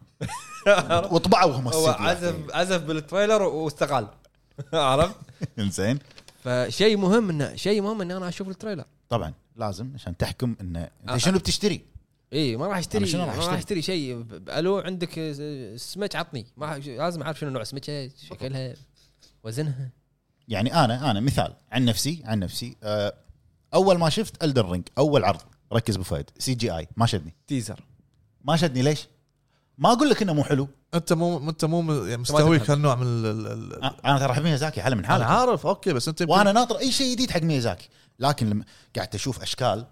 وطبعوا هم يعني. هو [laughs] عزف عزف بالتريلر واستقال [laughs] عرفت زين فشيء مهم انه شيء مهم ان انا اشوف التريلر طبعا لازم عشان تحكم انه آه. انت شنو بتشتري اي إيه، ما راح اشتري أنا شنو راح ما راح أشتري؟ اشتري شيء ب- ب- الو عندك آه، سمك عطني ما راح- لازم اعرف شنو نوع سمكه شكلها وزنها يعني انا انا مثال عن نفسي عن نفسي آه، اول ما شفت الدر رينج اول عرض ركز أبو فهد سي جي اي ما شدني تيزر ما شدني ليش؟ ما اقول لك انه مو حلو انت مو انت مو م- يعني مستهويك هالنوع من ال- ال- ال- أ- انا ترى احب ميازاكي حلا من انا حالك عارف اوكي بس انت يمكن- وانا ناطر اي شيء جديد حق ميازاكي لكن لما قعدت اشوف اشكال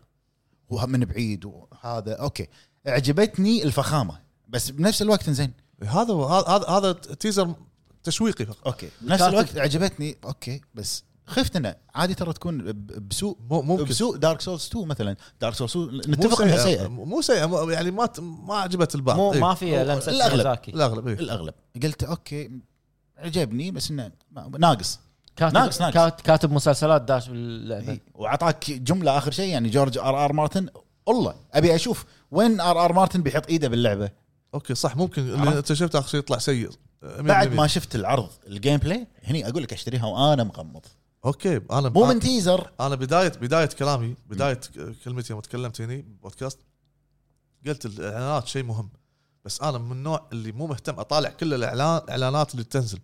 ومن بعيد وهذا اوكي عجبتني الفخامه بس بنفس الوقت زين هذا هو- هذا هذا- هذا تيزر تشويقي فقط اوكي بنفس كاتب. الوقت عجبتني اوكي بس خفت انه عادي ترى تكون ب- بسوء مو ممكن بسوء دارك سولز 2 مثلا دارك سولز 2 مو نتفق انها سيئه مو سيئه مو- يعني ما ت- ما عجبت البعض مو إيه. ما فيها [laughs] لمسه الأغلب. ميازاكي الاغلب إيه. الاغلب قلت اوكي عجبني بس انه ما- ناقص ناقص- كاتب ناقص. كات- كاتب مسلسلات داش باللعبه إيه. إي. إيه، وعطاك جمله اخر شيء يعني جورج ار ار مارتن والله ابي اشوف وين ار ار مارتن بيحط ايده باللعبه اوكي صح ممكن اللي انت شفته اخر شيء يطلع سيء بعد ما شفت العرض الجيم بلاي هني اقول لك اشتريها وانا مغمض اوكي انا مو من تيزر انا بدايه بدايه كلامي بدايه ك- كلمتي يوم تكلمت هنا بودكاست قلت الاعلانات شيء مهم بس انا من النوع اللي مو مهتم اطالع كل الاعلان الاعلانات اللي تنزل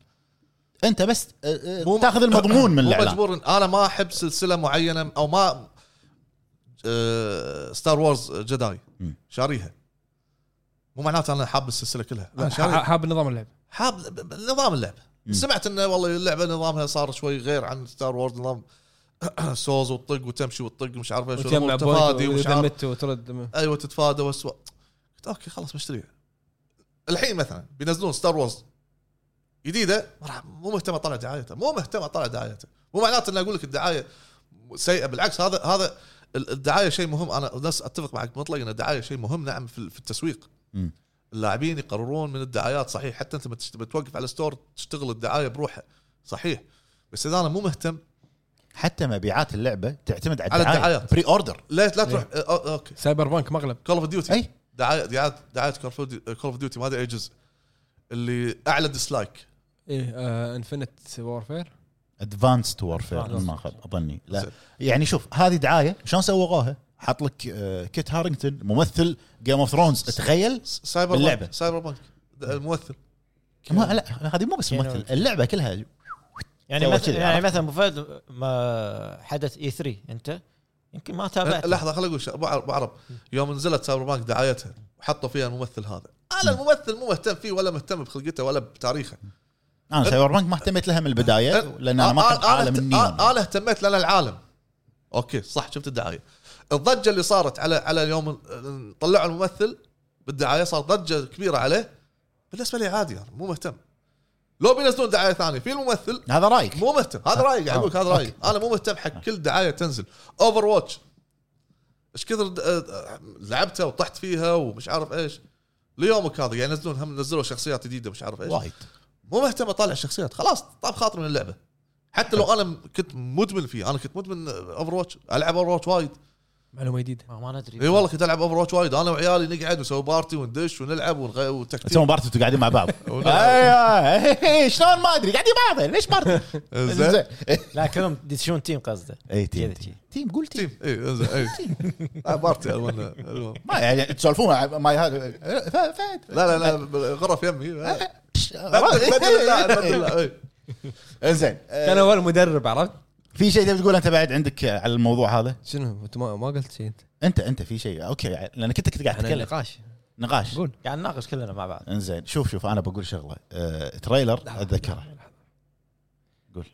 انت بس أه، أه، مو- تاخذ المضمون من مو الاعلان مجبور إن- انا ما احب سلسله معينه او ما آه، ستار وورز جداي مم. شاريها مو معناته انا حاب السلسله كلها أنا شاري- ح- حاب نظام اللعب حاب ب- ب- نظام اللعبه مم. سمعت انه والله اللعبه نظامها صار شوي غير عن ستار وورز نظام [clears throat] سوز وتطق وتمشي وتطق مش عارف ايش وتجمع وتفادي ومش بوينت عارف وترد ايوه أيوة، تتفادى وسوى قلت اوكي خلاص بشتريها الحين مثلا بينزلون ستار وورز جديده ما راح- مو مهتم اطلع دعايته مو مهتم اطلع دعايته مو معناته ان اقول لك الدعايه سيئه بالعكس هذا هذا ال- الدعايه شيء مهم انا ناس اتفق معك مطلق ان الدعايه شيء مهم نعم في ال- في التسويق مم. اللاعبين يقررون من الدعايات صحيح حتى انت بتشت- بتوقف على ستور تشتغل الدعايه بروحها صحيح بس اذا انا مو مهتم حتى مبيعات اللعبه تعتمد على على الدعايه, الدعايات. بري اوردر لا لا تروح أه، أه، اوكي سايبر بانك مغلب كول اوف ديوتي اي دعايه دعايه دعايه كول اوف ديوتي ما ادري اي جزء اللي اعلى ديسلايك ايه آه انفنت وورفير ادفانسد وورفير Advanced. ما خاب اظني لا زين. يعني شوف هذه دعايه شلون سوغوها؟ حط لك آه، كيت هارينجتون ممثل جيم اوف ثرونز تخيل سايبر باللعبة. بانك سايبر بانك د- الممثل ما لا هذه مو بس كينو. ممثل اللعبه كلها يعني سوى مثلا كذا، يعني عرفت؟ مثلا ابو فهد ما حدث اي 3 انت يمكن ما تابعت لحظه خليني اقول شيء ابو عرب أبو عرب، يوم نزلت سايبر بانك دعايتها وحطوا فيها الممثل هذا انا الممثل مو مهتم فيه ولا مهتم بخلقته ولا بتاريخه انا أه. سايبر بانك ما اهتميت لها من البدايه لان انا ما كنت عالم النيون انا أنا اهتميت لان العالم اوكي صح شفت الدعايه الضجه اللي صارت على على اليوم ال- طلعوا الممثل بالدعايه صار ضجه كبيره عليه بالنسبه لي عادي انا مو مهتم لو بينزلون دعايه ثانيه في الممثل هذا رايك مو مهتم هذا رايي قاعد اقول لك، هذا أوكي. رايي انا مو مهتم حق كل دعايه تنزل اوفر واتش ايش كثر د- آه، لعبتها وطحت فيها ومش عارف ايش ليومك هذا يعني ينزلون هم نزلوا شخصيات جديده مش عارف ايش وايد مو مهتم اطالع الشخصيات خلاص طاب خاطر من اللعبه حتى لو انا كنت مدمن فيه انا كنت مدمن اوفر واتش العب اوفر واتش وايد معلومه جديده ما, ما ندري اي أيوه. والله كنت العب اوفر واتش وايد انا وعيالي نقعد ونسوي بارتي وندش ونلعب ونغ... وتكتيك تسوون بارتي انتوا قاعدين مع [laughs] بعض اي شلون ما ادري قاعدين مع بعض ليش بارتي؟ [laughs] زين لا كلهم ديشون تيم قصده اي كذا تيم شي. تيم قول تيم تيم اي انزين اي آه، بارتي المهم المهم. ما يعني [laughs] تسولفون ماي هذا ف- فهد لا لا لا غرف يمي بدل [laughs] اللاعب، إيه. بدل اللاعب، إي. زين كان اول مدرب عرفت في شيء تبي تقول انت بعد عندك على الموضوع هذا؟ شنو انت ما, ما قلت شيء انت انت انت في شيء اوكي لانك انت كنت قاعد انا تتكلم نقاش نقاش قول. قاعد نناقش كلنا مع بعض انزين شوف شوف انا بقول شغله أه، تريلر اتذكره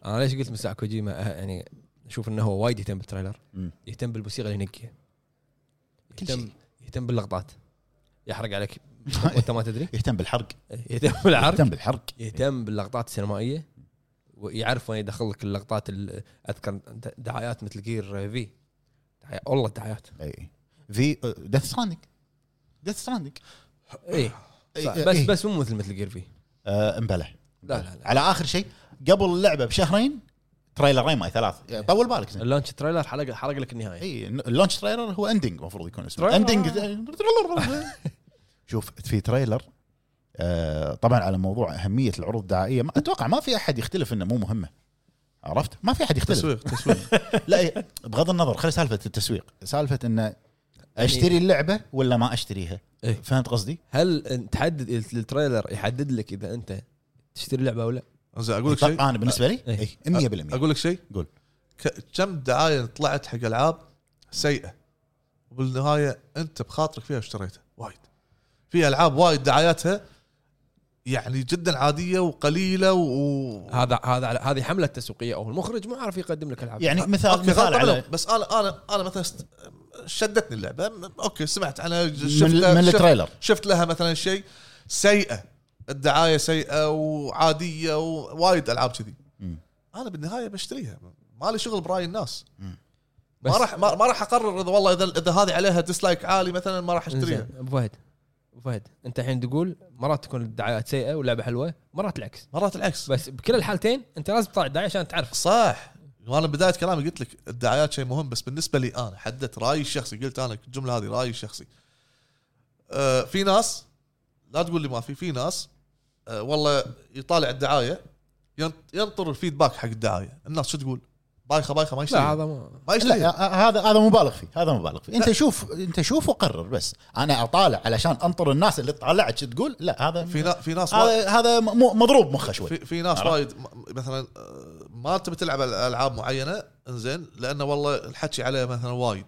انا ليش قلت مساء كوجيما أه- يعني اشوف انه هو وايد يهتم بالتريلر مم. يهتم بالموسيقى اللي ينقيها كل يهتم شيء. يهتم باللقطات يحرق [laughs] عليك وانت ما تدري يهتم بالحرق يهتم بالعرض يهتم بالحرق يهتم باللقطات السينمائيه ويعرف وين يدخل لك اللقطات ال- اذكر د- دعايات مثل جير في دعاية- والله دعايات اي في ديث ستراندنج ديث ستراندنج اي إيه، إيه، بس بس مو مثل مثل جير في آه، امبلى لا لا [laughs] لا على اخر شيء قبل اللعبه بشهرين تريلرين ماي ثلاث إيه. يعني طول بالك زين اللانش تريلر حرق حرق لك النهايه اي اللونش تريلر هو اندنج المفروض يكون اسمه تريلر. اندنج شوف في تريلر آه، طبعا على موضوع اهميه العروض الدعائيه ما اتوقع ما في احد يختلف انه مو مهمه عرفت؟ ما في احد يختلف [laughs] تسويق تسويق لا إيه، بغض النظر خلي سالفه التسويق سالفه انه اشتري اللعبه ولا ما اشتريها إيه. فهمت قصدي؟ هل أن- تحدد التريلر يحدد لك اذا انت تشتري لعبه او لا انزين اقول لك طب شيء انا بالنسبه لي إيه. إيه، 100% اقول لك شيء طيب، قول. ك- كم دعايه طلعت حق العاب سيئه وبالنهايه انت بخاطرك فيها واشتريتها وايد في العاب وايد دعاياتها يعني جدا عاديه وقليله و هذا هذا على- هذه حمله تسويقيه او المخرج ما عارف يقدم لك العاب يعني أوكي، مثال مثال غلط على عليهم، بس انا انا انا مثلا است- شدتني اللعبه م- اوكي سمعت عنها ج- من, شفتها- من شفت, التريلر شفت لها مثلا شيء سيئه الدعايه سيئه وعاديه ووايد العاب كذي مم. انا بالنهايه بشتريها ما لي شغل براي الناس بس- ما راح ما ما راح اقرر اذا والله اذا اذا هذه عليها ديسلايك عالي مثلا ما راح اشتريها إنزين، ابو فهد ابو فهد انت الحين تقول مرات تكون الدعايات سيئه واللعبه حلوه مرات العكس مرات العكس بس بكل الحالتين انت لازم تطلع الدعايه عشان تعرف صح وانا بدايه كلامي قلت لك الدعايات شيء مهم بس بالنسبه لي انا حددت رايي الشخصي قلت انا الجمله هذه رايي الشخصي آه في ناس لا تقول لي ما في في ناس آه والله يطالع الدعايه ين- ينطر الفيدباك حق الدعايه الناس شو تقول بايخه بايخه ما لا يشتري هذا ما ما لا يشتري آه، هذا هذا مبالغ فيه هذا مبالغ فيه انت شوف انت شوف وقرر بس انا اطالع علشان انطر الناس اللي طالعت شو تقول لا هذا في نا- في ناس وايد- هذا هذا م- م- مضروب مخه شوي في, في ناس عرفت؟ وايد م- مثلا آه، ما تبي تلعب على العاب معينه انزين لانه والله الحكي عليه مثلا وايد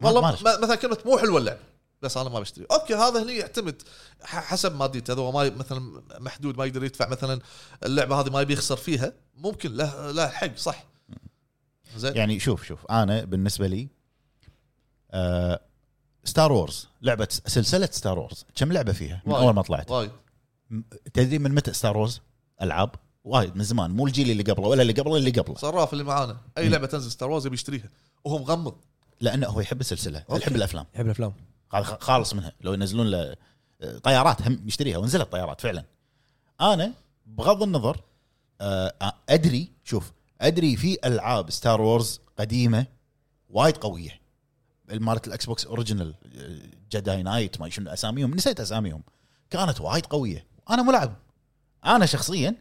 ما- والله ما ما ليش. مثلا كلمه مو حلوه اللعبه بس انا ما بشتري اوكي هذا هني يعتمد ح- حسب ماديته اذا هو ما ي- مثلا محدود ما يقدر يدفع مثلا اللعبه هذه ما يبي يخسر فيها ممكن له له حق صح زين يعني شوف شوف انا بالنسبه لي آه ستار وورز لعبه سلسله ستار وورز كم لعبه فيها من وايد. اول ما طلعت وايد م- تدري من متى ستار وورز العاب وايد من زمان مو الجيل اللي قبله ولا اللي قبله اللي قبله صراف اللي معانا اي لعبه تنزل ستار وورز يبي يشتريها وهو مغمض لانه هو يحب السلسله أوكي. يحب الافلام يحب الافلام هذا خ- خالص منها لو ينزلون له آه، طيارات هم يشتريها ونزلت طيارات فعلا انا بغض النظر آه، آه، ادري شوف ادري في العاب ستار وورز قديمه وايد قويه مالت الاكس بوكس اوريجينال جداي نايت ما شنو اساميهم نسيت اساميهم كانت وايد قويه انا ملاعب انا شخصيا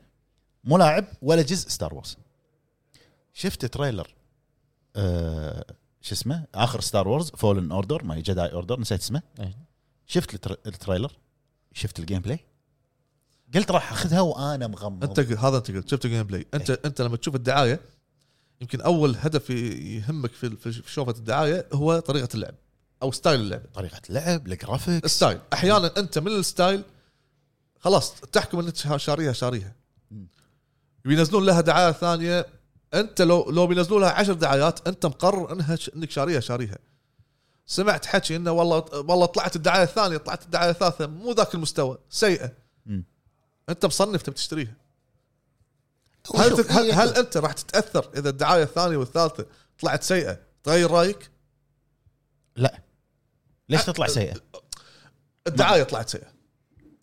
ملاعب ولا جزء ستار وورز شفت تريلر آه، شو اسمه اخر ستار وورز فولن اوردر ما جداي اوردر نسيت اسمه إيه. شفت التر- التريلر شفت الجيم بلاي قلت راح اخذها وانا مغمض انت قل- هذا انت قلت شفت الجيم بلاي انت انت لما تشوف الدعايه يمكن اول هدف ي- يهمك في في شوفه الدعايه هو طريقه اللعب او ستايل اللعب طريقه لعب الجرافيكس الستايل احيانا انت من الستايل خلاص تحكم ان انت شا- شاريها شاريها بينزلون لها دعايه ثانيه انت لو لو بينزلوا لها عشر دعايات انت مقرر انها ش- انك شاريها شاريها سمعت حكي انه والله والله طلعت الدعايه الثانيه طلعت الدعايه الثالثه مو ذاك المستوى سيئه مم. انت مصنف تبي تشتريها وشوف، هل, تت- هل, هي- هل انت راح تتاثر اذا الدعايه الثانيه والثالثه طلعت سيئه تغير رايك؟ لا ليش تطلع سيئه؟ نعم. الدعايه طلعت يعني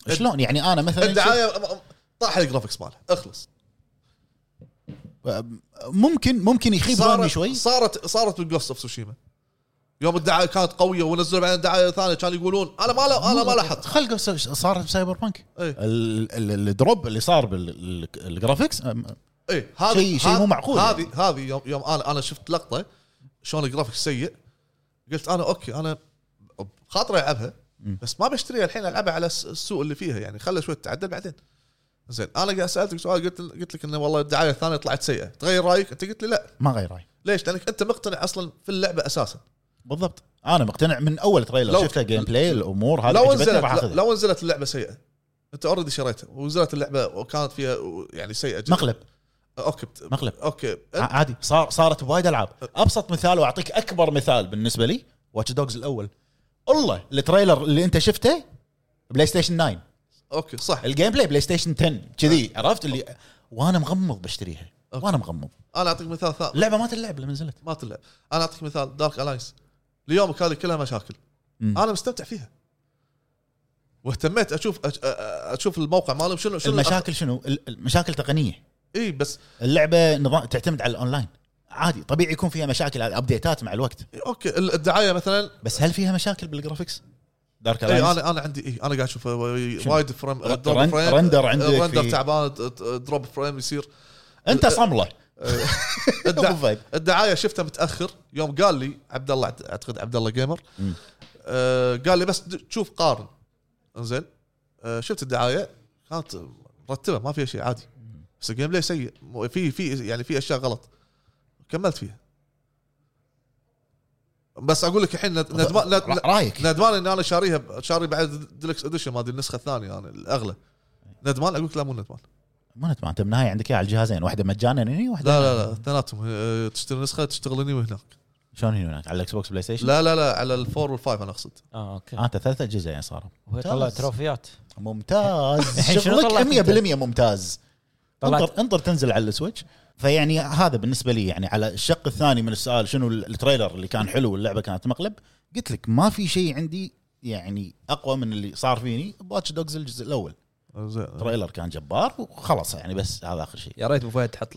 سيئه شلون يعني انا مثلا الدعايه طاح الجرافكس مالها اخلص شوف، ممكن ممكن يخيب صارت ظني شوي صارت صارت بالجوست اوف سوشيما يوم الدعايه كانت قويه ونزلوا بعدين دعايه ثانيه كانوا يقولون انا ما لا- انا ما لاحظت خلقوا س- صار بسايبر بانك إيه. ال- ال- الدروب اللي صار بالجرافيكس اي إيه، هذه شيء- شيء هذه- مو معقول يعني. هذه هذه يوم, يوم انا انا شفت لقطه شلون الجرافيك سيء قلت انا اوكي انا خاطري العبها بس ما بشتريها الحين العبها على الس- السوق اللي فيها يعني خلها شوي تتعدل بعدين زين انا قاعد سالتك سؤال قلت قلت لك انه والله الدعايه الثانيه طلعت سيئه تغير رايك انت قلت لي لا ما غير رايي ليش لانك انت مقتنع اصلا في اللعبه اساسا بالضبط انا مقتنع من اول تريلر لو- شفته جيم بلاي الامور هذه لو عجبتني نزلت راح لو, اخذها لو نزلت اللعبه سيئه انت اوريدي شريتها ونزلت اللعبه وكانت فيها يعني سيئه جدا مقلب اوكي بت- مقلب. اوكي ع- عادي صار صارت بوايد العاب ابسط مثال واعطيك اكبر مثال بالنسبه لي واتش دوجز الاول الله التريلر اللي انت شفته بلاي ستيشن 9 اوكي صح الجيم بلاي بلاي ستيشن 10 كذي عرفت اللي وانا مغمض بشتريها آه. أوكي. وانا مغمض انا اعطيك مثال ثاني اللعبه ما تلعب لما نزلت ما تلعب انا اعطيك مثال دارك الاينس ليومك هذه كلها مشاكل مم. انا مستمتع فيها واهتميت اشوف أش... أ- أ- اشوف الموقع مالهم شنو شنو المشاكل شنو ال- المشاكل تقنيه اي بس اللعبه نظام تعتمد على الاونلاين عادي طبيعي يكون فيها مشاكل على ابديتات مع الوقت إي اوكي ال- الدعايه مثلا بس هل فيها مشاكل بالجرافكس دارك اي الاينس انا انا عندي اي انا قاعد اشوف شنو؟ وايد فريم رن- دروب فريم رندر عندك رندر في- تعبان دروب فريم يصير [laughs] انت صمله الدع- أبو فهد. الدعايه شفتها متاخر يوم قال لي عبد الله اعتقد عبد الله جيمر مم. آه قال لي بس د- شوف قارن انزين آه شفت الدعايه كانت مرتبه ما فيها شيء عادي بس الجيم بلاي سيء مو- في في يعني في اشياء غلط كملت فيها بس اقول لك الحين ند- ندمان ند- رايك ندمان ان انا شاريها ب- شاري بعد ديلكس اديشن هذه النسخه الثانيه انا الاغلى ندمان اقول لك لا مو ندمان ما ندمان انت بالنهايه عندك اياها على الجهازين واحده مجانا هنا واحده لا لا لا اثنيناتهم آه، تشتري نسخه تشتغل هني وهناك شلون هنا هناك على الاكس بوكس بلاي ستيشن لا لا لا على الفور والفايف انا اقصد آه، اه اوكي لا. انت ثلاث اجهزه يعني صاروا وهي طيب. طلع تروفيات ممتاز الحين شنو شغلك طلعت 100% ممتاز طلعت- انطر انطر تنزل على السويتش فيعني هذا بالنسبه لي يعني على الشق الثاني من السؤال شنو التريلر اللي كان حلو واللعبه كانت مقلب قلت لك ما في شيء عندي يعني اقوى من اللي صار فيني باتش دوجز الجزء الاول زين تريلر كان جبار وخلاص يعني بس هذا اخر شيء يا ريت ابو فهد تحط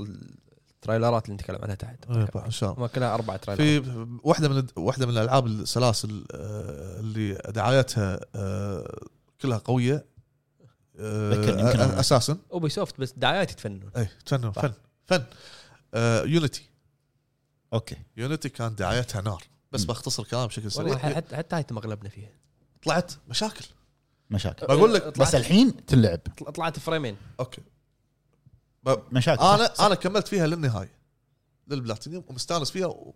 التريلرات اللي نتكلم عنها تحت إيه، ان شاء الله هم كلها اربع تريلرات في واحده من واحده من الالعاب السلاسل آه، اللي دعايتها آه، كلها آه، قويه ذكرني، يمكن أنا- اساسا اوبي سوفت بس دعايات يتفننون اي إيه، فن صح. فن فن يونيتي اوكي يونيتي كان دعايتها نار بس مم. بختصر كلام بشكل والله سريع حتى حتى هاي مغلبنا فيها أه، طلعت مشاكل مشاكل بقول لك بس الحين تلعب طلعت فريمين اوكي مشاكل صح؟ انا صح. انا كملت فيها للنهايه للبلاتينيوم ومستانس فيها و...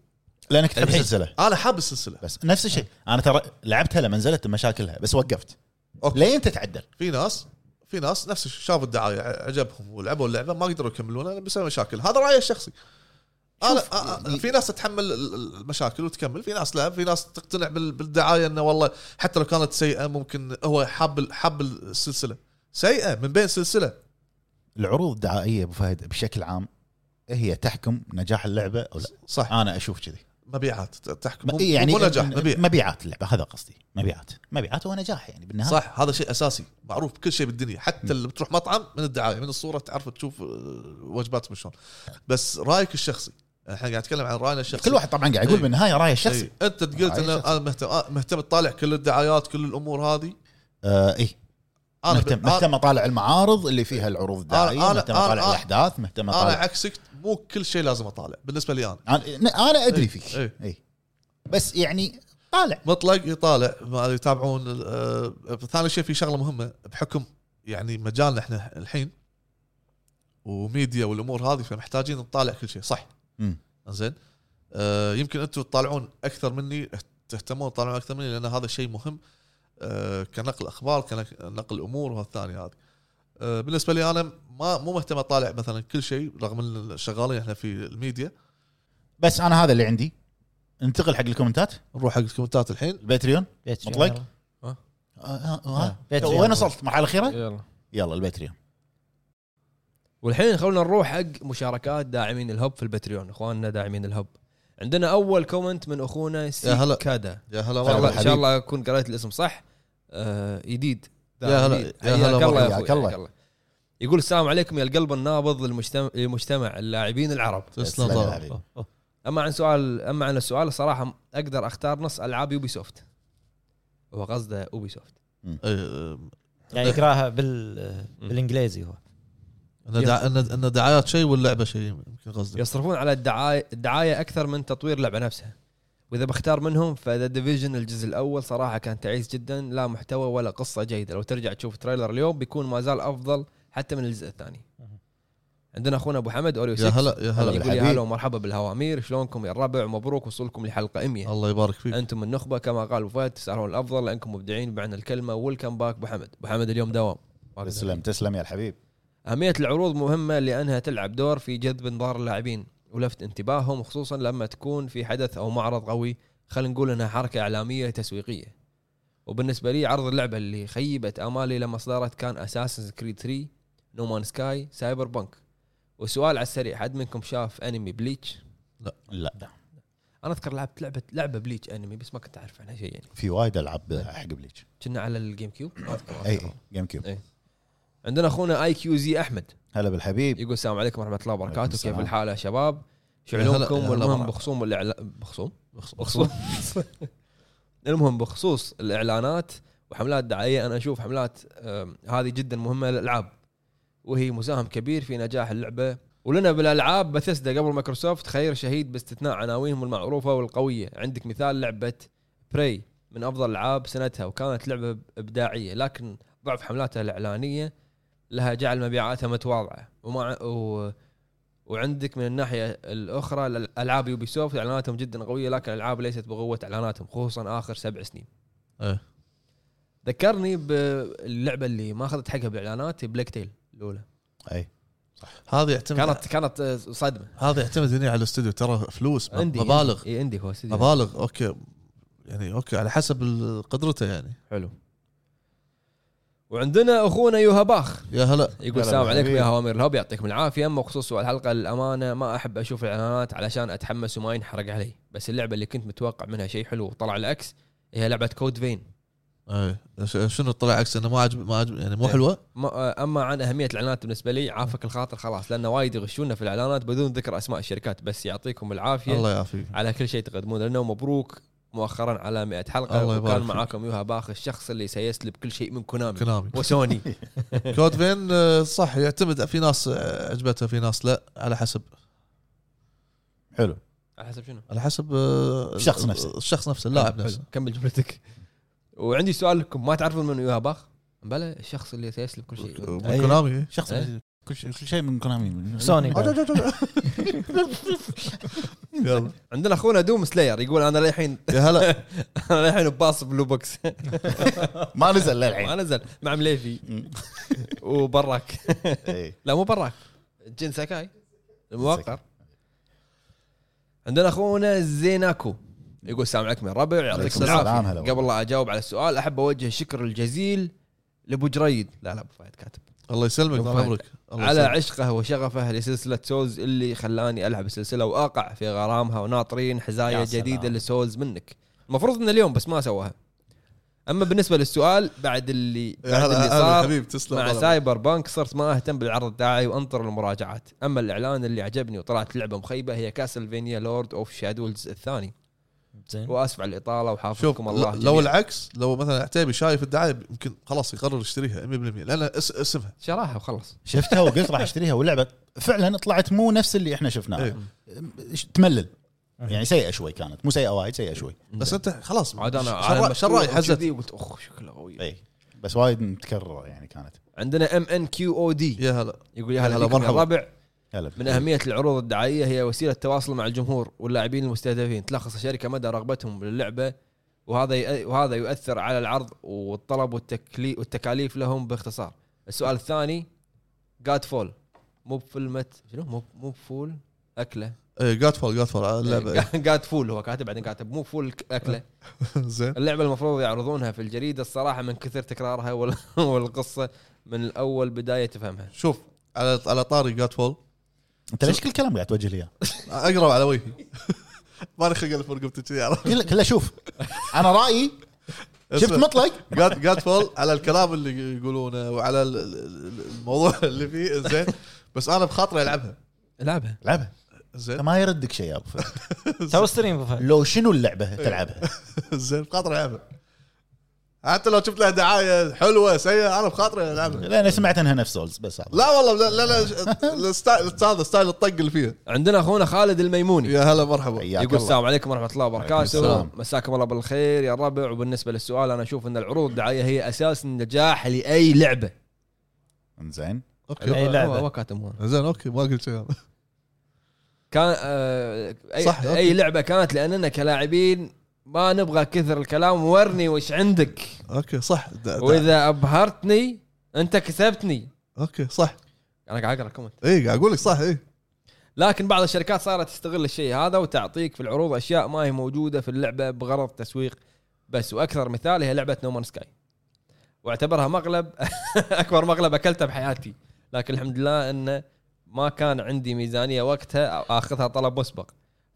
لانك تحب الحين. السلسله انا حاب السلسله بس نفس الشيء انا ترى لعبتها لما نزلت مشاكلها بس وقفت أوكي. لين تتعدل في ناس في ناس نفس الشيء، شافوا الدعايه ع- عجبهم ولعبوا اللعبه ما قدروا يكملونها بسبب مشاكل هذا رايي الشخصي أنا شوف، أ- أ- يعني- في ناس تتحمل ال- ال- المشاكل وتكمل في ناس لا في ناس تقتنع بال- بالدعايه انه والله حتى لو كانت سيئه ممكن هو حاب ال- حاب السلسله سيئه من بين سلسله العروض الدعائيه ابو فهد بشكل عام هي تحكم نجاح اللعبه او لا صح انا اشوف كذي مبيعات ت- تحكم م- مو- مو نجاح إن- مبيع مبيعات اللعبه هذا قصدي مبيعات مبيعات هو نجاح يعني بالنهايه صح صح هذا شيء اساسي معروف بكل شيء بالدنيا حتى اللي بتروح مطعم من الدعايه من الصوره تعرف تشوف آه، وجباتهم شلون بس رايك الشخصي احنا قاعد نتكلم عن راينا الشخصي كل واحد طبعا قاعد يقول إيه. بالنهايه رايه الشخصي شخصي انت قلت رأي ان شخصي. انا مهتم آه، مهتم تطالع كل الدعايات كل الامور هذه آه اي انا مهتم ب- أنا- مهتم اطالع المعارض اللي فيها العروض الدعائيه أنا- مهتم أنا- اطالع أنا- الاحداث مهتم انا اطالع عكسك مو كل شيء لازم اطالع بالنسبه لي انا انا أنا ادري إيه. فيك إيه. اي بس يعني طالع مطلق يطالع ما يتابعون آه، ثاني شيء في شغله مهمه بحكم يعني مجالنا احنا الحين وميديا والامور هذه فمحتاجين نطالع كل شيء صح مم. زين آه، يمكن انتم تطالعون اكثر مني تهتمون تطالعون اكثر مني لان هذا شيء مهم آه، كنقل اخبار كنقل امور وهالثانيه هذه آه، بالنسبه لي انا ما مو مهتم اطالع مثلا كل شيء رغم ان شغالين احنا في الميديا بس انا هذا اللي عندي ننتقل حق الكومنتات نروح حق الكومنتات الحين الباتريون بيت مطلق؟ شعر. آه، آه، آه. باتريون. وين وصلت المرحله الاخيره يلا يلا الباتريون والحين خلونا نروح حق مشاركات داعمين الهب في البتريون اخواننا داعمين الهب عندنا اول كومنت من اخونا سي يا هلا. كادا يا هلا إن شاء الله- والله ان شاء الله اكون قريت الاسم صح آه، جديد يا هلا- جديد. يا هلا حياك الله والله. يا أخوي، حياك الله. حياك الله يقول السلام عليكم يا القلب النابض للمجتمع لمجتمع اللاعبين العرب تسلم تسلم يا ضهرك. حبيبي. أوه، أوه. اما عن سؤال اما عن السؤال صراحه اقدر اختار نص العاب يوبي سوفت هو قصده اوبي سوفت إيه، يعني يقراها بال بالانجليزي هو ان دع... ان ان دعايات شيء واللعبه شيء يمكن قصدك يصرفون على الدعاية, الدعاية أكثر من تطوير اللعبة نفسها وإذا بختار منهم فذا ديفيجن الجزء الأول صراحة كان تعيس جدا لا محتوى ولا قصة جيدة لو ترجع تشوف تريلر اليوم بيكون ما زال أفضل حتى من الجزء الثاني عندنا أخونا أبو حمد أوريو يا 6 هلا يا هلا هلا يقول يا بالحبيب. هلا ومرحبا بالهوامير شلونكم يا الربع ومبروك وصولكم لحلقة 100 الله يبارك فيك انتم النخبه كما قال أبو فهد تسعرون الافضل لانكم مبدعين بمعنى الكلمه ويلكم باك ابو حمد ابو حمد اليوم دوام تسلم تسلم يا الحبيب أهمية العروض مهمة لأنها تلعب دور في جذب انظار اللاعبين ولفت انتباههم خصوصا لما تكون في حدث أو معرض قوي خلينا نقول أنها حركة إعلامية تسويقية وبالنسبة لي عرض اللعبة اللي خيبت آمالي لما صدرت كان أساسن كريد 3 نومان سكاي سايبر بنك وسؤال على السريع حد منكم شاف أنمي بليتش لا أنا أذكر لعبت لعبة لعبة بليتش أنمي بس ما كنت أعرف عنها شيء يعني في وايد العاب حق بليتش كنا على الجيم كيوب ما أذكر. اي أي، جيم كيوب عندنا أخونا آي كيو زي أحمد هلا بالحبيب يقول السلام عليكم ورحمه الله عليكم وبركاته كيف السلام. الحال يا شباب هلا- شعلومكم هلا والمهم مرحبا. بخصوم الاعلان بخصوم مخصوص [laughs] المهم بخصوص الاعلانات وحملات دعائيه انا اشوف حملات آم، هذه جدا مهمه للالعاب وهي مساهم كبير في نجاح اللعبه ولنا بالالعاب بثسدا قبل مايكروسوفت خير شهيد باستثناء عناوينهم المعروفه والقويه عندك مثال لعبه براي من افضل العاب سنتها وكانت لعبه ابداعيه لكن ضعف حملاتها الاعلانيه لها جعل مبيعاتها متواضعه ومع و وعندك من الناحيه الاخرى ال- العاب يوبي سوفت اعلاناتهم جدا قويه لكن الالعاب ليست بقوه اعلاناتهم خصوصا اخر سبع سنين. إيه. ذكرني باللعبه اللي ما اخذت حقها بالاعلانات بلاك تيل الاولى اي هذا يعتمد كانت كانت آه، صدمه هذا يعتمد هنا على الاستوديو ترى فلوس م- عندي مبالغ اي عندي هو استديو. مبالغ اوكي يعني اوكي على حسب ال- قدرته يعني حلو وعندنا اخونا يوهباخ يا هلا يقول هلا السلام بالحبيب. عليكم يا هوامير الهب يعطيكم العافيه اما خصوص سؤال الحلقه للامانه ما احب اشوف الاعلانات علشان اتحمس وما ينحرق علي بس اللعبه اللي كنت متوقع منها شيء حلو وطلع العكس هي لعبه كود فين إيه. ش- شنو طلع عكس انه ما عجب ما عجب يعني مو حلوه ما اما عن اهميه الاعلانات بالنسبه لي عافك الخاطر خلاص لان وايد يغشونا في الاعلانات بدون ذكر اسماء الشركات بس يعطيكم العافيه الله يعافيك على كل شيء تقدمونه لنا ومبروك مؤخرا على 100 حلقه الله يبارك وكان فيك. معاكم يوها باخ الشخص اللي سيسلب كل شيء من كونامي كلامي [laughs] [laughs] وسوني كود فين آه، صح يعتمد في ناس آه، عجبتها في ناس لا على حسب حلو على حسب شنو؟ على حسب آه، الشخص نفسه. الشخص نفسه اللاعب حلو. نفسه كمل جملتك وعندي سؤال لكم ما تعرفون من يوها باخ؟ بلا الشخص اللي سيسلب كل شيء من كلامي شخص إيه. كل شيء كل شيء من كونامي سوني. يلا عندنا اخونا دوم سلاير يقول انا للحين [laughs] يا [laughs] هلا انا للحين باص بلو بوكس [laughs] ما نزل [laughs] ما للحين نزل مع [laughs] مليفي وبراك إيه. لا مو براك جين ساكاي الموقر عندنا اخونا زيناكو يقول السلام عليكم يا ربع يعطيكم السلام. العافيه هلا والله. قبل لا اجاوب على السؤال احب اوجه الشكر الجزيل لابو جريد لا لا ابو فهد كاتب الله يسلمك طال عمرك الله على يسلمك. عشقه وشغفه لسلسله سولز اللي خلاني العب السلسله واقع في غرامها وناطرين يا حزايه سلام. جديده لسولز منك المفروض ان اليوم بس ما سواها اما بالنسبه للسؤال بعد اللي يا بعد هلا اللي هلا يعني صار حبيب تسلم مع طال عمرك. سايبر بانك صرت ما اهتم بالعرض الداعي وانطر المراجعات اما الاعلان اللي عجبني وطلعت لعبه مخيبه هي كاسلفينيا لورد اوف شادولز الثاني زين واسف على الاطاله شوف وحافظكم الله ل- جميعاً. لو العكس لو مثلا عتيبي شايف الدعايه يمكن خلاص يقرر يشتريها 100% لان اس- اسمها شراها وخلص شفتها وقلت راح اشتريها واللعبه فعلا طلعت مو نفس اللي احنا نعم. شفناه إيه. إيش- تملل يعني سيئه شوي كانت مو سيئه وايد سيئه شوي بس انت خلاص عاد انا شو الرأي- على شو الراي المكتوب حزت وكذي قلت اخ شكله قوي اي بس وايد متكرره يعني كانت عندنا ام ان كيو او دي يا هلا يقول يا هلا هلا بكم يا إيه. مرحبا. الربع هلا من اهميه العروض الدعائيه هي وسيله تواصل مع الجمهور واللاعبين المستهدفين تلخص الشركه مدى رغبتهم باللعبه وهذا يأ- وهذا يؤثر على العرض والطلب والتكلي والتكاليف لهم باختصار السؤال الثاني جاد فول مو بفيلمة شنو مو مو بفول اكله جاد فول جاد فول [laughs] اللعبه جاد فول هو كاتب بعدين كاتب مو فول اكله [laughs] زين اللعبه المفروض يعرضونها في الجريده الصراحه من كثر تكرارها وال- [laughs] والقصه من الاول بدايه تفهمها شوف على على طاري جاد فول انت ليش كل كلام قاعد توجه لي اياه؟ اقرب على وجهي [laughs] ماني خلق الف رقبتي كذي عرفت كله كله شوف انا رايي شفت مطلق جاد جاد فول على الكلام اللي يقولونه وعلى ال- ال- الموضوع اللي فيه زين بس انا بخاطري العبها العبها لعبها زين ما يردك شيء يا ابو فهد. تو ستريم ابو [laughs] فهد لو شنو اللعبه تلعبها [laughs] زين بخاطري العبها حتى لو شفت لها دعايه حلوه سيئه انا بخاطري العبها لان طيب. سمعت انها نفس سولز بس هذا. لا والله لا لا, لا الستايل هذا ستايل الطق اللي فيها عندنا اخونا خالد الميموني يا هلا مرحبا حياك يقول الله. السلام عليكم ورحمه الله عليكم وبركاته السلام. مساكم الله بالخير يا الربع وبالنسبه للسؤال انا اشوف ان العروض الدعائيه هي اساس النجاح لاي لعبه انزين اوكي أي لعبة. هو- هو كاتم هون زين اوكي ما قلت شيء كان آه اي صح، صح أوكي. اي لعبه كانت لاننا كلاعبين ما نبغى كثر الكلام ورني وش عندك اوكي صح دا- دا- واذا ابهرتني انت كسبتني اوكي صح انا قاعد اقرا كومنت اي قاعد اقول لك صح إيه. اي لكن بعض الشركات صارت تستغل الشيء هذا وتعطيك في العروض اشياء ما هي موجوده في اللعبه بغرض تسويق بس واكثر مثال هي لعبه نومان سكاي واعتبرها مغلب [laughs] اكبر مغلب اكلته بحياتي لكن الحمد لله انه ما كان عندي ميزانيه وقتها اخذها طلب مسبق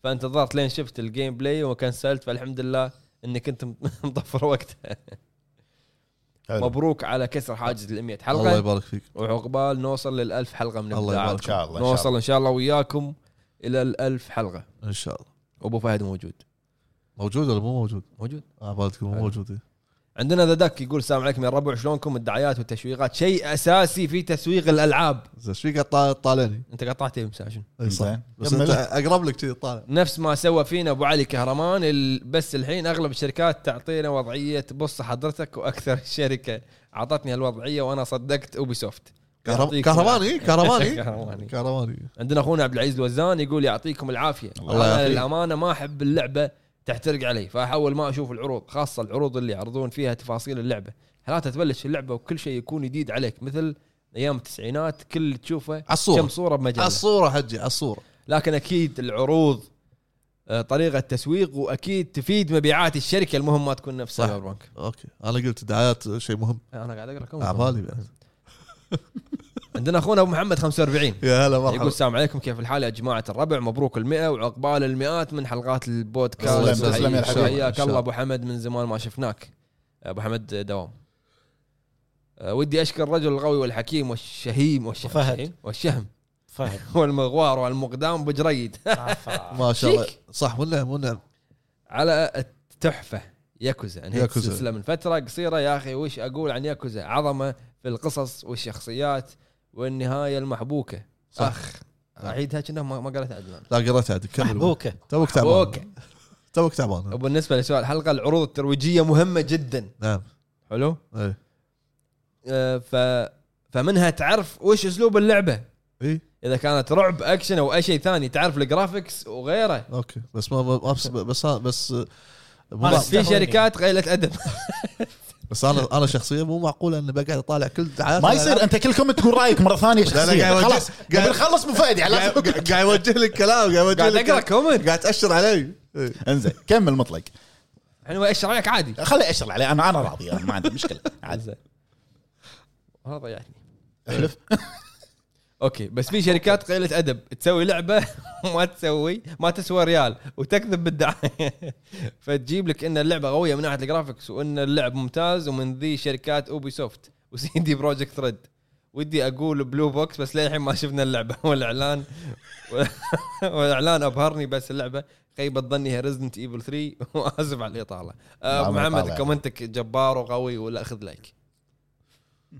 فانتظرت لين شفت الجيم بلاي وكنسلت فالحمد لله اني كنت [laughs] مطفر وقتها حلو. مبروك على كسر حاجز ال 100 الله حلقه يبارك فيك وعقبال نوصل لل 1000 حلقه من الله يبارك ان شاء الله إن شاء نوصل ان شاء الله وياكم الى الألف حلقه ان شاء الله ابو فهد موجود موجود ولا مو موجود؟ موجود اه بالك مو حلو. موجود إي. عندنا ذا دك يقول السلام عليكم يا ربع شلونكم الدعايات والتشويقات شيء اساسي في تسويق الالعاب زين ايش فيك طالع- طالعني؟ انت قطعتي مساجن اي صح زين. بس كمل. انت اقرب لك كذي طالع نفس ما سوى فينا ابو علي كهرمان ال- بس الحين اغلب الشركات تعطينا وضعيه بص حضرتك واكثر [laughs] الشركه اعطتني هالوضعيه وانا صدقت اوبي سوفت كهرم- يعطيك كهرماني [laughs] كهرماني كهرماني كهرماني عندنا اخونا عبد العزيز الوزان يقول يعطيكم العافيه الله انا يعافيك. للامانه ما احب اللعبه تحترق علي فاحاول ما اشوف العروض خاصه العروض اللي يعرضون فيها تفاصيل اللعبه حالات تبلش اللعبه وكل شيء يكون جديد عليك مثل ايام التسعينات كل اللي تشوفه كم عالصورة صوره بمجله عالصورة حجي عالصورة لكن اكيد العروض آه، طريقه تسويق واكيد تفيد مبيعات الشركه المهم ما تكون نفس صح. سايبر بانك اوكي انا قلت دعايات شيء مهم انا قاعد اقرا كومنت. اعمالي بعد عندنا اخونا ابو محمد 45 يا هلا يقول مرحبا السلام عليكم كيف الحال يا جماعه الربع مبروك المئة وعقبال المئات من حلقات البودكاست تسلم، تسلم يا حبيبي. إن حياك شاء الله. الله ابو حمد من زمان ما شفناك ابو حمد دوام أه، ودي اشكر الرجل القوي والحكيم والشهيم والشهم وفهد. والشهم فهد والمغوار والمقدام بجريد عفا. ما شاء الله شيك. صح نعم، والنعم والنعم [laughs] على التحفه ياكوزا انهيت ياكوزا. السلسله من فتره قصيره يا اخي وش اقول عن ياكوزا عظمه في القصص والشخصيات والنهايه المحبوكه صح. اخ آه. اعيدها كأنه ما ما قالت عدنان لا قريت عاد كمل بوكه توك اوكي تعبان توك تعبان وبالنسبه لسؤال الحلقه العروض الترويجيه مهمه جدا نعم إيه. حلو اي آه، ف فمنها تعرف وش اسلوب اللعبه اي اذا كانت رعب اكشن او اي شيء ثاني تعرف الجرافيكس وغيره اوكي بس ما ما- ما- بس بس, بس مو أنا بس في استهويني. شركات قليله ادب بس انا انا شخصيا مو معقول اني بقعد اطالع كل دعايات ما يصير انت كلكم تقول رايك مره ثانيه شخصيا قاعد أوجه- خلاص قاعد- قبل نخلص ابو فهد يعني قاعد لازم قاعد يوجه لي الكلام قاعد يوجه قاعد لي اقرا الكلام. كومنت قاعد تاشر علي إيه. انزين كمل مطلق يعني ايش رايك عادي خلي اشر عليه انا انا راضي أنا ما عندي مشكله عادي زين هذا يعني [laughs] احلف اوكي بس في [laughs] شركات قليله ادب تسوي [laughs] لعبه ما تسوي ما تسوى ريال وتكذب بالدعايه [laughs] فتجيب لك ان اللعبه قويه من ناحيه الجرافكس وان اللعب ممتاز ومن ذي شركات اوبي سوفت [laughs] وسي دي بروجكت ريد ودي اقول بلو بوكس بس للحين ما شفنا [laughs] اللعبه والاعلان والاعلان ابهرني بس اللعبه خيبه ظني هي ريزدنت ايفل 3 [laughs] واسف على الاطاله لا، أبو ما محمد طالع. كومنتك جبار وقوي ولا اخذ لايك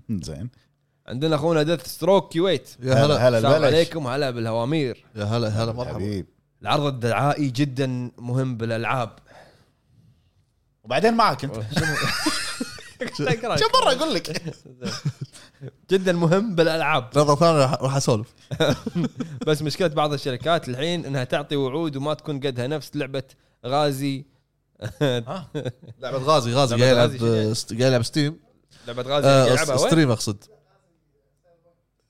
زين عندنا اخونا ديث ستروك كويت يا هلا هلا السلام البلش. عليكم هلا بالهوامير يا هلا هلا مرحبا حبيب العرض الدعائي جدا مهم بالالعاب وبعدين [laughs] معك انت كم مره اقول لك جدا مهم بالالعاب لحظه ثانيه راح- راح اسولف بس مشكله بعض الشركات الحين انها تعطي وعود وما تكون قدها نفس لعبه غازي آه. لعبه غازي غازي لعبة قاعد يلعب غازي شنو يعني؟ ست- قاعد يلعب ستيم لعبه غازي آه، يلعبها وين؟ ستريم اقصد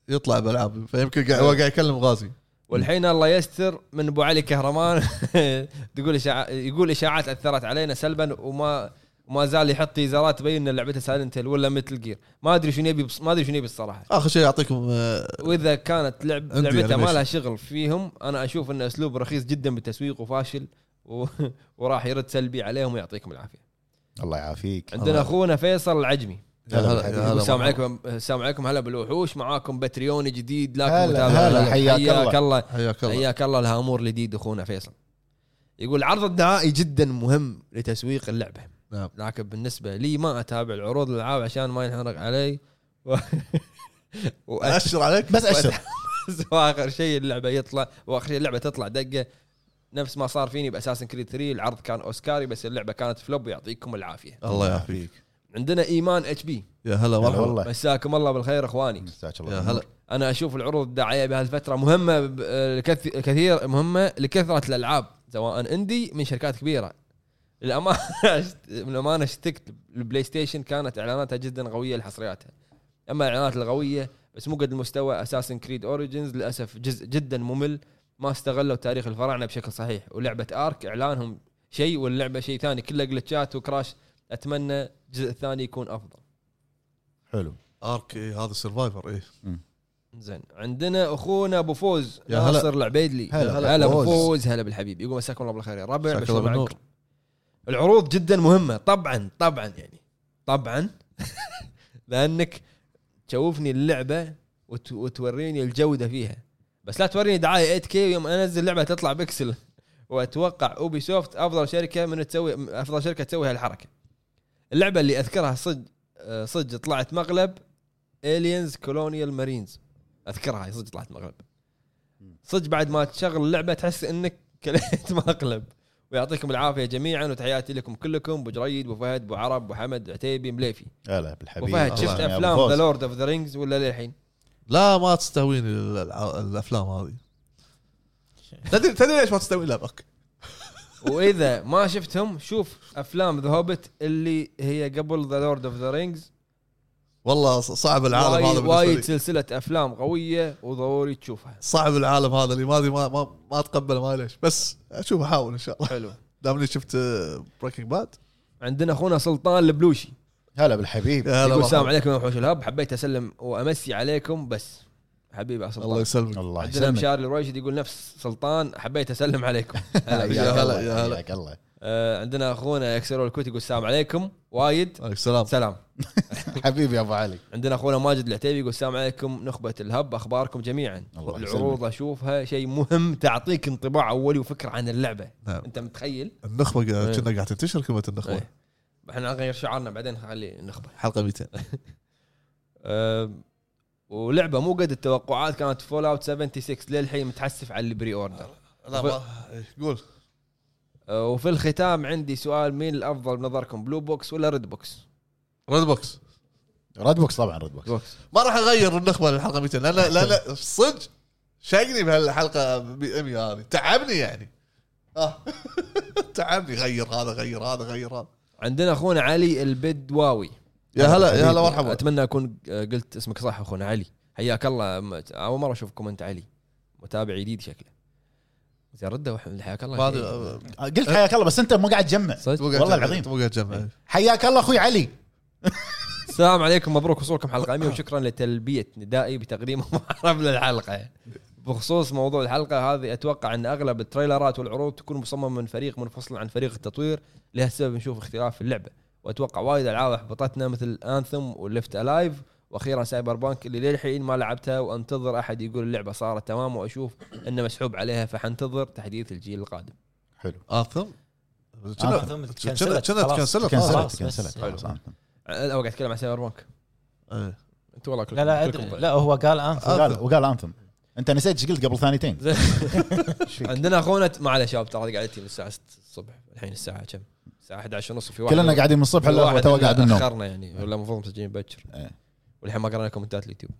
يطلع بالعاب فيمكن آه. قاعد هو قاعد يكلم غازي والحين الله يستر من ابو علي كهرمان [laughs] تقول إشاع... يقول اشاعات اثرت علينا سلبا وما ما زال يحط تيزرات تبين ان لعبته سايلنت ولا مثل جير ما ادري شنو يبي بص... ما ادري شنو يبي الصراحه اخر شيء اعطيكم آه، واذا كانت لعب عندي لعبته ما animation. لها شغل فيهم انا اشوف ان اسلوب رخيص جدا بالتسويق وفاشل و... [laughs] وراح يرد سلبي عليهم ويعطيكم العافيه. الله يعافيك عندنا اخونا فيصل العجمي يا هلا حبيبي. يا يقول هلا السلام مرحبا. عليكم السلام عليكم هلا بالوحوش معاكم بتريوني جديد لكن هلا، متابع. هلا، حياك حياك الله. الله حياك الله حياك الله الهامور الجديد اخونا فيصل. يقول عرض الدعائي جدا مهم لتسويق اللعبه. نعم. لكن بالنسبه لي ما اتابع العروض الالعاب عشان ما ينحرق علي [laughs] و... وأت- اشر عليك بس اشر [laughs] واخر شيء اللعبه يطلع واخر شيء اللعبه تطلع دقه نفس ما صار فيني باساسن كريد 3 العرض كان اوسكاري بس اللعبه كانت فلوب ويعطيكم العافيه الله يعافيك عندنا ايمان اتش بي يا هلا مرحبا والله مساكم الله بالخير اخواني مساك يا الله هلا بالنور. انا اشوف العروض الدعائيه بهالفتره مهمه ب- آه، لكث- كثير مهمه لكثره الالعاب سواء اندي من شركات كبيره [laughs] للامانه شت- للامانه اشتقت البلاي ستيشن كانت اعلاناتها جدا قويه لحصرياتها اما الاعلانات القويه بس مو قد المستوى اساسن كريد اوريجنز للاسف جزء جدا ممل ما استغلوا تاريخ الفراعنه بشكل صحيح ولعبه ارك اعلانهم شيء واللعبه شيء ثاني كلها جلتشات وكراش اتمنى الجزء الثاني يكون افضل حلو ارك إيه، هذا سرفايفر ايه زين عندنا اخونا ابو فوز يا هلا. ناصر العبيدلي هلا. هلا هلا ابو فوز. فوز هلا بالحبيب يقول مساكم الله بالخير يا ربع مساك بشر الله بالنور. معك. العروض جدا مهمه طبعا طبعا يعني طبعا [laughs] لانك تشوفني اللعبه وت... وتوريني الجوده فيها بس لا توريني دعايه 8 كي ويوم انزل لعبه تطلع بكسل واتوقع اوبي سوفت افضل شركه من تسوي افضل شركه تسوي هالحركه اللعبه اللي اذكرها صدق آه، صدق طلعت مقلب الينز كولونيال مارينز اذكرها هي صدق طلعت مقلب صدق بعد ما تشغل اللعبه تحس انك [laughs] كليت مقلب ويعطيكم العافيه جميعا وتحياتي لكم كلكم ابو جريد ابو فهد ابو عرب ابو حمد عتيبي مليفي هلا ابو بالحبيب فهد الله شفت يا أبو افلام فوز. ذا لورد اوف ذا رينجز ولا للحين؟ لا ما تستهويني الألع- الافلام هذه تدري تدري ليش ما تستهويني لا بك واذا ما شفتهم شوف افلام ذا هوبت اللي هي قبل ذا لورد اوف ذا رينجز والله ص- صعب العالم هذا وايد بالنسبه وايد لي سلسله افلام قويه وضروري تشوفها صعب العالم هذا اللي ما أدري ما ما, ما اتقبله ما ليش بس اشوف احاول ان شاء الله حلو دامني شفت آه، بريكنج باد عندنا اخونا سلطان البلوشي هلا بالحبيب يا هلا يقول السلام مرحبا. عليكم يا وحوش الهب حبيت اسلم وامسي عليكم بس حبيبي يا الله سلطان يسلمك الله عندنا يسلمك مشاري الرويشد يقول نفس سلطان حبيت اسلم عليكم هلا حياك بك. [laughs] يا هلا، الله، يا هلا. حياك الله آه، عندنا اخونا اكسر الكوت يقول السلام عليكم وايد عليك السلام سلام حبيبي يا ابو علي عندنا اخونا ماجد العتيبي يقول السلام عليكم نخبه الهب اخباركم جميعا الله العروض اشوفها شيء مهم تعطيك انطباع اولي وفكره عن اللعبه نعم انت متخيل النخبه إيه. قا- كنا قاعد تنتشر كلمه النخبه إيه. احنا نغير شعارنا بعدين نخلي النخبه حلقه 200 أم، ولعبه آه، مو قد التوقعات كانت فول اوت 76 للحين متحسف على البري اوردر لا ما إيه، قول أه، وفي الختام عندي سؤال مين الافضل بنظركم بلو بوكس ولا ريد بوكس؟ ريد بوكس ريد بوكس طبعا ريد بوكس بوكس ما راح اغير النخبه للحلقه 200 لان لان صدق شاقني بهالحلقه 100 هذه تعبني يعني آه. [laughs] تعبني غير هذا غير هذا غير هذا عندنا اخونا علي البدواوي يا هلا يا هلا مرحبا اتمنى اكون آه، قلت اسمك صح اخونا علي حياك الله م- اول مره اشوف كومنت علي متابع جديد شكله زين رده وأحمد، حياك ما الله أدري- قلت حياك الله بس انت مو قاعد تجمع صدق آه، توقع والله جنبه- العظيم. توقع إيه. جنبه. حياك الله اخوي علي السلام عليكم مبروك وصولكم حلقه 100 وشكرا لتلبيه ندائي بتقديم [laughs] معرب للحلقه بخصوص موضوع الحلقه هذه اتوقع ان اغلب التريلرات والعروض تكون مصممه من فريق منفصل عن فريق التطوير لهالسبب نشوف اختلاف في اللعبه واتوقع وايد العاب احبطتنا مثل انثم وليفت الايف واخيرا سايبر بانك اللي للحين ما لعبتها وانتظر احد يقول اللعبه صارت تمام واشوف انه مسحوب عليها فحنتظر تحديث الجيل القادم حلو آثم آثم تكنسلت خلاص. تكنسلت خلاص. خلاص. كنسلت بس. كنسلت حلو. خلاص آنثم. انا قاعد اتكلم عن سايبر بانك إيه. انت والله لا لا كلكم ادري ضيع. لا هو قال انثم وقال وقال انثم انت نسيت ايش قلت قبل ثانيتين زين. إيش فيك؟ عندنا اخونا ت- معلش يا شباب ترى قعدتي من الساعه 6 الصبح الحين الساعه كم؟ الساعه 11 ونص في واحد كلنا قاعدين من الصبح الا هو تو قاعد من النوم اخرنا يعني ولا المفروض مسجلين مبكر إيه. والحين ما قرأنا كومنتات اليوتيوب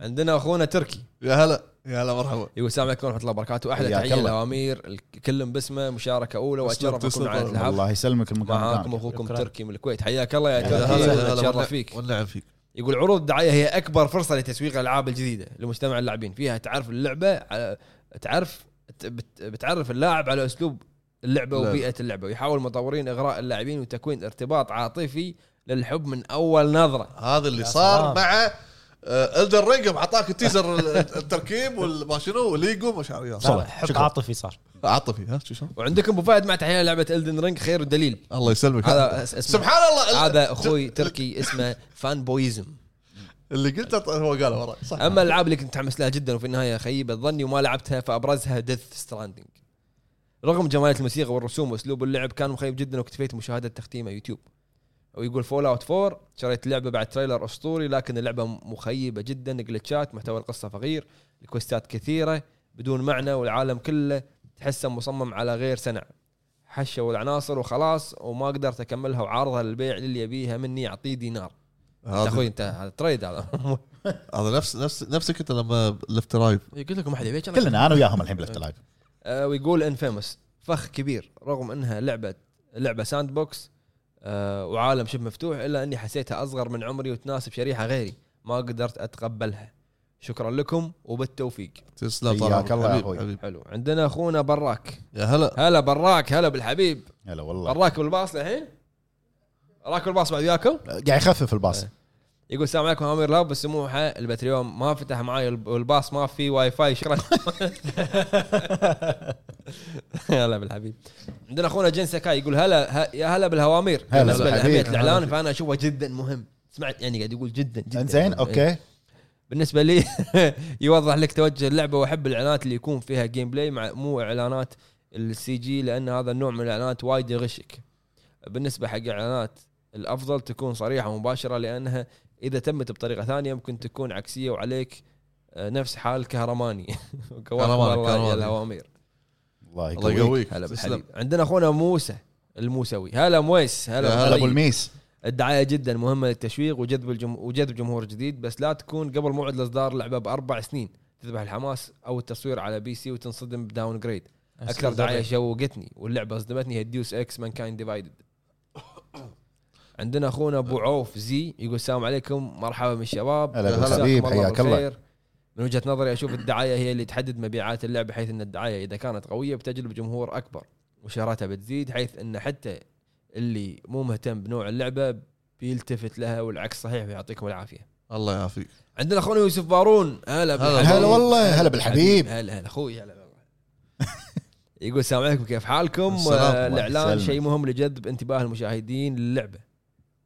عندنا اخونا تركي يا هلا يا هلا مرحبا يقول السلام عليكم ورحمه الله وبركاته احلى حياك تحيه الله. للاوامير الكل باسمه مشاركه اولى تسلم، واتشرف تسلم. اكون على الذهاب الله يسلمك المكان معاكم مكانك. اخوكم شكراً. تركي من الكويت حياك الله يا يا يا تركي يا اتشرف والنع- فيك والنعم فيك يقول عروض الدعايه هي اكبر فرصه لتسويق الالعاب الجديده لمجتمع اللاعبين فيها تعرف اللعبه على تعرف بت- بتعرف اللاعب على اسلوب اللعبه لا. وبيئه اللعبه ويحاول المطورين اغراء اللاعبين وتكوين ارتباط عاطفي للحب من اول نظره هذا اللي يا صار سلام. مع آه، الدر رينج اعطاك التيزر ال- التركيب والما شنو وليجو ما شعر يا لا، صار صلاة. حب آه، شكراً. عاطفي صار عاطفي ها شو شو وعندكم ابو فهد مع تحيه لعبه الدن رينج خير ودليل الله يسلمك هذا اس- اسمه سبحان الله ال- هذا اخوي تركي اسمه فان بويزم اللي قلته ط- هو قاله ورا صح اما الالعاب اللي كنت متحمس لها جدا وفي النهايه خيبه ظني وما لعبتها فابرزها ديث ستراندنج رغم جماليه الموسيقى والرسوم واسلوب اللعب كان مخيب جدا واكتفيت مشاهده تختيمه يوتيوب ويقول فول اوت 4 شريت اللعبه بعد تريلر اسطوري لكن اللعبه مخيبه جدا جلتشات محتوى القصه فقير الكوستات كثيره بدون معنى والعالم كله تحسه مصمم على غير سنع حشوا العناصر وخلاص وما قدرت اكملها وعارضها للبيع للي يبيها مني اعطيه دينار يا هذا اخوي انت هذا تريد هذا [laughs] هذا نفس نفس نفسك انت لما لفت رايف إيه، قلت لكم احد يبيك كلنا انا وياهم الحين بلفت لايف آه، ويقول انفيموس فخ كبير رغم انها لعبه لعبه ساند بوكس آه، وعالم شبه مفتوح الا اني حسيتها اصغر من عمري وتناسب شريحه غيري ما قدرت اتقبلها شكرا لكم وبالتوفيق تسلم طال عمرك. حياك الله يا حبيب- أخوي. حبيب. حلو عندنا اخونا براك يا هلا هلا براك هلا بالحبيب هلا والله براك بالباص الحين راكب الباص بعد وياكم قاعد يخفف الباص إيه. يقول السلام عليكم امير لاب السموحه البتريوم ما فتح معي الب- والباص ما في واي فاي [laughs] شكرا هلا بالحبيب عندنا اخونا جين سكاي يقول هلا ه- يا هلا بالهوامير هلا بالنسبه بالحبيب. لاهميه الاعلان فانا اشوفه جدا مهم سمعت يعني قاعد يقول إيه. جدا جدا انزين مهم. اوكي بالنسبه لي [laughs] يوضح لك توجه اللعبه واحب الاعلانات اللي يكون فيها جيم بلاي مع مو اعلانات السي جي لان هذا النوع من الاعلانات وايد يغشك بالنسبه حق اعلانات الافضل تكون صريحه ومباشره لانها اذا تمت بطريقه ثانيه ممكن تكون عكسيه وعليك آه، نفس حال كهرماني كهرماني، [laughs] كهرماني كهرماني. يا الهوامير الله الله يقويك يقويك هلا تسلم. بالحبيب عندنا اخونا موسى الموسوي هلا مويس هلا يا هلا ابو بالحبيب. الميس الدعايه جدا مهمه للتشويق وجذب الجم... وجذب جمهور جديد بس لا تكون قبل موعد الاصدار اللعبه باربع سنين تذبح الحماس او التصوير على بي سي وتنصدم بداون جريد اكثر دعايه شوقتني واللعبه صدمتني هي ديوس اكس مان كاين ديفايدد [coughs] عندنا اخونا ابو عوف زي يقول السلام عليكم مرحبا بالشباب هلا مساكم بالحبيب، الله حياك الله. بالخير. من وجهه نظري اشوف الدعايه هي اللي تحدد مبيعات اللعبه حيث ان الدعايه اذا كانت قويه بتجلب جمهور اكبر وشهراتها بتزيد حيث ان حتى اللي مو مهتم بنوع اللعبه بيلتفت لها والعكس صحيح ويعطيكم العافيه الله يعافيك عندنا اخونا يوسف بارون هلا بالحبيب. هلا والله، هلا بالحبيب. هلا هلا اخوي هلا والله [laughs] يقول السلام عليكم كيف حالكم السلام، آه، الله الاعلان يسلمك. شيء مهم لجذب انتباه المشاهدين للعبه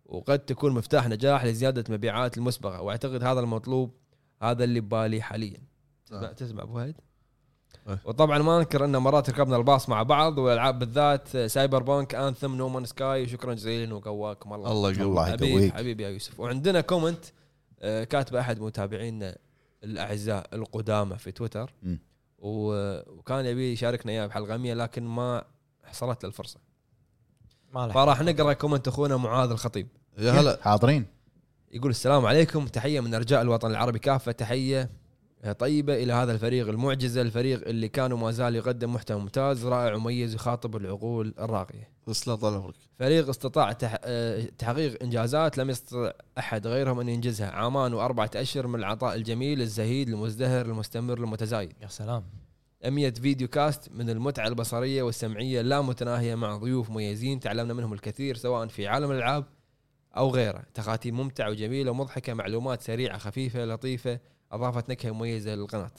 وقد تكون مفتاح نجاح لزياده مبيعات المسبقه واعتقد هذا المطلوب هذا اللي ببالي حاليا تسمع آه. تسمع ابو فهد آه. وطبعا ما انكر ان مرات ركبنا الباص مع بعض والالعاب بالذات آه، سايبر بانك انثم نومان سكاي وشكرا جزيلا وقواكم الله الله يقويك الله حبيبي يقويك حبيبي يا يوسف وعندنا كومنت آه، كاتب احد متابعينا الاعزاء القدامى في تويتر مم. و- وكان يبي يشاركنا اياه بحلقه 100 لكن ما حصلت له الفرصه ما له. فراح نقرا كومنت اخونا معاذ الخطيب يا هلا حاضرين يقول السلام عليكم تحيه من ارجاء الوطن العربي كافه تحيه آه، طيبة إلى هذا الفريق المعجزة الفريق اللي كان وما زال يقدم محتوى ممتاز رائع ومميز يخاطب العقول الراقية تسلم طال عمرك فريق استطاع تح... آه، تحقيق إنجازات لم يستطع أحد غيرهم أن ينجزها عامان وأربعة أشهر من العطاء الجميل الزهيد المزدهر المستمر المتزايد يا سلام أمية فيديو كاست من المتعة البصرية والسمعية لا متناهية مع ضيوف مميزين تعلمنا منهم الكثير سواء في عالم الألعاب أو غيره تخاتيم ممتعة وجميلة ومضحكة معلومات سريعة خفيفة لطيفة أضافت نكهة مميزة للقناة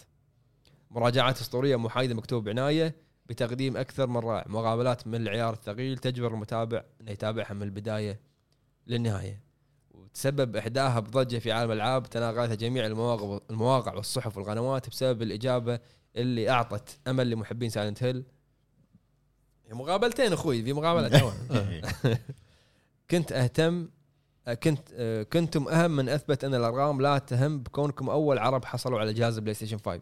مراجعات أسطورية محايدة مكتوب بعناية بتقديم أكثر من رائع مقابلات من العيار الثقيل تجبر المتابع أنه يتابعها من البداية للنهاية وتسبب إحداها بضجة في عالم الألعاب تناقلتها جميع المواقع المواقع والصحف والقنوات بسبب الإجابة اللي أعطت أمل لمحبين سايلنت هيل مقابلتين أخوي في مقابلة تونا. إيه. كنت اهتم كنت آه، كنتم اهم من اثبت ان الارقام لا تهم بكونكم اول عرب حصلوا على جهاز بلاي ستيشن 5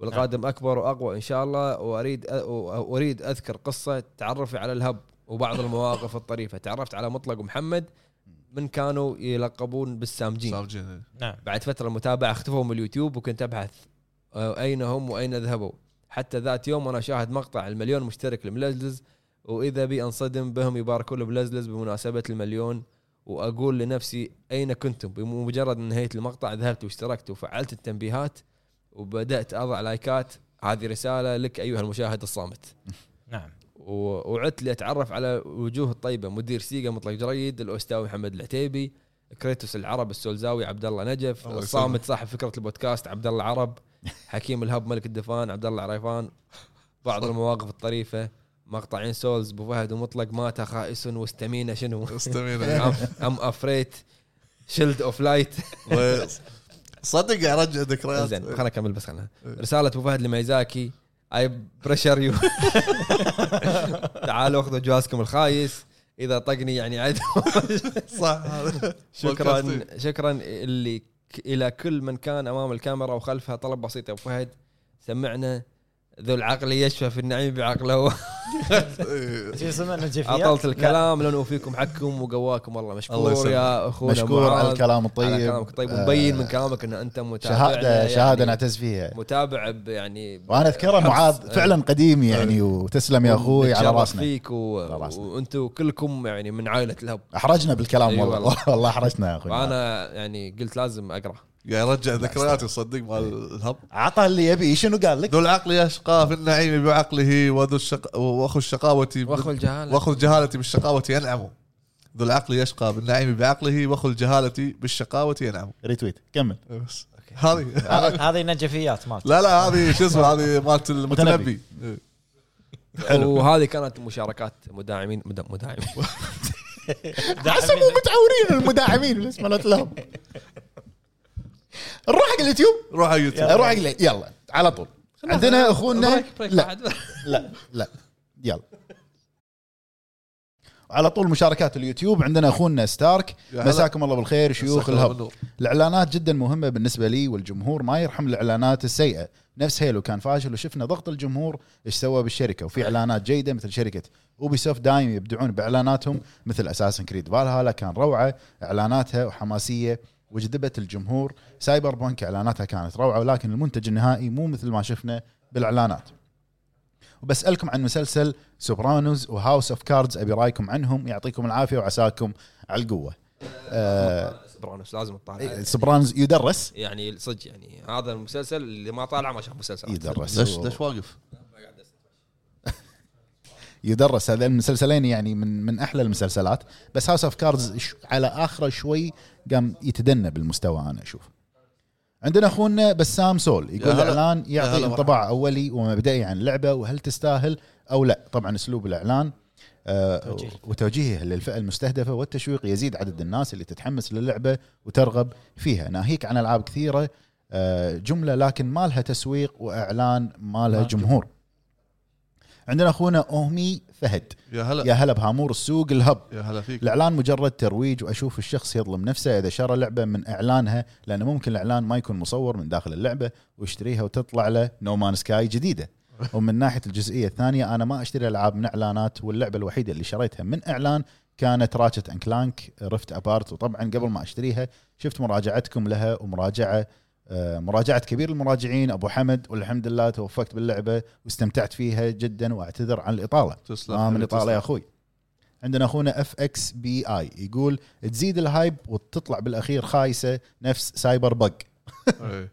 والقادم اكبر واقوى ان شاء الله واريد أ- و- اريد اذكر قصه تعرفي على الهب وبعض المواقف الطريفه تعرفت على مطلق محمد من كانوا يلقبون بالسامجين سامجين نعم بعد فترة متابعة اختفوا من اليوتيوب وكنت أبحث آه، أين هم وأين ذهبوا حتى ذات يوم وأنا شاهد مقطع المليون مشترك لملزلز وإذا بي أنصدم بهم يباركوا لملزلز بمناسبة المليون وأقول لنفسي أين كنتم بمجرد نهاية المقطع ذهبت واشتركت وفعلت التنبيهات وبدأت أضع لايكات هذه رسالة لك أيها المشاهد الصامت نعم أه. و- وعدت لاتعرف على وجوه الطيبه مدير سيجا مطلق جريد الاوستاوي محمد العتيبي كريتوس العرب السولزاوي عبد الله نجف الله الصامت يسلمك. صاحب فكره البودكاست عبد الله عرب حكيم الهب ملك الدفان عبد الله عريفان بعض المواقف الطريفه مقطعين سولز ابو فهد ومطلق مات خائس واستمينا [laughs] شنو استمينا [laughs] ام ام افريت شيلد اوف لايت صدق ارجع آه، ذكريات زين خليني اكمل بس عنها إيه. رساله ابو فهد لميزاكي اي بريشر [laughs] يو تعالوا اخذوا جوازكم الخايس اذا طقني يعني [laughs] عدو صح [laughs] هذا شكرا شكرا اللي ك- الى كل من كان امام الكاميرا وخلفها طلب بسيط يا ابو فهد سمعنا ذو العقل يشفى في النعيم [laughs] بعقله إيه. شو اسمه الجيفيات؟ اطلت الكلام لن اوفيكم حقكم وقواكم والله الله مشكور يسلمك. يا اخونا مشكور على معاذ. الكلام الطيب على كلامك طيب آه، مبين من كلامك ان انت متابع شهاده شهاده نعتز فيها يعني متابع ب- يعني وانا اذكره معاذ فعلا قديم يعني وتسلم يا اخوي على ونتشرف راسنا فيك و... على راسنا. وانتم كلكم يعني من عائله الهب احرجنا بالكلام أي والله والله. [laughs] والله احرجنا يا اخوي فانا يعني قلت لازم اقرا قاعد يرجع ذكرياتي صدق مال الهب عطى اللي يبي شنو قال لك ذو العقل يشقى في النعيم بعقله وذو الشق... واخو الشقاوة واخو الجهاله واخو الجهالة بالشقاوة ينعم ذو العقل يشقى بالنعيم بعقله واخو الجهالة بالشقاوة ينعم ريتويت كمل بس هذه [laughs] هذه- هذه نجفيات مالت لا لا هذه شو اسمه هذه مالت المتنبي إيه. وهذه كانت مشاركات مداعمين مد- مداعمين حسب مو متعورين المداعمين بس مالت لهم نروح حق اليوتيوب روح أيوة. على يوتيوب نروح حق ال- يلا على طول عندنا اخونا بريك- بريك لا بعد. لا لا يلا على طول مشاركات اليوتيوب عندنا اخونا ستارك يا هلا. مساكم الله بالخير شيوخ مساك الله الهب بالنور. الاعلانات جدا مهمه بالنسبه لي والجمهور ما يرحم الاعلانات السيئه نفس هيلو كان فاشل وشفنا ضغط الجمهور ايش سوى بالشركه وفي اعلانات جيده مثل شركه اوبيسوفت دايم يبدعون باعلاناتهم مثل اساسن كريد فالهالا كان روعه اعلاناتها وحماسيه وجذبت الجمهور سايبر بانك اعلاناتها كانت روعه ولكن المنتج النهائي مو مثل ما شفنا بالاعلانات وبسالكم عن مسلسل سوبرانوز وهاوس اوف كاردز ابي رايكم عنهم يعطيكم العافيه وعساكم على القوه [laughs] آه سوبرانوس لازم تطالع إيه، سوبرانوز يدرس يعني صدق يعني هذا المسلسل اللي ما طالع ما شاف مسلسل يدرس ليش ليش واقف؟ يدرس هذا المسلسلين يعني من من احلى المسلسلات بس هاوس اوف كاردز على اخره شوي قام يتدنى بالمستوى انا اشوف عندنا اخونا بسام سول يا يقول هلا. الاعلان يا يعطي هلا انطباع اولي ومبدئي عن اللعبه وهل تستاهل او لا طبعا اسلوب الاعلان آه توجيه. وتوجيهه للفئه المستهدفه والتشويق يزيد عدد الناس اللي تتحمس للعبه وترغب فيها ناهيك عن العاب كثيره آه جمله لكن ما لها تسويق واعلان ما لها ما- جمهور عندنا اخونا اومي فهد يا هلا يا هلا بهامور السوق الهب يا هلا فيك الاعلان مجرد ترويج واشوف الشخص يظلم نفسه اذا شرى لعبه من اعلانها لانه ممكن الاعلان ما يكون مصور من داخل اللعبه ويشتريها وتطلع له نومان سكاي جديده ومن ناحيه الجزئيه الثانيه انا ما اشتري العاب من اعلانات واللعبه الوحيده اللي شريتها من اعلان كانت راتشت ان كلانك رفت ابارت وطبعا قبل ما اشتريها شفت مراجعتكم لها ومراجعه آه، مراجعه كبير المراجعين ابو حمد والحمد لله توفقت باللعبه واستمتعت فيها جدا واعتذر عن الاطاله تسلم ما آه، من حبيبي، الاطاله يا تسلم. اخوي عندنا اخونا اف اكس بي اي يقول تزيد الهايب وتطلع بالاخير خايسه نفس سايبر بق إيه.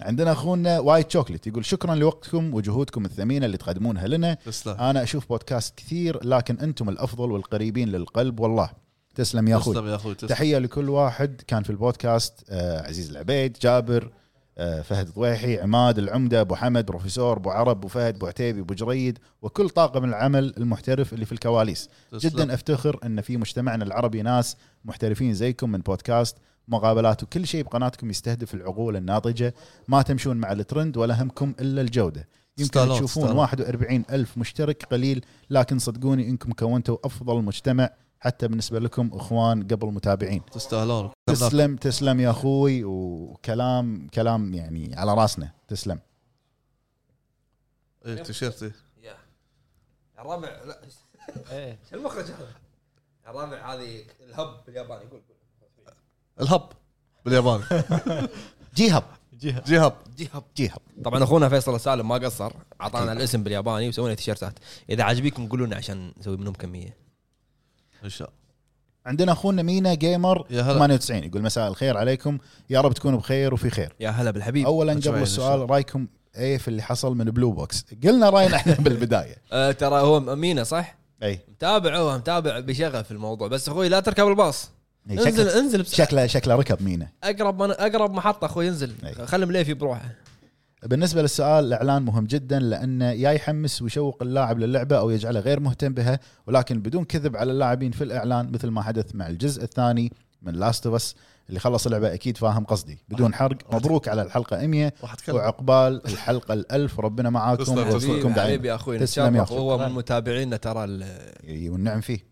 عندنا اخونا وايت شوكلت يقول شكرا لوقتكم وجهودكم الثمينه اللي تقدمونها لنا تسلم انا اشوف بودكاست كثير لكن انتم الافضل والقريبين للقلب والله تسلم يا اخوي تسلم يا اخوي تسلم تحيه لكل واحد كان في البودكاست آه، عزيز العبيد جابر آه، فهد ضويحي عماد العمده ابو حمد بروفيسور ابو عرب ابو فهد ابو عتيبي ابو جريد وكل طاقم العمل المحترف اللي في الكواليس تسلم. جدا افتخر ان في مجتمعنا العربي ناس محترفين زيكم من بودكاست مقابلات وكل شيء بقناتكم يستهدف العقول الناضجه ما تمشون مع الترند ولا همكم الا الجوده يمكن ستالون، تشوفون ستالون. 41 ألف مشترك قليل لكن صدقوني انكم كونتوا افضل مجتمع حتى بالنسبه لكم اخوان قبل متابعين تستاهلون تسلم تسلم يا اخوي وكلام كلام يعني على راسنا تسلم إيه، تيشيرتي يا الرابع لا إيه. شو المخرج هذا؟ الرابع هذه الهب بالياباني يقول الهب بالياباني جي هب جهه جي هب جي هب جي هب طبعا اخونا فيصل السالم ما قصر اعطانا الاسم بالياباني وسوينا تيشيرتات اذا عجبيكم قولوا لنا عشان نسوي منهم كميه ان شاء الله عندنا اخونا مينا جيمر يا هلا. 98 يقول مساء الخير عليكم يا رب تكونوا بخير وفي خير يا هلا بالحبيب اولا متشوقين إن قبل شاء السؤال الله. رايكم ايه في اللي حصل من بلو بوكس قلنا راينا احنا بالبدايه أه ترى هو مينا صح؟ اي متابع هو متابع بشغف الموضوع بس اخوي لا تركب الباص أي، انزل إيه، شكله انزل بس شكله شكله ركب مينا اقرب من اقرب محطه اخوي أي. انزل خلي مليفي بروحه بالنسبه للسؤال الاعلان مهم جدا لانه يا يحمس ويشوق اللاعب للعبه او يجعله غير مهتم بها ولكن بدون كذب على اللاعبين في الاعلان مثل ما حدث مع الجزء الثاني من لاست اوف اس اللي خلص اللعبه اكيد فاهم قصدي بدون حرق مبروك على الحلقه 100 راح اتكلم وعقبال الحلقه الألف وربنا معاكم تسلم، تسلم. ويرزقكم حبيبي دعم حبيبي يا اخوي تسلم يا نتشرف أخوي. وهو من متابعينا ترى ال- اي والنعم فيه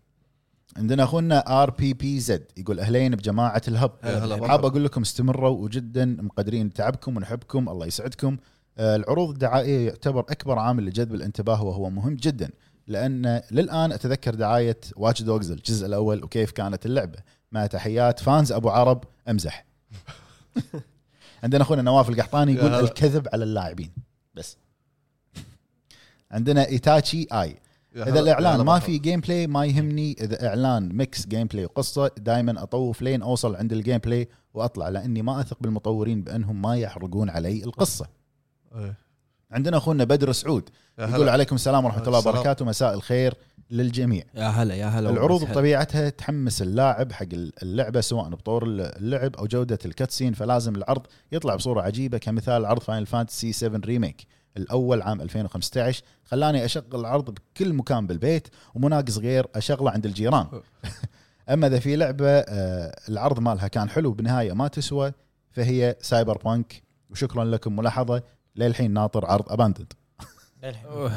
عندنا اخونا ار بي بي زد يقول اهلين بجماعه الهب يعني هلا هلا. حاب اقول لكم استمروا وجدا مقدرين تعبكم ونحبكم الله يسعدكم آه، العروض الدعائيه يعتبر اكبر عامل لجذب الانتباه وهو مهم جدا لان للان اتذكر دعايه واتش دوجز الجزء الاول وكيف كانت اللعبه مع تحيات فانز ابو عرب امزح [laughs] عندنا اخونا نواف القحطاني يقول يا هلا. الكذب على اللاعبين بس عندنا ايتاتشي اي يا هلا. اذا الاعلان يا ما هلا في جيم بلاي ما يهمني اذا اعلان ميكس جيم بلاي وقصه دائما اطوف لين اوصل عند الجيم بلاي واطلع لاني ما اثق بالمطورين بانهم ما يحرقون علي القصه إيه. عندنا اخونا بدر سعود يا هلا. يقول عليكم السلام ورحمه الله السلام. وبركاته مساء الخير للجميع يا هلا يا هلا العروض والله. بطبيعتها تحمس اللاعب حق اللعبه سواء بطور اللعب او جوده الكاتسين فلازم العرض يطلع بصوره عجيبه كمثال عرض فاينل فانتسي 7 ريميك الاول عام 2015 خلاني اشغل العرض بكل مكان بالبيت ومناقص غير اشغله عند الجيران [laughs] اما اذا في لعبه آه، العرض مالها كان حلو بالنهايه ما تسوى فهي سايبر بانك وشكرا لكم ملاحظه للحين ناطر عرض اباندد أوه.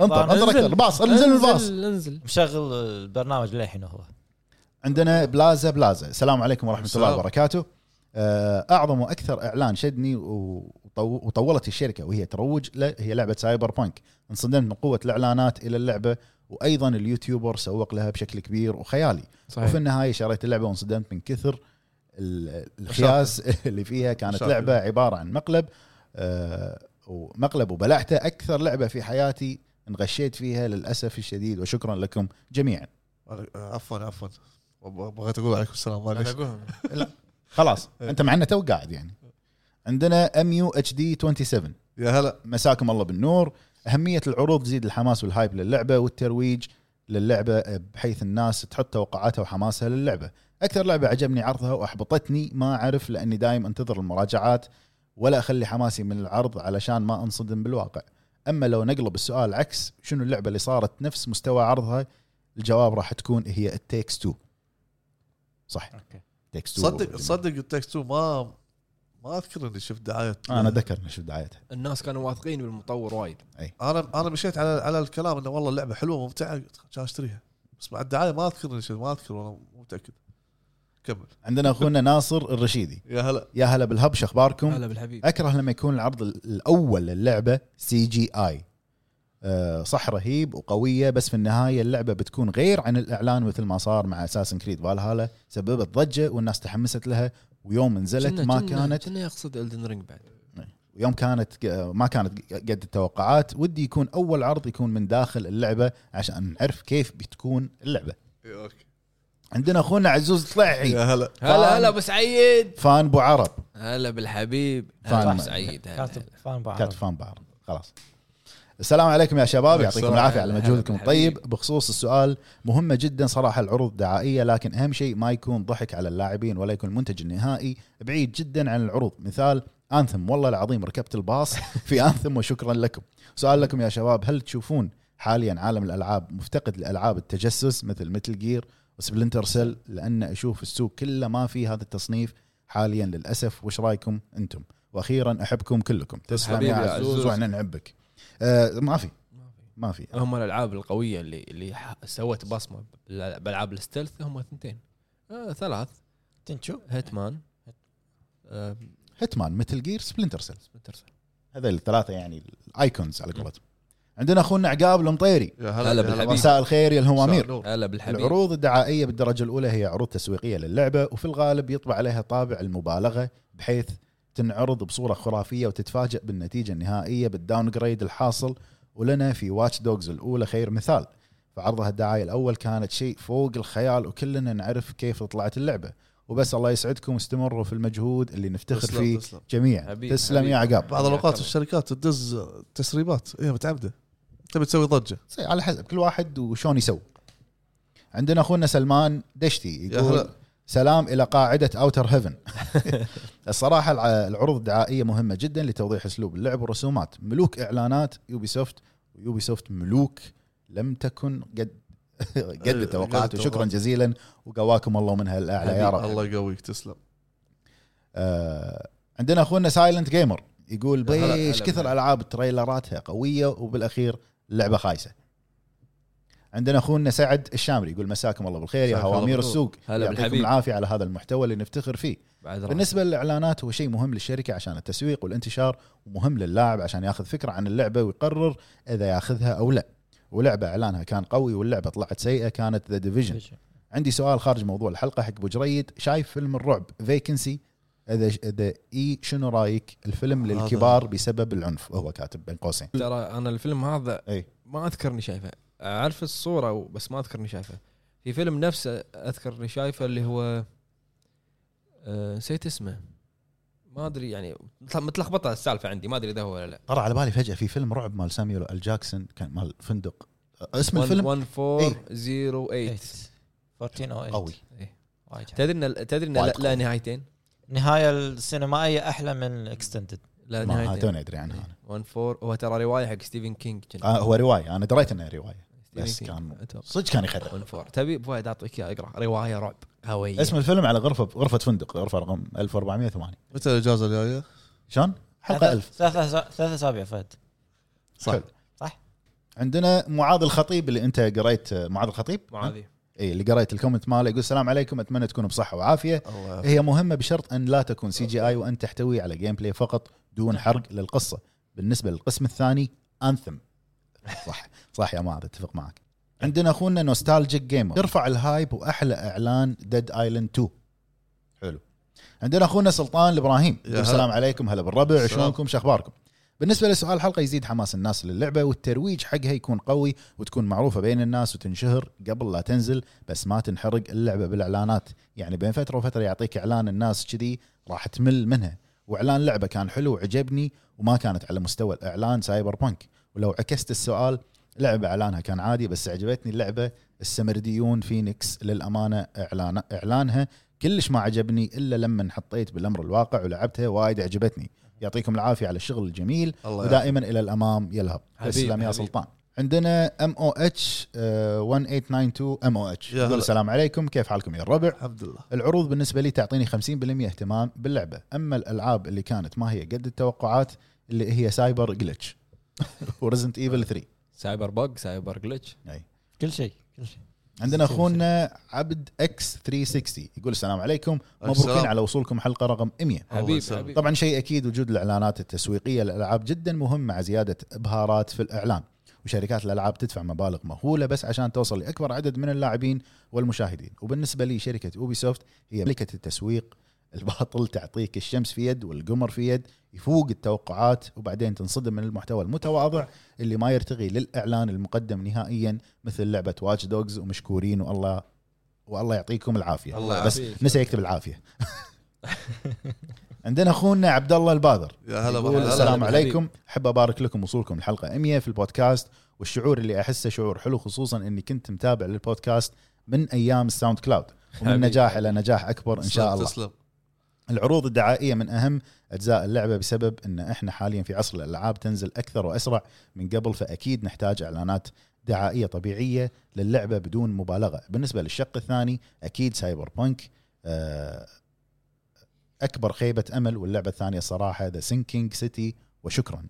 انطر انطر انزل. اكثر الباص انزل الباص انزل مشغل البرنامج للحين هو عندنا بلازا بلازا السلام عليكم ورحمه السلام. الله وبركاته آه، اعظم واكثر اعلان شدني وطو- وطولت الشركه وهي تروج له هي لعبه سايبر بانك انصدمت من قوه الاعلانات الى اللعبه وايضا اليوتيوبر سوق لها بشكل كبير وخيالي وفي صحيح النهايه شريت اللعبه وانصدمت من كثر ال- الخياس [laughs] اللي فيها كانت مشاكل. لعبه عباره عن مقلب آه، ومقلب وبلعته اكثر لعبه في حياتي انغشيت فيها للاسف الشديد وشكرا لكم جميعا أنا- عفوا عفوا وب- بغيت اقول عليكم السلام معليش خلاص انت معنا تو قاعد يعني عندنا ام يو اتش دي 27 يا هلا مساكم الله بالنور اهميه العروض تزيد الحماس والهايب للعبه والترويج للعبه بحيث الناس تحط توقعاتها وحماسها للعبه اكثر لعبه عجبني عرضها واحبطتني ما اعرف لاني دايم انتظر المراجعات ولا اخلي حماسي من العرض علشان ما انصدم بالواقع اما لو نقلب السؤال العكس شنو اللعبه اللي صارت نفس مستوى عرضها الجواب راح تكون هي التيكس 2 صح اوكي تيكس 2 صدق صدق التكست ما ما اذكر اني شفت دعايه انا اذكر شفت دعايتها الناس كانوا واثقين بالمطور وايد انا انا مشيت على على الكلام انه والله اللعبه حلوه ممتعه كان اشتريها بس مع الدعايه ما اذكر اني شفت ما اذكر وانا مو متاكد كمل عندنا اخونا ناصر الرشيدي يا هلا يا هلا بالهب شخباركم هلا بالحبيب اكره لما يكون العرض ال- الاول للعبه سي جي اي صح رهيب وقويه بس في النهايه اللعبه بتكون غير عن الاعلان مثل ما صار مع اساسن كريد فالهالا سببت ضجه والناس تحمست لها ويوم نزلت ما كانت كنا يقصد الدن رينج بعد يوم كانت ما كانت قد التوقعات ودي يكون اول عرض يكون من داخل اللعبه عشان نعرف كيف بتكون اللعبه إي، اوكي عندنا اخونا عزوز طلعي يا هلا هلا هلا ابو سعيد فان ابو عرب هلا بالحبيب فاهم. هلا ابو سعيد هلا. كاتب فان كاتب بعرف فان ابو عرب خلاص السلام عليكم يا شباب يعطيكم السلام. العافيه على هلا مجهودكم بالحبيب. الطيب بخصوص السؤال مهمه جدا صراحه العروض دعائيه لكن اهم شيء ما يكون ضحك على اللاعبين ولا يكون المنتج النهائي بعيد جدا عن العروض مثال انثم والله العظيم ركبت الباص في [laughs] انثم وشكرا لكم سؤال لكم يا شباب هل تشوفون حاليا عالم الالعاب مفتقد لالعاب التجسس مثل متل جير وسبلنتر سيل لان اشوف السوق كله ما في هذا التصنيف حاليا للاسف وش رايكم انتم واخيرا احبكم كلكم تسلم يا حبيبي يا عزوز عزوز. أه. واحنا نحبك آه ما في ما في هم الالعاب القويه اللي اللي ح- سوت بصمه بالألع- بالالعاب الستلث هم ثنتين آه ثلاث تنشو هيتمان آه هيتمان متل جير سبلنتر سيل سبنتر سيل. هذا الثلاثه يعني الايكونز على قولتهم عندنا اخونا عقاب المطيري يا هلا يا بالحبيب. مساء الخير يا مساء الهوامير النور. هلا بالحبيب العروض الدعائيه بالدرجه الاولى هي عروض تسويقيه للعبه وفي الغالب يطبع عليها طابع المبالغه بحيث تنعرض بصوره خرافيه وتتفاجئ بالنتيجه النهائيه بالداون جريد الحاصل ولنا في واتش دوجز الاولى خير مثال فعرضها الدعايه الاول كانت شيء فوق الخيال وكلنا نعرف كيف طلعت اللعبه وبس الله يسعدكم استمروا في المجهود اللي نفتخر تسلم، فيه تسلم. جميعا حبيب، تسلم حبيب. يا عقاب بعض الاوقات الشركات تدز تسريبات هي متعمده تبي تسوي ضجه زي- على حسب كل واحد وشون يسوي عندنا اخونا سلمان دشتي يا يقول هلا. سلام الى قاعده اوتر هيفن الصراحه الع- العروض الدعائيه مهمه جدا لتوضيح اسلوب اللعب والرسومات ملوك اعلانات يوبي سوفت ويوبي سوفت ملوك لم تكن قد [laughs] قد قد التوقعات وشكرا التوقعات. جزيلا وقواكم الله منها الاعلى يا رب الله يقويك تسلم آه، عندنا اخونا سايلنت جيمر يقول هلا- هلا بيش كثر بالله. العاب تريلراتها قويه وبالاخير اللعبه خايسه عندنا اخونا سعد الشامري يقول مساكم الله بالخير يا مساك الله هوامير بالنور. السوق هلا يعطيكم بالحبيب. العافيه على هذا المحتوى اللي نفتخر فيه بعد راح. بالنسبه للاعلانات هو شيء مهم للشركه عشان التسويق والانتشار ومهم للاعب عشان ياخذ فكره عن اللعبه ويقرر اذا ياخذها او لا ولعبه اعلانها كان قوي واللعبه طلعت سيئه كانت ذا ديفيجن عندي سؤال خارج موضوع الحلقه حق ابو جريد شايف فيلم الرعب فيكنسي اذا اذا اي شنو رايك الفيلم هذا- للكبار بسبب العنف هو كاتب بين قوسين ترى انا الفيلم هذا اي ما اذكرني شايفه اعرف الصوره و- بس ما اذكرني شايفه في فيلم نفسه اذكرني شايفه اللي هو آه، نسيت اسمه ما ادري يعني متل- متلخبطه السالفه عندي ما ادري اذا هو ولا لا طرى على بالي فجاه في فيلم رعب مال ساميول ال جاكسون كان مال فندق اسم الفيلم 1408 1408 قوي إيه. وايد حلو. تدري ان تدري ان وايد لا- لا نهايتين النهايه السينمائيه احلى من اكستندد لا ما نهايتين توني ادري عنها أنا. 14 هو ترى روايه حق ستيفن كينج كان. آه هو روايه انا دريت انها روايه ستيفن بس كينج، كان- أتوقع. صدق كان يخرع 14 تبي فوايد اعطيك اياها اقرا روايه رعب هويه اسم الفيلم على غرفه غرفه فندق غرفه رقم 1408 متى الاجازه الجايه؟ شلون؟ حلقه 1000 ثلاثة ثلاثة اسابيع فهد صح حلو. صح. عندنا معاذ الخطيب اللي انت قريت معاذ الخطيب معاذي اي اللي قريت الكومنت ماله يقول السلام عليكم اتمنى تكونوا بصحه وعافيه الله يعافيك. هي مهمه بشرط ان لا تكون سي جي اي وان تحتوي على جيم بلاي فقط دون نعم. حرق للقصه بالنسبه للقسم الثاني انثم صح صح يا معاذ اتفق معك عندنا اخونا نوستالجيك جيمر يرفع الهايب واحلى اعلان ديد ايلاند 2 حلو عندنا اخونا سلطان الابراهيم يا يقول هلا. السلام عليكم هلا بالربع السلام. شلونكم شخباركم بالنسبه لسؤال الحلقه يزيد حماس الناس للعبه والترويج حقها يكون قوي وتكون معروفه بين الناس وتنشهر قبل لا تنزل بس ما تنحرق اللعبه بالاعلانات يعني بين فتره وفتره يعطيك اعلان الناس كذي راح تمل منها واعلان لعبه كان حلو وعجبني وما كانت على مستوى الاعلان سايبر بانك ولو عكست السؤال لعبه اعلانها كان عادي بس عجبتني اللعبه السمرديون فينيكس للامانه اعلان اعلانها كلش ما عجبني الا لما انحطيت بالامر الواقع ولعبتها وايد عجبتني يعطيكم العافيه على الشغل الجميل الله يعافيك. ودائما الى الامام يلهب حبيب، تسلم يا حبيب. سلطان عندنا ام او اتش آه، 1892 ام او اتش يا هلا. السلام عليكم كيف حالكم يا الربع الحمد لله العروض بالنسبه لي تعطيني 50% اهتمام باللعبه اما الالعاب اللي كانت ما هي قد التوقعات اللي هي سايبر [laughs] جلتش ورزنت ايفل 3 سايبر بج سايبر جلتش أي. كل شيء كل شيء عندنا اخونا عبد اكس 360 يقول السلام عليكم مبروكين السلام. على وصولكم حلقه رقم 100 حبيب يسلمك. حبيب طبعا شيء اكيد وجود الاعلانات التسويقيه للالعاب جدا مهم مع زياده ابهارات في الاعلان وشركات الالعاب تدفع مبالغ مهوله بس عشان توصل لاكبر عدد من اللاعبين والمشاهدين وبالنسبه لي شركه اوبي سوفت هي ملكه التسويق الباطل تعطيك الشمس في يد والقمر في يد يفوق التوقعات وبعدين تنصدم من المحتوى المتواضع اللي ما يرتقي للاعلان المقدم نهائيا مثل لعبه واتش دوجز ومشكورين والله والله يعطيكم العافيه الله بس يعافيك. نسى يكتب العافيه [laughs] عندنا اخونا عبد الله البادر يا هلا يقول مرحبا. السلام هلا. عليكم احب ابارك لكم وصولكم الحلقه 100 في البودكاست والشعور اللي احسه شعور حلو خصوصا اني كنت متابع للبودكاست من ايام الساوند كلاود ومن حبيبي. نجاح الى نجاح اكبر ان شاء الله تسلم العروض الدعائيه من اهم اجزاء اللعبه بسبب ان احنا حاليا في عصر الالعاب تنزل اكثر واسرع من قبل فاكيد نحتاج اعلانات دعائيه طبيعيه للعبه بدون مبالغه بالنسبه للشق الثاني اكيد سايبر بانك آه، اكبر خيبه امل واللعبه الثانيه صراحه ذا سينكينج سيتي وشكرا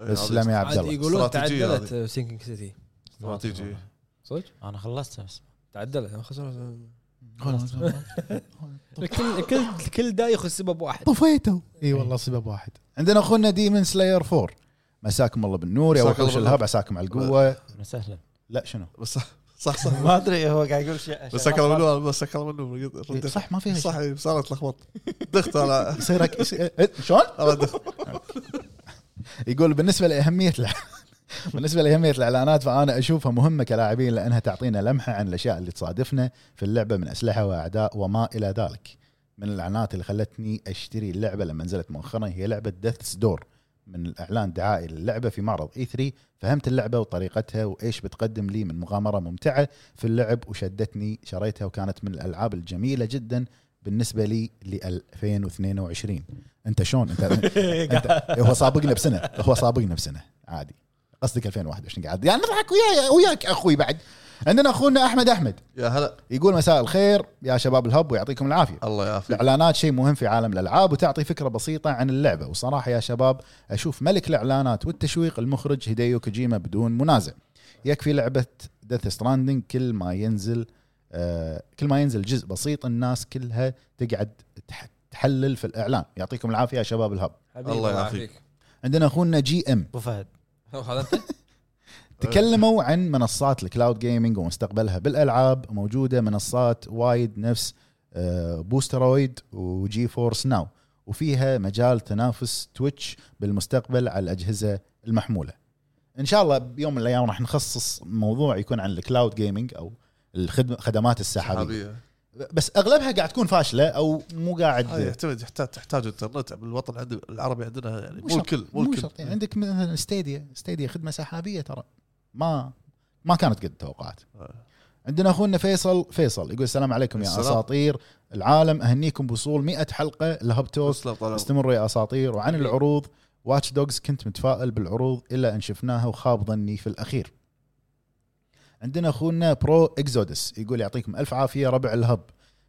إيه، تسلم يا عبد عاد [laughs] الله يقولون استراتيجية تعدلت سينكينج سيتي استراتيجي صدق انا خلصت بس تعدلت أنا خسرت كل كل كل دا ياخذ سبب واحد طفيته اي والله سبب واحد عندنا اخونا ديمن سلاير 4 مساكم الله بالنور يا مساك وحوش الله الهب بالنور. عساكم على القوه سهلا لا شنو بس صح صح [laughs] صح [laughs] ما ادري هو قاعد يقول شيء بس اكل منه بس اكل منه ردت. صح ما فيها شيء. صح إيه، صارت لخبطه دخت انا يصير أك- إيه، شلون؟ انا دخت يقول بالنسبه لاهميه الع- [laughs] بالنسبه لاهميه الاعلانات فانا اشوفها مهمه كلاعبين لانها تعطينا لمحه عن الاشياء اللي تصادفنا في اللعبه من اسلحه واعداء وما الى ذلك. من الاعلانات اللي خلتني اشتري اللعبه لما نزلت مؤخرا هي لعبه ديث دور من الاعلان الدعائي للعبه في معرض اي 3 فهمت اللعبه وطريقتها وايش بتقدم لي من مغامره ممتعه في اللعب وشدتني شريتها وكانت من الالعاب الجميله جدا بالنسبه لي ل 2022 انت شلون انت انت هو سابقنا بسنه هو سابقنا بسنه عادي قصدك 2021 قاعد يعني نضحك وياي وياك اخوي بعد عندنا اخونا احمد احمد يا هلا يقول مساء الخير يا شباب الهب ويعطيكم العافيه الله يعافيك الاعلانات شيء مهم في عالم الالعاب وتعطي فكره بسيطه عن اللعبه وصراحه يا شباب اشوف ملك الاعلانات والتشويق المخرج هيديو كوجيما بدون منازع يكفي لعبه ديث ستراندنج كل ما ينزل آه كل ما ينزل جزء بسيط الناس كلها تقعد تح- تحلل في الاعلان يعطيكم العافيه يا شباب الهب حبيبي الله يعافيك. عندنا اخونا جي ام ابو فهد هذا انت تكلموا عن منصات الكلاود جيمنج ومستقبلها بالالعاب موجوده منصات وايد نفس آه، بوسترويد وجي فورس ناو وفيها مجال تنافس تويتش بالمستقبل على الاجهزه المحموله ان شاء الله بيوم من الايام راح نخصص موضوع يكون عن الكلاود جيمنج او الخدمه خدمات السحابيه حبيبي بس اغلبها قاعد تكون فاشله او مو هاي قاعد يعتمد يحتاج تحتاج انترنت بالوطن عندنا العربي عندنا يعني مو شرط- الكل مو مو الكل شرط يعني عندك مثلا ستيديا ستيديا خدمه سحابيه ترى ما ما كانت قد التوقعات آه. عندنا اخونا فيصل فيصل يقول السلام عليكم يا السلام. اساطير العالم اهنيكم بوصول 100 حلقه لهب توست تسلم طال عمرك. استمروا يا اساطير وعن إيه. العروض واتش دوجز كنت متفائل بالعروض الا ان شفناها وخاب ظني في الاخير عندنا اخونا برو اكزودس يقول يعطيكم الف عافيه ربع الهب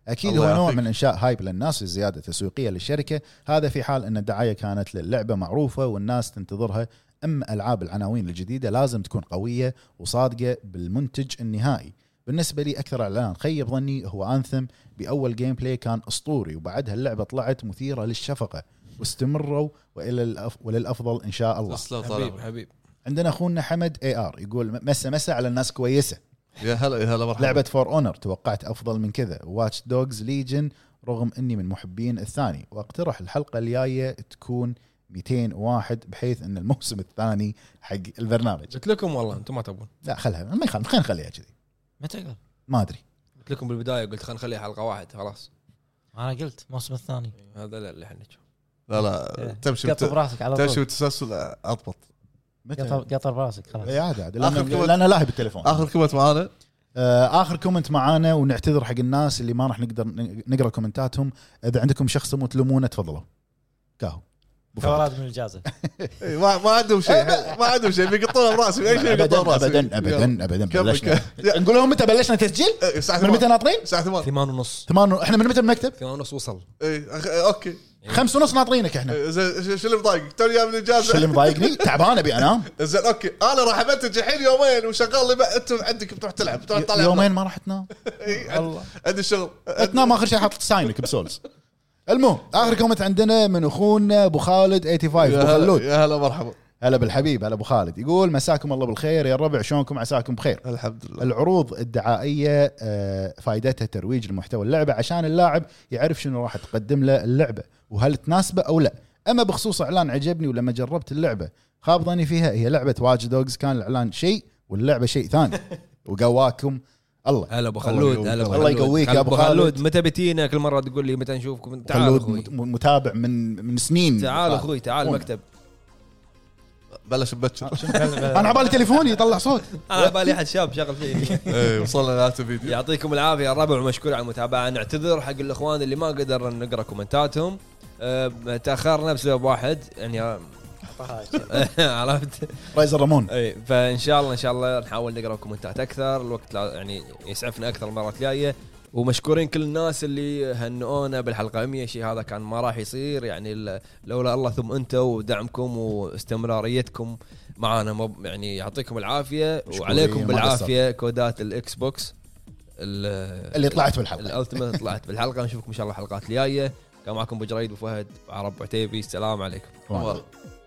اكيد الله هو نوع يعافيك. من انشاء هايب للناس لزياده تسويقيه للشركه هذا في حال ان الدعايه كانت للعبه معروفه والناس تنتظرها اما العاب العناوين الجديده لازم تكون قويه وصادقه بالمنتج النهائي بالنسبه لي اكثر اعلان خيب ظني هو انثم باول جيم بلاي كان اسطوري وبعدها اللعبه طلعت مثيره للشفقه واستمروا والى الأف... وللافضل ان شاء الله تسلم طال حبيب عمرك. حبيب عندنا اخونا حمد اي ار يقول مسا مسا على الناس كويسه يا هلا يا هلا مرحبا لعبه فور اونر توقعت افضل من كذا واتش دوجز ليجن رغم اني من محبين الثاني واقترح الحلقه الجايه تكون 201 بحيث ان الموسم الثاني حق البرنامج قلت لكم والله انتم ما تبون لا خلها ما يخالف خلينا نخليها كذي متى قال؟ ما ادري قلت لكم بالبدايه قلت خلينا نخليها حلقه واحد خلاص انا قلت الموسم الثاني هذا لا اللي احنا لا إيه. لا تمشي قطر بت- براسك على تمشي طول بالتسلسل اضبط متى قطر قطر براسك خلاص اي عادي عادي آخر لأن- كومنت. لان لاهي بالتليفون اخر كومنت معانا آه، اخر كومنت معانا ونعتذر حق الناس اللي ما راح نقدر ن- نقرا كومنتاتهم اذا عندكم شخص وتلومونه تفضلوا كاهو [laughs] أبو فهد. كورات من الاجازه إيه، ما ما عندهم شيء ما عندهم شيء بيقطونه براسي اي شيء ابدا يقطونه براسي ابدا ابدا ابدا كمل، بلشنا كمل. [laughs] نقول لهم متى بلشنا تسجيل؟ إيه، الساعه من متى 8 ناطرين؟ الساعه 8 ثمان ونص ثمان احنا من متى المكتب؟ ثمان ونص وصل إيه، أخ- إيه، اوكي خمس ونص ناطرينك احنا إيه، زين شو- شو اللي مضايقك؟ توني جاي من شو اللي الاجازه مضايقني؟ تعبان ابي انام زين اوكي انا راح امنتج الحين يومين وشغال لي بقى. انت عندك بتروح تلعب بتروح تطلع يومين ما راح تنام إيه، عندي- عندي شغل تنام اخر شيء حاط ساينك بسولز المهم اخر كومنت عندنا من اخونا ابو خالد 85 يا ابو خلود هلا يا هلا مرحبا هلا بالحبيب هلا ابو خالد يقول مساكم الله بالخير يا الربع شلونكم عساكم بخير الحمد لله العروض الدعائيه آه، فائدتها ترويج لمحتوى اللعبه عشان اللاعب يعرف شنو راح تقدم له اللعبه وهل تناسبه او لا اما بخصوص اعلان عجبني ولما جربت اللعبه خاب ظني فيها هي لعبه واج دوجز كان الاعلان شيء واللعبه شيء [laughs] ثاني وقواكم الله هلا ابو الله خلود يقويك. هلا أبو الله خلود. يقويك يا أبو خالد. متى بتينا كل مره تقول لي متى نشوفكم تعال خلود اخوي مت- متابع من من سنين تعال اخوي تعال قوم. المكتب بلش مبكر انا على بالي تليفوني يطلع [laughs] صوت انا بالي احد شاب شغل [laughs] فيه اي إيه، وصلنا لنهايه الفيديو يعطيكم العافيه يا الربع ومشكور على المتابعه نعتذر حق الاخوان اللي ما قدرنا نقرا كومنتاتهم أه، تاخرنا بسبب واحد يعني [laughs] أه، عرفت رايزر رامون اي فان شاء الله ان شاء الله نحاول نقرا كومنتات اكثر الوقت لا- يعني يسعفنا اكثر المرات الجايه ومشكورين كل الناس اللي هنئونا بالحلقه 100 شيء هذا كان ما راح يصير يعني ال- لولا الله ثم انتم ودعمكم واستمراريتكم معانا مب- يعني يعطيكم العافيه مشكورين، وعليكم ما بالعافيه كودات الاكس بوكس ال- اللي طلعت بالحلقه الالتيميت طلعت بالحلقه نشوفكم ان شاء الله الحلقات الجايه كان معكم ابو جريد وفهد عرب عتيبي السلام عليكم طبعاً.